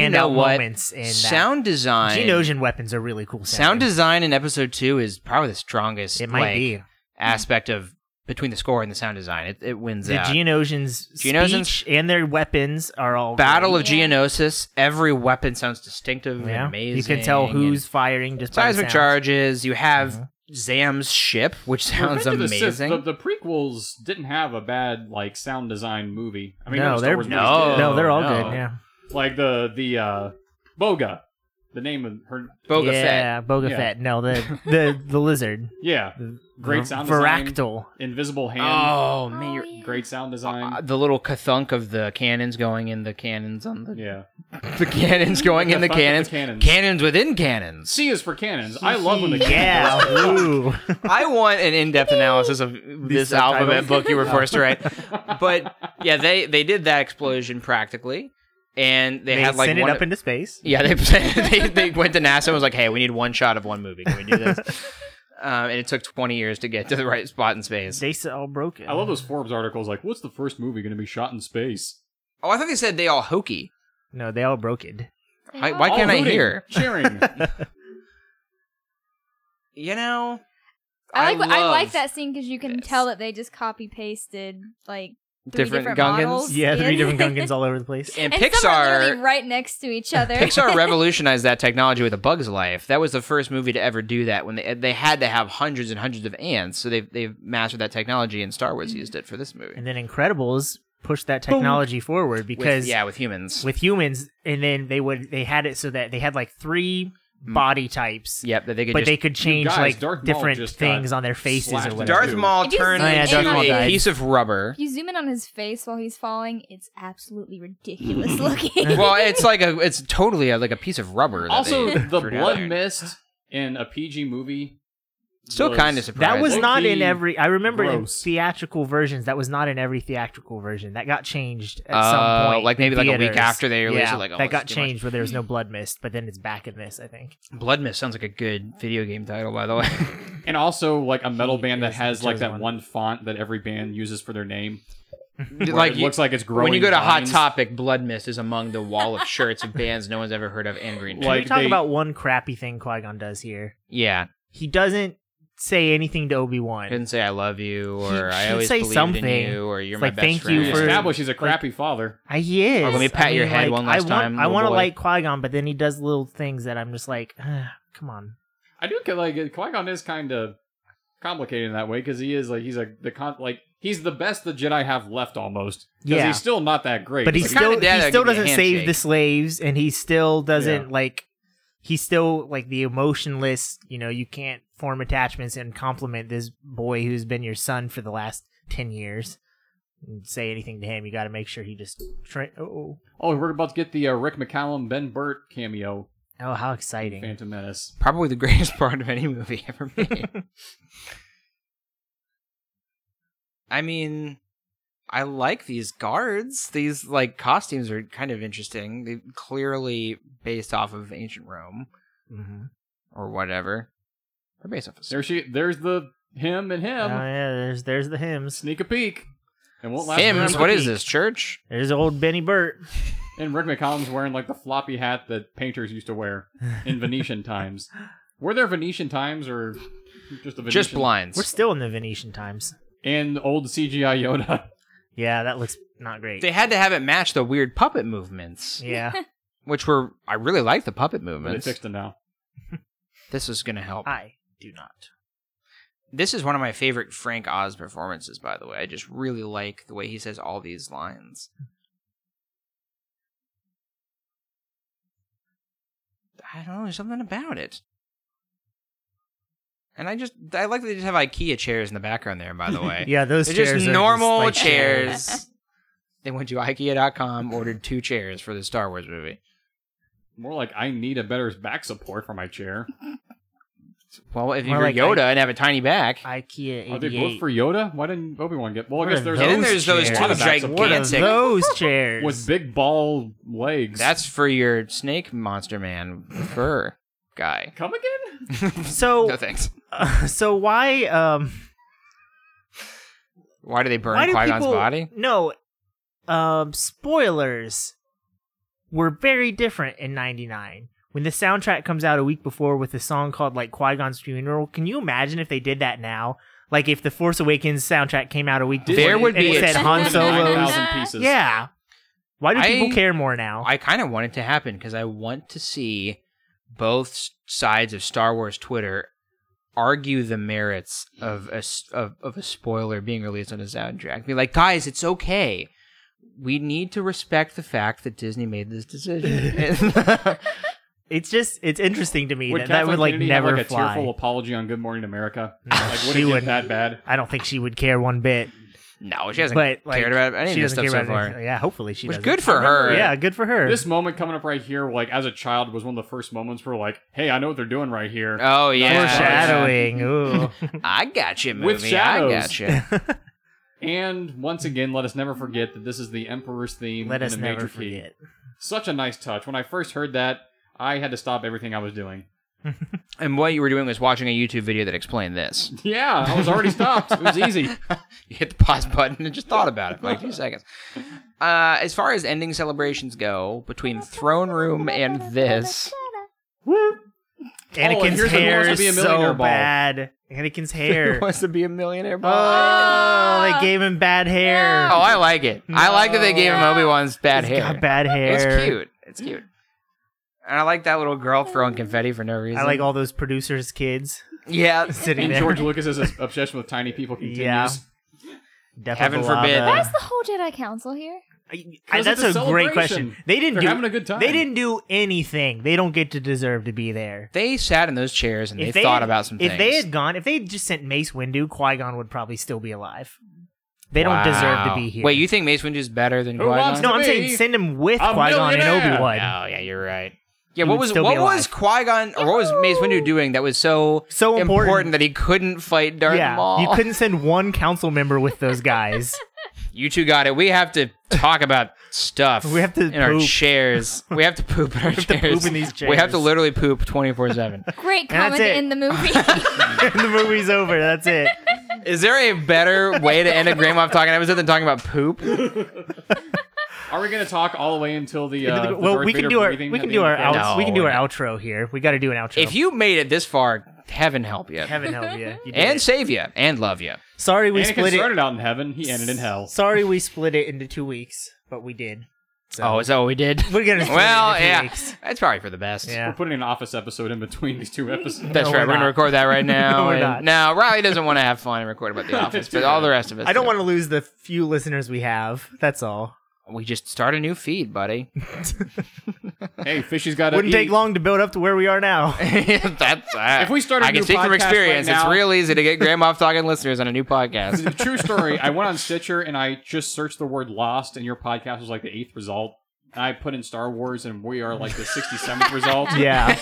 Speaker 5: you
Speaker 2: standout
Speaker 5: know what?
Speaker 2: moments in
Speaker 5: sound
Speaker 2: that.
Speaker 5: design.
Speaker 2: Genosian weapons are really cool.
Speaker 5: sound
Speaker 2: sounding.
Speaker 5: design in episode two is probably the strongest.
Speaker 2: It might
Speaker 5: like,
Speaker 2: be
Speaker 5: aspect of between the score and the sound design. It, it wins
Speaker 2: the
Speaker 5: out.
Speaker 2: Geonosians'
Speaker 5: Geonosians-
Speaker 2: speech and their weapons are all
Speaker 5: Battle of
Speaker 4: Yeah.
Speaker 5: Geonosis. Every weapon sounds distinctive
Speaker 2: great.
Speaker 5: and
Speaker 2: Yeah,
Speaker 5: amazing.
Speaker 2: you can tell
Speaker 5: and
Speaker 2: who's firing just by the
Speaker 5: seismic
Speaker 2: sounds.
Speaker 5: charges. You have
Speaker 2: Mhm.
Speaker 5: Zam's ship, which sounds
Speaker 3: Revenge of the Sith,
Speaker 5: amazing.
Speaker 3: The, the prequels didn't have a bad like sound design movie. I mean,
Speaker 2: No,
Speaker 3: other Star
Speaker 2: they're-
Speaker 3: Wars movies
Speaker 5: no.
Speaker 3: did.
Speaker 2: No, they're all
Speaker 5: Oh, no.
Speaker 2: good. Yeah,
Speaker 3: like the the uh, Boga, the name of her.
Speaker 5: Boga Fett.
Speaker 2: yeah, Boga
Speaker 3: Yeah.
Speaker 2: Fett. No,
Speaker 3: <laughs>
Speaker 2: the the the lizard.
Speaker 3: Yeah,
Speaker 2: The-
Speaker 3: Great sound design.
Speaker 2: Viractyl.
Speaker 3: invisible hand.
Speaker 5: Oh man,
Speaker 4: Oh,
Speaker 5: you're,
Speaker 4: yeah.
Speaker 3: Great sound design.
Speaker 5: uh, the little kathunk of the cannons going in the cannons on the
Speaker 3: yeah,
Speaker 5: <laughs> the cannons going in the
Speaker 3: Kathunk of the
Speaker 5: cannons.
Speaker 3: cannons.
Speaker 5: cannons within cannons.
Speaker 3: C is for cannons. I love when the <laughs>
Speaker 2: Yeah.
Speaker 3: cannons.
Speaker 2: Ooh.
Speaker 5: I want an in-depth analysis of this
Speaker 2: subtitles.
Speaker 5: alphabet book you were forced to write. <laughs> But yeah, they they did that explosion practically, and
Speaker 2: <laughs>
Speaker 5: they,
Speaker 2: They
Speaker 5: had like
Speaker 2: sent
Speaker 5: one.
Speaker 2: it up into space.
Speaker 5: yeah, they, <laughs> they they went to NASA and was like, "Hey, we need one shot of one movie. Can we do <laughs> this?" um, and it took 20 years to get to the right spot in space.
Speaker 2: They s- all broke it.
Speaker 3: I love those Forbes articles. Like, what's the first movie going to be shot in space?
Speaker 5: Oh, I thought they said they all hokey.
Speaker 2: No, they all broke
Speaker 3: <laughs>
Speaker 2: it.
Speaker 5: I- why
Speaker 3: All
Speaker 5: can't I
Speaker 3: hooting,
Speaker 5: hear? <laughs>
Speaker 3: Cheering.
Speaker 5: You know,
Speaker 4: I like I,
Speaker 5: love
Speaker 4: like that scene because you can
Speaker 5: this.
Speaker 4: tell that they just copy pasted like three
Speaker 5: Different
Speaker 4: different,
Speaker 5: Gungans?
Speaker 4: models
Speaker 2: Yeah, three
Speaker 4: in.
Speaker 2: different
Speaker 4: <laughs>
Speaker 2: Gungans all over the place.
Speaker 5: <laughs> And,
Speaker 4: and some are
Speaker 5: Pixar
Speaker 4: literally right next to each other.
Speaker 5: Pixar revolutionized that technology with A Bug's Life. That was the first movie to ever do that. When they they had to have hundreds and hundreds of ants, so they've they've mastered that technology, and Star Wars used it for this movie.
Speaker 2: And then Incredibles pushed that technology forward because
Speaker 5: with, yeah, with humans.
Speaker 2: with humans, and then they would they had it so that they had like three body types,
Speaker 5: Mm. yep, that they could
Speaker 2: but
Speaker 5: just.
Speaker 2: they could change
Speaker 3: guys,
Speaker 2: like
Speaker 3: Darth Maul
Speaker 2: different
Speaker 3: just got
Speaker 2: things on their faces
Speaker 3: slashed
Speaker 2: or
Speaker 3: in
Speaker 2: whatever.
Speaker 3: half.
Speaker 5: Darth Maul
Speaker 4: If you
Speaker 5: turned
Speaker 4: zoom Oh, yeah,
Speaker 5: into
Speaker 4: Darth Maul
Speaker 5: a
Speaker 4: died.
Speaker 5: piece of rubber.
Speaker 4: <laughs> If you zoom in on his face while he's falling, it's absolutely ridiculous <laughs> looking.
Speaker 5: well, it's like a it's totally a, like a piece of rubber. that
Speaker 3: also,
Speaker 5: they
Speaker 3: the
Speaker 5: threw down
Speaker 3: blood
Speaker 5: there.
Speaker 3: mist in a PG movie.
Speaker 5: Still
Speaker 3: was-
Speaker 5: kind of surprising.
Speaker 2: That was
Speaker 3: Low-key
Speaker 2: not in every. I remember in
Speaker 3: gross.
Speaker 2: theatrical versions. That was not in every theatrical version. That got changed at
Speaker 5: Uh,
Speaker 2: some point.
Speaker 5: like
Speaker 2: in
Speaker 5: maybe like a week
Speaker 2: theaters.
Speaker 5: after they released
Speaker 2: yeah,
Speaker 5: it, like, oh,
Speaker 2: that
Speaker 5: this
Speaker 2: got
Speaker 5: is too much.
Speaker 2: changed where there was no blood mist, but then it's back in this. I think.
Speaker 5: Blood Mist sounds like a good video game title, by the way.
Speaker 3: And also, like a metal
Speaker 2: He
Speaker 3: band that
Speaker 2: is
Speaker 3: has
Speaker 2: the
Speaker 3: like that
Speaker 2: chosen
Speaker 3: one.
Speaker 2: one.
Speaker 3: font that every band uses for their name. <laughs> where
Speaker 5: like
Speaker 3: it
Speaker 5: you-
Speaker 3: looks like it's growing.
Speaker 5: when you go to
Speaker 3: vines.
Speaker 5: Hot Topic, Blood Mist is among the wall of shirts of bands no one's ever heard of and Green. Day.
Speaker 2: Can
Speaker 3: Like
Speaker 2: we talk
Speaker 3: they-
Speaker 2: about one crappy thing Qui Gon does here?
Speaker 5: yeah,
Speaker 2: He doesn't say anything to Obi
Speaker 5: I
Speaker 2: Wan.
Speaker 5: couldn't say I love you or
Speaker 2: He
Speaker 5: I
Speaker 2: should
Speaker 5: always
Speaker 2: say
Speaker 5: believed
Speaker 2: something.
Speaker 5: in you or you're
Speaker 2: It's
Speaker 5: my
Speaker 2: like,
Speaker 5: best
Speaker 2: thank you
Speaker 5: friend.
Speaker 3: You
Speaker 2: for-
Speaker 3: establish he's a
Speaker 2: like-
Speaker 3: crappy father.
Speaker 2: I he is.
Speaker 5: Or let me pat
Speaker 2: I
Speaker 5: your
Speaker 2: mean,
Speaker 5: head
Speaker 2: like,
Speaker 5: one last
Speaker 2: I want,
Speaker 5: time,
Speaker 2: I
Speaker 5: little
Speaker 2: want to
Speaker 5: boy.
Speaker 2: like Qui Gon, but then he does little things that I'm just like, <sighs> "Ugh, come on.
Speaker 3: I do get like Qui Gon is kind of complicated in that way because he is like he's a the con like he's the best the Jedi have left almost because
Speaker 2: Yeah.
Speaker 3: he's still not that great.
Speaker 2: But he
Speaker 3: Like,
Speaker 5: kinda
Speaker 2: still
Speaker 5: dad
Speaker 2: he
Speaker 5: that
Speaker 2: still
Speaker 5: give you a
Speaker 2: doesn't save the
Speaker 5: handshake.
Speaker 2: slaves, and he still doesn't
Speaker 3: Yeah.
Speaker 2: like. He's still like the emotionless. You know, you can't form attachments and compliment this boy who's been your son for the last ten years. And say anything to him, you got to make sure he just. Tra- oh,
Speaker 3: oh, we're about to get the uh, Rick McCallum Ben Burt cameo,
Speaker 2: oh, how <laughs>
Speaker 3: in
Speaker 5: <laughs>
Speaker 2: exciting!
Speaker 3: Phantom Menace.
Speaker 5: Probably the greatest part of any movie <laughs> ever made.
Speaker 2: Mm-hmm.
Speaker 5: I mean, I like these guards. These like costumes are kind of interesting. They clearly based off of ancient Rome
Speaker 2: hmm
Speaker 5: Um, or whatever. They're based off of
Speaker 3: There she there's the him and him.
Speaker 2: Oh yeah, there's there's the hymns.
Speaker 3: Sneak a peek. And won't last
Speaker 5: Sims.
Speaker 3: forever.
Speaker 5: What is this church?
Speaker 2: There's old Benny Burt.
Speaker 3: And Rick McCallum's wearing like the floppy hat that painters used to wear
Speaker 2: <laughs>
Speaker 3: in Venetian times. Were there Venetian times or just the Venetian?
Speaker 5: Just blinds.
Speaker 2: We're still in the Venetian times.
Speaker 3: And old CGI Yoda.
Speaker 2: Yeah, that looks not great.
Speaker 5: They had to have it match the weird puppet movements, <laughs>
Speaker 2: yeah,
Speaker 5: which were I really like the puppet
Speaker 3: But they
Speaker 5: movements.
Speaker 3: fixed it now.
Speaker 5: This is going to help.
Speaker 2: I do not.
Speaker 5: This is one of my favorite Frank Oz performances, by the way. I just really like the way he says all these lines. I don't know, there's something about it. And I just, I like that they just have IKEA chairs in the background there, by the way.
Speaker 2: <laughs> Yeah, those
Speaker 5: They're
Speaker 2: chairs
Speaker 5: just
Speaker 2: are
Speaker 5: normal
Speaker 2: like
Speaker 5: chairs. <laughs> they went to IKEA.com, ordered two chairs for the Star Wars movie.
Speaker 3: More like I need a better back support for my chair.
Speaker 5: Well, if
Speaker 2: More
Speaker 5: you're
Speaker 2: like
Speaker 5: Yoda and have a tiny back,
Speaker 2: <laughs> IKEA
Speaker 3: Are they both
Speaker 2: 88.
Speaker 3: for Yoda? Why didn't Obi Wan get? Well, I
Speaker 2: What
Speaker 3: guess
Speaker 2: are
Speaker 3: there's
Speaker 5: and then
Speaker 2: those
Speaker 5: there's those
Speaker 2: chairs.
Speaker 5: two
Speaker 2: What
Speaker 3: about
Speaker 2: what are
Speaker 5: gigantic
Speaker 2: those chairs?
Speaker 3: with big ball legs.
Speaker 5: That's for your snake monster man fur. guy.
Speaker 3: Come again?
Speaker 2: <laughs> So,
Speaker 5: No thanks.
Speaker 2: so why? Um,
Speaker 5: Why do they burn
Speaker 2: why do
Speaker 5: Qui Gon's
Speaker 2: people?
Speaker 5: body?
Speaker 2: No, um, spoilers were very different in '99. When the soundtrack comes out a week before with a song called like Qui Gon's Funeral, can you imagine if they did that now? Like if the Force Awakens soundtrack came out a week before,
Speaker 5: There would
Speaker 2: and
Speaker 5: be
Speaker 2: it
Speaker 5: a
Speaker 2: said
Speaker 3: <laughs>
Speaker 2: Han Solo's.
Speaker 3: 9,000 pieces.
Speaker 2: Yeah. Why do people
Speaker 5: I-
Speaker 2: care more now?
Speaker 5: I-
Speaker 6: I kind of want it to happen because I want to see both s- sides of Star Wars Twitter argue the merits of a s- of, of a spoiler being released on a soundtrack. Be like, guys, it's okay. We need to respect the fact that Disney made this
Speaker 2: <laughs>
Speaker 6: decision. <laughs>
Speaker 2: it's just it's interesting to me
Speaker 3: Would
Speaker 2: that that would
Speaker 3: Kathleen
Speaker 2: like
Speaker 3: Kennedy
Speaker 2: never
Speaker 3: have, like,
Speaker 2: fly.
Speaker 3: a tearful apology on Good Morning America?
Speaker 2: No,
Speaker 3: like, would
Speaker 2: she
Speaker 3: it get
Speaker 2: wouldn't.
Speaker 3: that bad?
Speaker 2: I don't think she would care one bit.
Speaker 5: No, she hasn't.
Speaker 2: But like,
Speaker 5: cared about any of
Speaker 2: she
Speaker 5: this
Speaker 2: doesn't
Speaker 5: stuff
Speaker 2: care
Speaker 5: so
Speaker 2: about
Speaker 5: far.
Speaker 2: anything. Yeah, hopefully she
Speaker 5: Which
Speaker 2: does.
Speaker 5: good for her.
Speaker 2: Yeah, good for her.
Speaker 3: This moment coming up right here, like as a child, was one of the first moments where, like, hey, I know what they're doing right here.
Speaker 5: Oh yeah. <laughs>
Speaker 2: Foreshadowing. Ooh.
Speaker 5: I got you, movie.
Speaker 3: With shadows.
Speaker 5: I got you.
Speaker 2: <laughs>
Speaker 3: and once again, let us never forget that this is the Emperor's
Speaker 2: <laughs>
Speaker 3: theme.
Speaker 2: Let
Speaker 3: in
Speaker 2: us
Speaker 3: a
Speaker 2: never
Speaker 3: major key.
Speaker 2: forget.
Speaker 3: Such a nice touch. When I first heard that, I had to stop everything I was doing.
Speaker 5: and what you were doing was watching a YouTube video that explained this.
Speaker 3: Yeah, I was already stopped. It
Speaker 2: <laughs>
Speaker 3: was easy.
Speaker 5: you hit the pause button and just thought about it for like two seconds. Uh, as far as ending celebrations go, between Throne Room and this, Oh,
Speaker 3: and
Speaker 2: Anakin's
Speaker 3: here's the
Speaker 2: hair
Speaker 3: Wants to Be a
Speaker 2: is so
Speaker 3: Millionaire ball.
Speaker 2: bad.
Speaker 5: <laughs>
Speaker 2: Anakin's
Speaker 5: who
Speaker 2: hair.
Speaker 5: wants to be a millionaire? Bob?
Speaker 2: Oh, they gave him bad hair.
Speaker 5: oh, I like it. I like that they gave him Obi Wan's bad
Speaker 2: He's
Speaker 5: hair.
Speaker 2: Got bad hair.
Speaker 5: It's cute. It's cute. And I like that little girl throwing confetti for no reason.
Speaker 2: I like all those producers' kids
Speaker 5: Yeah.
Speaker 2: sitting
Speaker 3: And
Speaker 2: there.
Speaker 3: George Lucas's obsession with tiny people continues.
Speaker 2: Yeah. Death of
Speaker 5: Heaven
Speaker 2: the
Speaker 5: forbid.
Speaker 2: Lava.
Speaker 4: Why is the whole Jedi Council here?
Speaker 2: I- I-
Speaker 3: 'Cause
Speaker 2: that's
Speaker 3: it's a
Speaker 2: a great question.
Speaker 3: celebration.
Speaker 2: They didn't
Speaker 3: They're
Speaker 2: do.
Speaker 3: having a good time.
Speaker 2: They didn't do anything. They don't get to deserve to be there.
Speaker 5: They sat in those chairs and they,
Speaker 2: If they
Speaker 5: thought
Speaker 2: had-
Speaker 5: about some
Speaker 2: If
Speaker 5: things.
Speaker 2: they had gone, if they had just sent Mace Windu, Qui Gon would probably still be alive. They don't deserve to
Speaker 5: Wow.
Speaker 2: be here.
Speaker 5: Wait, you think Mace Windu's better than
Speaker 3: Who
Speaker 5: Qui-Gon?
Speaker 3: wants
Speaker 2: No,
Speaker 3: to
Speaker 2: I'm
Speaker 3: be
Speaker 2: saying send him with
Speaker 3: a
Speaker 2: Qui Gon and
Speaker 3: millionaire?
Speaker 2: Obi Wan.
Speaker 5: Oh yeah, you're right. Yeah,
Speaker 2: He
Speaker 5: what
Speaker 2: would
Speaker 5: was
Speaker 2: still
Speaker 5: what
Speaker 2: be
Speaker 5: was
Speaker 2: alive.
Speaker 5: Qui Gon or what was Mace Windu doing that was so
Speaker 2: So important.
Speaker 5: that he couldn't fight Darth
Speaker 2: Yeah,
Speaker 5: Maul?
Speaker 2: you couldn't send one council member with those
Speaker 5: <laughs>
Speaker 2: guys. <laughs>
Speaker 5: You two got it. We have to talk about
Speaker 2: <laughs>
Speaker 5: stuff.
Speaker 2: We have to
Speaker 5: in our
Speaker 2: poop.
Speaker 5: chairs.
Speaker 2: <laughs>
Speaker 5: We have to poop in our
Speaker 2: to
Speaker 5: chairs.
Speaker 2: poop in these
Speaker 5: We have to
Speaker 2: chairs.
Speaker 5: literally poop twenty four seven.
Speaker 2: <laughs> And
Speaker 4: Great
Speaker 2: that's
Speaker 4: comment
Speaker 2: it.
Speaker 4: in the movie.
Speaker 2: the movie's over. That's it.
Speaker 5: Is there a better way to end a Grand Moff talking episode than talking about poop?
Speaker 3: Are we going to talk all the way until the? Uh, the
Speaker 2: well,
Speaker 3: Darth
Speaker 2: we can
Speaker 3: Vader
Speaker 2: do our
Speaker 3: breathing
Speaker 2: we
Speaker 3: at
Speaker 2: can
Speaker 3: the
Speaker 2: do
Speaker 3: end
Speaker 2: our
Speaker 3: of the film?
Speaker 2: out, we can do our
Speaker 5: No.
Speaker 2: outro here. We got to do an outro.
Speaker 5: If you made it this far, heaven help you,
Speaker 2: heaven help you, You did
Speaker 5: and
Speaker 2: it.
Speaker 5: save you, and love you.
Speaker 2: sorry we
Speaker 3: Anakin
Speaker 2: split it.
Speaker 3: started out in heaven. He ended in hell.
Speaker 2: Sorry we split it into two weeks, but we did. So
Speaker 5: Oh, is that what we did?
Speaker 2: we're gonna split
Speaker 5: well,
Speaker 2: it into two
Speaker 5: yeah,
Speaker 2: weeks.
Speaker 5: that's probably for the best.
Speaker 2: Yeah.
Speaker 3: We're putting an office episode in between these two episodes.
Speaker 5: That's
Speaker 2: No, we're
Speaker 5: right. We're, gonna
Speaker 2: not.
Speaker 5: record
Speaker 3: <laughs>
Speaker 5: that right now.
Speaker 2: No, we're not.
Speaker 5: and- No, Riley doesn't want to have fun and record about the office, but all the rest of us.
Speaker 2: I don't
Speaker 5: do.
Speaker 2: want to lose the few listeners we have. That's all.
Speaker 5: We just start a new
Speaker 3: <laughs>
Speaker 5: feed, buddy. <laughs>
Speaker 3: hey, Fishy's got to
Speaker 2: Wouldn't take long to build up to where we are
Speaker 5: <laughs>
Speaker 2: now.
Speaker 5: That's uh,
Speaker 3: If we start a
Speaker 5: I can
Speaker 3: new
Speaker 5: speak
Speaker 3: podcast
Speaker 5: from
Speaker 3: right
Speaker 5: experience. it's
Speaker 3: now-
Speaker 5: real easy to get grandma talking listeners on a new
Speaker 3: <laughs>
Speaker 5: podcast.
Speaker 3: True story. I went on Stitcher and I just searched the word "lost," and your podcast was like the eighth result. I put in Star Wars, and we are like the sixty-seventh
Speaker 2: <laughs>
Speaker 3: result.
Speaker 2: yeah,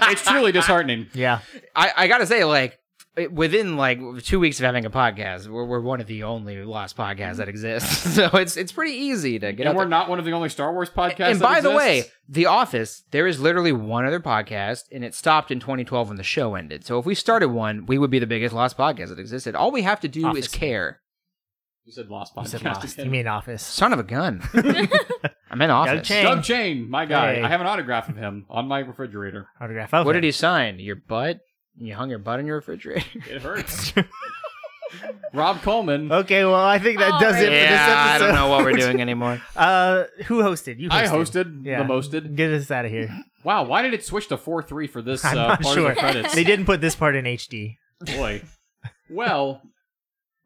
Speaker 5: <laughs>
Speaker 3: it's truly disheartening.
Speaker 2: yeah.
Speaker 5: I, I gotta say, like it- within like two weeks of having a podcast, we're, we're one of the only lost podcasts that exists. <laughs> So it's it's pretty easy to get. out
Speaker 3: And we're
Speaker 5: there.
Speaker 3: not one of the only Star Wars podcasts.
Speaker 5: and
Speaker 3: that
Speaker 5: by the way,
Speaker 3: exists.
Speaker 5: The Office, there is literally one other podcast, and it stopped in 2012 when the show ended. So if we started one, we would be the biggest lost podcast that existed. All we have to do
Speaker 2: Office.
Speaker 5: is care.
Speaker 3: you said lost
Speaker 5: Oh,
Speaker 2: You
Speaker 3: podcast.
Speaker 2: said lost.
Speaker 3: again.
Speaker 2: <laughs> You mean office?
Speaker 5: Son of
Speaker 2: <laughs>
Speaker 5: a gun. I'm in office.
Speaker 2: Chang.
Speaker 3: Doug Chain, my guy.
Speaker 2: Hey.
Speaker 3: I have an autograph of him on my refrigerator.
Speaker 2: Autograph. Of
Speaker 5: What
Speaker 2: it.
Speaker 5: did he sign? Your butt? You hung your butt in
Speaker 2: <laughs>
Speaker 5: your refrigerator.
Speaker 3: It hurts. <laughs> Rob Coleman.
Speaker 2: Okay, well, I think that
Speaker 4: All
Speaker 2: does
Speaker 4: right.
Speaker 2: it for this episode.
Speaker 5: I don't know what we're doing anymore.
Speaker 2: <laughs> Uh, who hosted? You. Hosted.
Speaker 3: I hosted
Speaker 2: Yeah.
Speaker 3: the mosted.
Speaker 2: Get us out of here.
Speaker 3: Wow, why did it switch to four three for
Speaker 2: <laughs>
Speaker 3: this
Speaker 2: I'm
Speaker 3: uh,
Speaker 2: not
Speaker 3: part
Speaker 2: sure.
Speaker 3: of the credits?
Speaker 2: They didn't put this part in HD.
Speaker 3: <laughs> Boy. Well,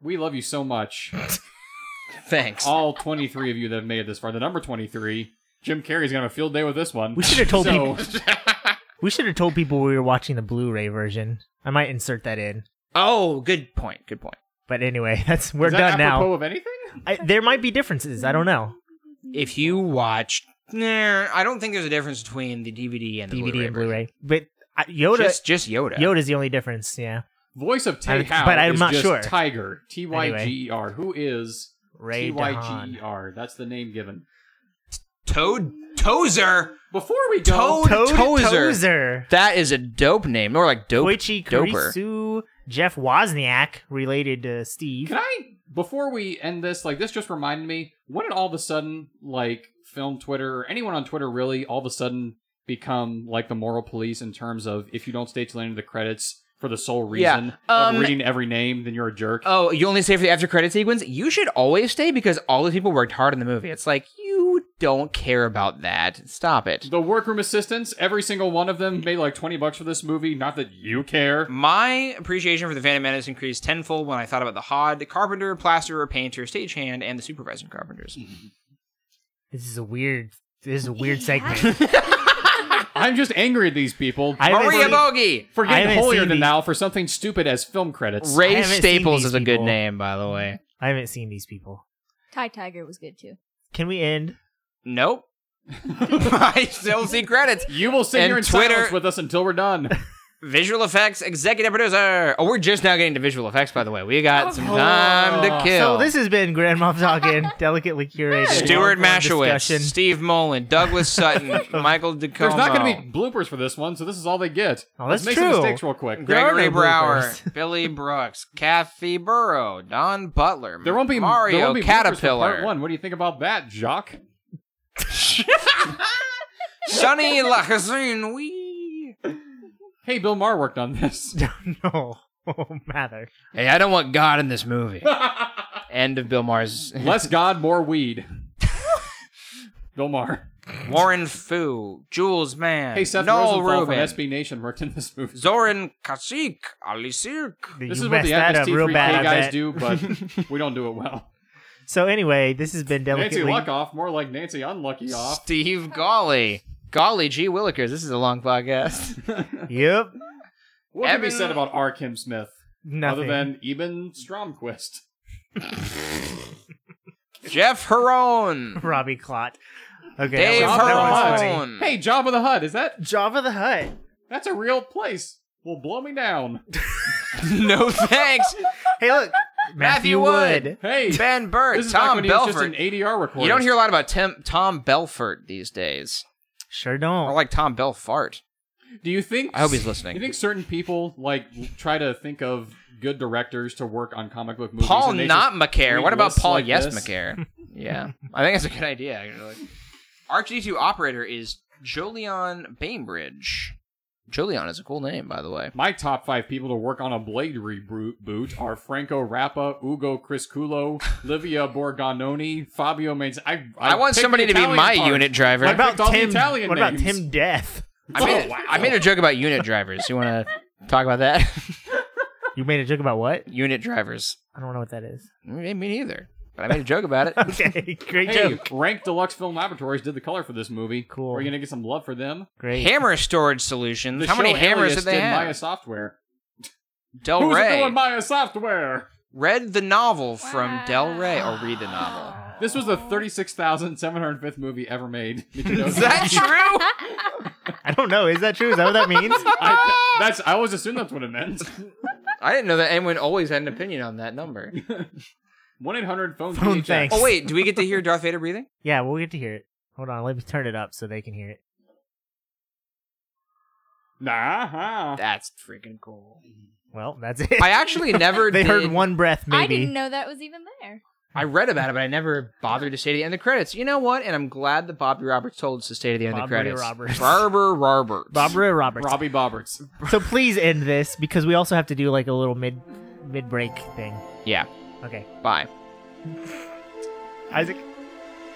Speaker 3: we love you so much.
Speaker 5: Thanks.
Speaker 3: All 23 of you that have made it this far. The number 23. Jim Carrey's going to field day with this one.
Speaker 2: We should have told
Speaker 3: <laughs> so,
Speaker 2: We should have told people we were watching the Blu-ray version. I might insert that in.
Speaker 5: oh, good point. Good point.
Speaker 2: But anyway, <laughs> that's we're
Speaker 3: is that
Speaker 2: done
Speaker 3: apropos
Speaker 2: now.
Speaker 3: of anything?
Speaker 2: I, there might be differences. I don't know.
Speaker 5: If you watch, nah, I don't think there's a difference between the DVD and the
Speaker 2: DVD
Speaker 5: Blu-ray
Speaker 2: and
Speaker 5: version.
Speaker 2: Blu-ray, but uh, Yoda.
Speaker 5: Just, just Yoda.
Speaker 2: Yoda's the only difference, yeah.
Speaker 3: Voice of Tay
Speaker 2: I-
Speaker 3: Howe
Speaker 2: but I'm
Speaker 3: is
Speaker 2: not
Speaker 3: just
Speaker 2: sure.
Speaker 3: Tiger. T Y G E R. Who is
Speaker 2: Ray
Speaker 3: T Y G E
Speaker 2: Dahan.
Speaker 3: R? That's the name given.
Speaker 5: Toad. Toad.
Speaker 7: Tozer.
Speaker 3: Before we go,
Speaker 7: Toad,
Speaker 2: Toad
Speaker 7: Tozer.
Speaker 2: Tozer.
Speaker 5: That is a dope name, or like dope
Speaker 2: Koichi
Speaker 5: doper.
Speaker 2: Kurisu, Jeff Wozniak, related to Steve.
Speaker 3: can I? Before we end this, like this just reminded me when it all of a sudden, like film Twitter or anyone on Twitter, really all of a sudden become like the moral police in terms of if you don't stay till the end of the credits for the sole
Speaker 5: Yeah,
Speaker 3: reason
Speaker 5: um,
Speaker 3: of reading every name, then you're a jerk.
Speaker 2: um,
Speaker 5: Oh, you only stay for the after credit sequence? You should always stay because all the people worked hard in the movie. It's like you don't care about that. Stop it.
Speaker 3: the workroom assistants, every single one of them made like twenty bucks for this movie. Not that you care.
Speaker 7: My appreciation for the Phantom Menace increased tenfold when I thought about the Hod, carpenter, plasterer, painter, stagehand, and the supervising carpenters.
Speaker 2: This is a weird. This is a <laughs>
Speaker 4: <laughs>
Speaker 2: weird segment. <laughs>
Speaker 3: I'm just angry at these people.
Speaker 2: I haven't
Speaker 7: Maria
Speaker 2: seen-
Speaker 7: Bogey.
Speaker 3: for
Speaker 2: I
Speaker 3: getting
Speaker 2: haven't
Speaker 3: holier
Speaker 2: seen
Speaker 3: than
Speaker 2: these-
Speaker 3: thou for something stupid as film credits.
Speaker 2: I
Speaker 5: Ray
Speaker 2: haven't seen
Speaker 5: Staples
Speaker 2: these
Speaker 5: is a good
Speaker 2: people.
Speaker 5: name, by the way.
Speaker 2: I haven't seen these people.
Speaker 4: Ty Tiger was good too.
Speaker 2: Can we end? <laughs>
Speaker 5: Nope.
Speaker 7: <laughs> I still see credits.
Speaker 3: you will sit
Speaker 5: And
Speaker 3: here in
Speaker 5: Twitter-
Speaker 3: silence with us until we're
Speaker 5: <laughs>
Speaker 3: done.
Speaker 7: Visual effects, executive
Speaker 5: Producer. Oh, we're just now getting to visual effects, by the way. We got some
Speaker 3: Oh.
Speaker 5: time to
Speaker 2: So
Speaker 5: kill.
Speaker 2: this has been Grand Moff Talking, delicately curated. long-form
Speaker 5: Stuart Mashowitz,
Speaker 2: discussion. <laughs>
Speaker 5: Steve Mullen,
Speaker 3: <laughs>
Speaker 5: Douglas Sutton, Michael DeComo.
Speaker 3: There's not going to be bloopers for this one, so this is all they get.
Speaker 2: Oh,
Speaker 3: Let's
Speaker 2: that's
Speaker 3: make
Speaker 2: true.
Speaker 3: some mistakes real quick.
Speaker 2: There are
Speaker 5: Gregory
Speaker 2: no
Speaker 3: <laughs>
Speaker 5: Brower,
Speaker 2: bloopers.
Speaker 5: Billy Brooks, Kathy Burrow, Don Butler,
Speaker 3: There won't be
Speaker 5: Mario
Speaker 3: there won't be bloopers for part
Speaker 5: Caterpillar,
Speaker 3: one. What do you think about that, Jacques?
Speaker 5: Sonny Lacazoon. Wee.
Speaker 3: <laughs> Hey, Bill Maher worked on this.
Speaker 2: no, oh, Mather.
Speaker 5: Hey, I don't want God in
Speaker 3: <laughs>
Speaker 5: this movie. End of Bill Maher's
Speaker 3: Less God, more
Speaker 5: <laughs>
Speaker 3: weed. Bill Maher.
Speaker 5: Warren Fu, Jules Mann,
Speaker 3: Hey, Seth
Speaker 5: Noel
Speaker 3: Rosenthal
Speaker 5: Rubin,
Speaker 3: from SB Nation worked in this movie.
Speaker 5: Zoran Kasik, Ali Sirk.
Speaker 3: This
Speaker 2: you
Speaker 3: is what
Speaker 2: messed
Speaker 3: the
Speaker 2: that up real
Speaker 3: MST3K
Speaker 2: bad. I
Speaker 3: guys
Speaker 2: bet.
Speaker 3: do,
Speaker 2: <laughs>
Speaker 3: but we don't do it well.
Speaker 2: So anyway, this has been
Speaker 3: Nancy
Speaker 2: delicately.
Speaker 3: Luckoff, more like Nancy Unlucky Off.
Speaker 5: Steve Golly. Golly G. Willikers, this is a
Speaker 3: <laughs>
Speaker 5: long podcast.
Speaker 2: Yep.
Speaker 3: What can be
Speaker 5: Evan-
Speaker 3: said about R. Kim Smith
Speaker 2: Nothing.
Speaker 3: other than Eben Stromquist?
Speaker 5: Jeff Herone.
Speaker 2: Robbie Clot. Okay.
Speaker 5: Dave
Speaker 2: that was, that was
Speaker 5: Herron.
Speaker 2: funny.
Speaker 5: funny.
Speaker 3: Hey, Job of the Hut, is that
Speaker 2: Java the Hut.
Speaker 3: that's a real place? Well, blow me down.
Speaker 5: <laughs> no thanks.
Speaker 2: Hey, look.
Speaker 5: <laughs> Matthew Wood.
Speaker 3: Hey,
Speaker 5: <laughs> Ben Burke,
Speaker 3: this is back
Speaker 5: Tom
Speaker 3: when he was just
Speaker 5: Belfort.
Speaker 3: an ADR recorder.
Speaker 5: You don't hear a lot about Tim, Tom Belfort these days.
Speaker 2: Sure
Speaker 5: Or
Speaker 3: Oh.
Speaker 2: don't.
Speaker 5: like Tom Belfart.
Speaker 3: Do you think?
Speaker 5: I hope he's listening.
Speaker 3: You think certain people like try to think of good directors to work on comic book movies?
Speaker 5: Paul
Speaker 3: and they
Speaker 5: Not
Speaker 3: just
Speaker 5: McCare.
Speaker 3: read
Speaker 5: What about
Speaker 3: lists
Speaker 5: Paul
Speaker 3: like
Speaker 5: Yes
Speaker 3: this? <laughs>
Speaker 5: McCare? Yeah. I think that's a good idea, actually. R2D2 operator is Jolion Bainbridge. Jolion is a cool name, by the way.
Speaker 3: My top five people to work on a Blade reboot are Franco Rappa, Ugo Crisculo, Livia Borgononi, Fabio Mainz. I, I,
Speaker 5: I, want
Speaker 3: picked
Speaker 5: somebody
Speaker 3: the
Speaker 5: to be
Speaker 3: Italian
Speaker 5: my
Speaker 3: part.
Speaker 5: unit driver.
Speaker 2: What
Speaker 3: I
Speaker 2: about
Speaker 3: picked all the
Speaker 2: Tim?
Speaker 3: Italian
Speaker 2: what about
Speaker 3: names.
Speaker 2: Tim Death? <laughs>
Speaker 5: I made,
Speaker 3: Oh, wow.
Speaker 5: I made a joke about unit drivers. You want to talk about that? <laughs>
Speaker 2: You made a joke about what?
Speaker 5: unit drivers.
Speaker 2: I don't know what that is. <laughs>
Speaker 5: Me me neither. But I made a joke about it.
Speaker 2: Okay, great
Speaker 3: Hey,
Speaker 2: joke.
Speaker 3: Rank Deluxe Film Laboratories did the color for this movie.
Speaker 2: Cool.
Speaker 3: We're gonna get some love for them.
Speaker 2: Great.
Speaker 5: Hammer storage solutions.
Speaker 3: The
Speaker 5: How many
Speaker 3: show
Speaker 5: hammers
Speaker 3: Alias
Speaker 5: did they
Speaker 3: did
Speaker 5: have?
Speaker 3: Maya Software.
Speaker 5: Del
Speaker 3: Who's
Speaker 5: Rey.
Speaker 3: doing Maya Software?
Speaker 5: read the novel from Del Rey, or read the novel.
Speaker 3: <laughs> This was the 36,705th movie ever
Speaker 5: <laughs>
Speaker 3: made. Did you know
Speaker 5: Is that true?
Speaker 2: I don't know. Is that true? Is that what that means? <laughs>
Speaker 3: I,
Speaker 5: Ah!
Speaker 3: that's I always assumed that's what it meant. <laughs>
Speaker 5: I didn't know that anyone always had an opinion on that number.
Speaker 3: One eight hundred phone
Speaker 2: Phone
Speaker 3: VHS.
Speaker 2: thanks.
Speaker 5: Oh wait, do we get to hear Darth Vader breathing?
Speaker 2: yeah, we'll get to hear it. Hold on, let me turn it up so they can hear it.
Speaker 3: Nah. huh.
Speaker 5: That's freaking cool.
Speaker 2: Well, that's it.
Speaker 5: I
Speaker 2: <laughs>
Speaker 5: actually never
Speaker 2: they
Speaker 5: did,
Speaker 2: heard one breath, maybe.
Speaker 4: I didn't know that was even there.
Speaker 5: I read about it, but I never bothered to stay to the end of the credits. You know what? And I'm glad that Bobby Roberts told us to stay to the end of the
Speaker 2: Bobby
Speaker 5: credits.
Speaker 2: Roberts.
Speaker 5: Barber Roberts.
Speaker 2: Barbara Roberts.
Speaker 3: Robbie
Speaker 5: <laughs>
Speaker 3: Bobberts.
Speaker 2: So please end this because we also have to do like a little mid mid break thing.
Speaker 5: Yeah.
Speaker 2: Okay,
Speaker 5: Bye.
Speaker 2: Isaac.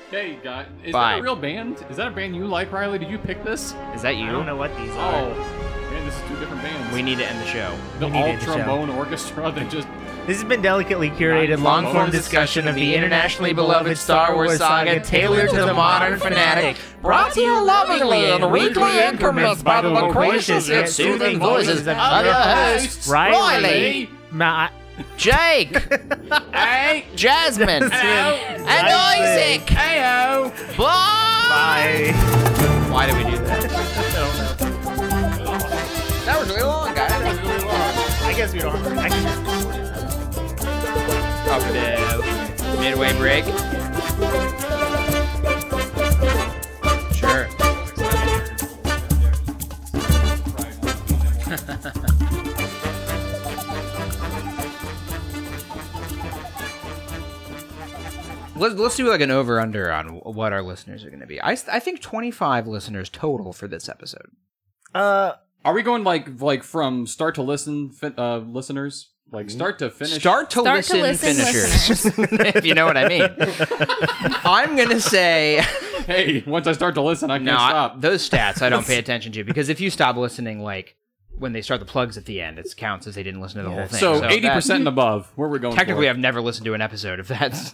Speaker 3: Hey, guy. Is
Speaker 5: Bye.
Speaker 3: that a real band? Is that a band you like, Riley? Did you pick this?
Speaker 5: Is that you?
Speaker 2: I don't know what these
Speaker 3: Oh,
Speaker 2: are.
Speaker 3: man, this is two different bands.
Speaker 5: We need to end the show.
Speaker 3: the
Speaker 2: we
Speaker 3: all
Speaker 2: needed to show.
Speaker 3: trombone orchestra. <laughs> They just
Speaker 2: This has been delicately curated long form discussion of the internationally beloved Star Wars saga tailored to the modern fanatic.
Speaker 5: Brought to you lovingly in weekly increments by the loquacious yet soothing voices of the hosts, Riley,
Speaker 2: Ma-
Speaker 5: <laughs> Jake,
Speaker 3: Hey,
Speaker 5: Jasmine,
Speaker 3: Ow.
Speaker 5: and Isaac.
Speaker 3: Heyo.
Speaker 5: Bye.
Speaker 2: I-
Speaker 5: Why did we do that? That was really long, guys.
Speaker 2: I guess we don't. have- I guess-
Speaker 5: Oh, no. Midway break. Sure. <laughs> Let's let's do like an over under on what our listeners are going to be. I s- I think 25 listeners total for this episode.
Speaker 2: Uh,
Speaker 3: Are we going like like from start to listen fin- uh, listeners? Like start to finish.
Speaker 5: Start to
Speaker 4: Start
Speaker 5: listen,
Speaker 4: to listen,
Speaker 5: finishers. <laughs> if you know what
Speaker 4: <laughs>
Speaker 5: I mean. I'm going to say
Speaker 3: <laughs> Hey, once I start to listen, I can't
Speaker 5: no, I-
Speaker 3: stop.
Speaker 5: those stats I
Speaker 3: <laughs>
Speaker 5: don't pay attention to because if you stop listening like when they start the plugs at the end, it counts as they didn't listen to the whole thing. uh,
Speaker 3: so
Speaker 5: that-
Speaker 3: eighty percent and above. Where we're going?
Speaker 5: Technically,
Speaker 3: for.
Speaker 5: I've never listened to an episode
Speaker 3: <laughs>
Speaker 5: of that.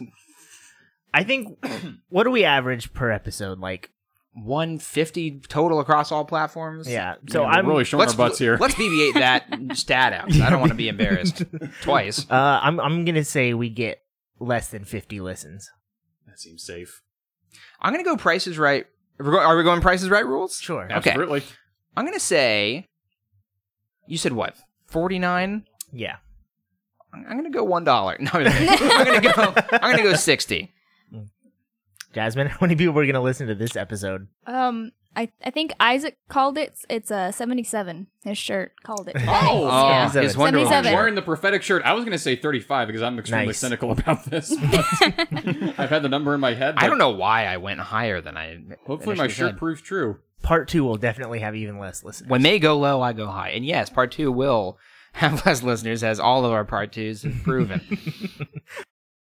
Speaker 2: I think <clears throat> what do we average per episode? Like,
Speaker 5: 150 total across all platforms.
Speaker 2: yeah. So
Speaker 3: Yeah, we're
Speaker 2: I'm
Speaker 3: really showing our butts here.
Speaker 5: Let's
Speaker 3: <laughs>
Speaker 5: deviate that stat out. I don't want to be embarrassed twice.
Speaker 2: Uh, I'm I'm gonna say we get less than 50 listens.
Speaker 3: That seems safe.
Speaker 5: I'm gonna go prices right. Are we going, are we going prices right rules?
Speaker 2: Sure.
Speaker 5: Okay.
Speaker 3: Absolutely.
Speaker 5: I'm gonna say. You said what? Forty nine.
Speaker 2: Yeah.
Speaker 5: I'm I'm gonna go one dollar. <laughs> No, I'm, just kidding. I'm gonna go. I'm gonna go sixty.
Speaker 2: <laughs> Jasmine, how many people are gonna listen to this episode?
Speaker 4: Um, I I think Isaac called it. It's a seventy-seven. His shirt
Speaker 2: <laughs>
Speaker 4: called it.
Speaker 3: <laughs> Oh,
Speaker 5: Oh,
Speaker 4: Yeah.
Speaker 5: it's Wonder Woman.
Speaker 3: I'm
Speaker 4: 77.
Speaker 3: wearing the prophetic shirt. I was going to say 35 because I'm extremely
Speaker 2: Nice.
Speaker 3: cynical about this. but I've had the number in my head.
Speaker 5: I don't
Speaker 3: but
Speaker 5: know why I went higher than I.
Speaker 3: Hopefully, my
Speaker 5: initially
Speaker 3: shirt
Speaker 5: said.
Speaker 3: proves true.
Speaker 2: Part two will definitely have even less listeners.
Speaker 5: When they go low, I go high. And <laughs> yes, part two will have less listeners, as all of our part twos have proven.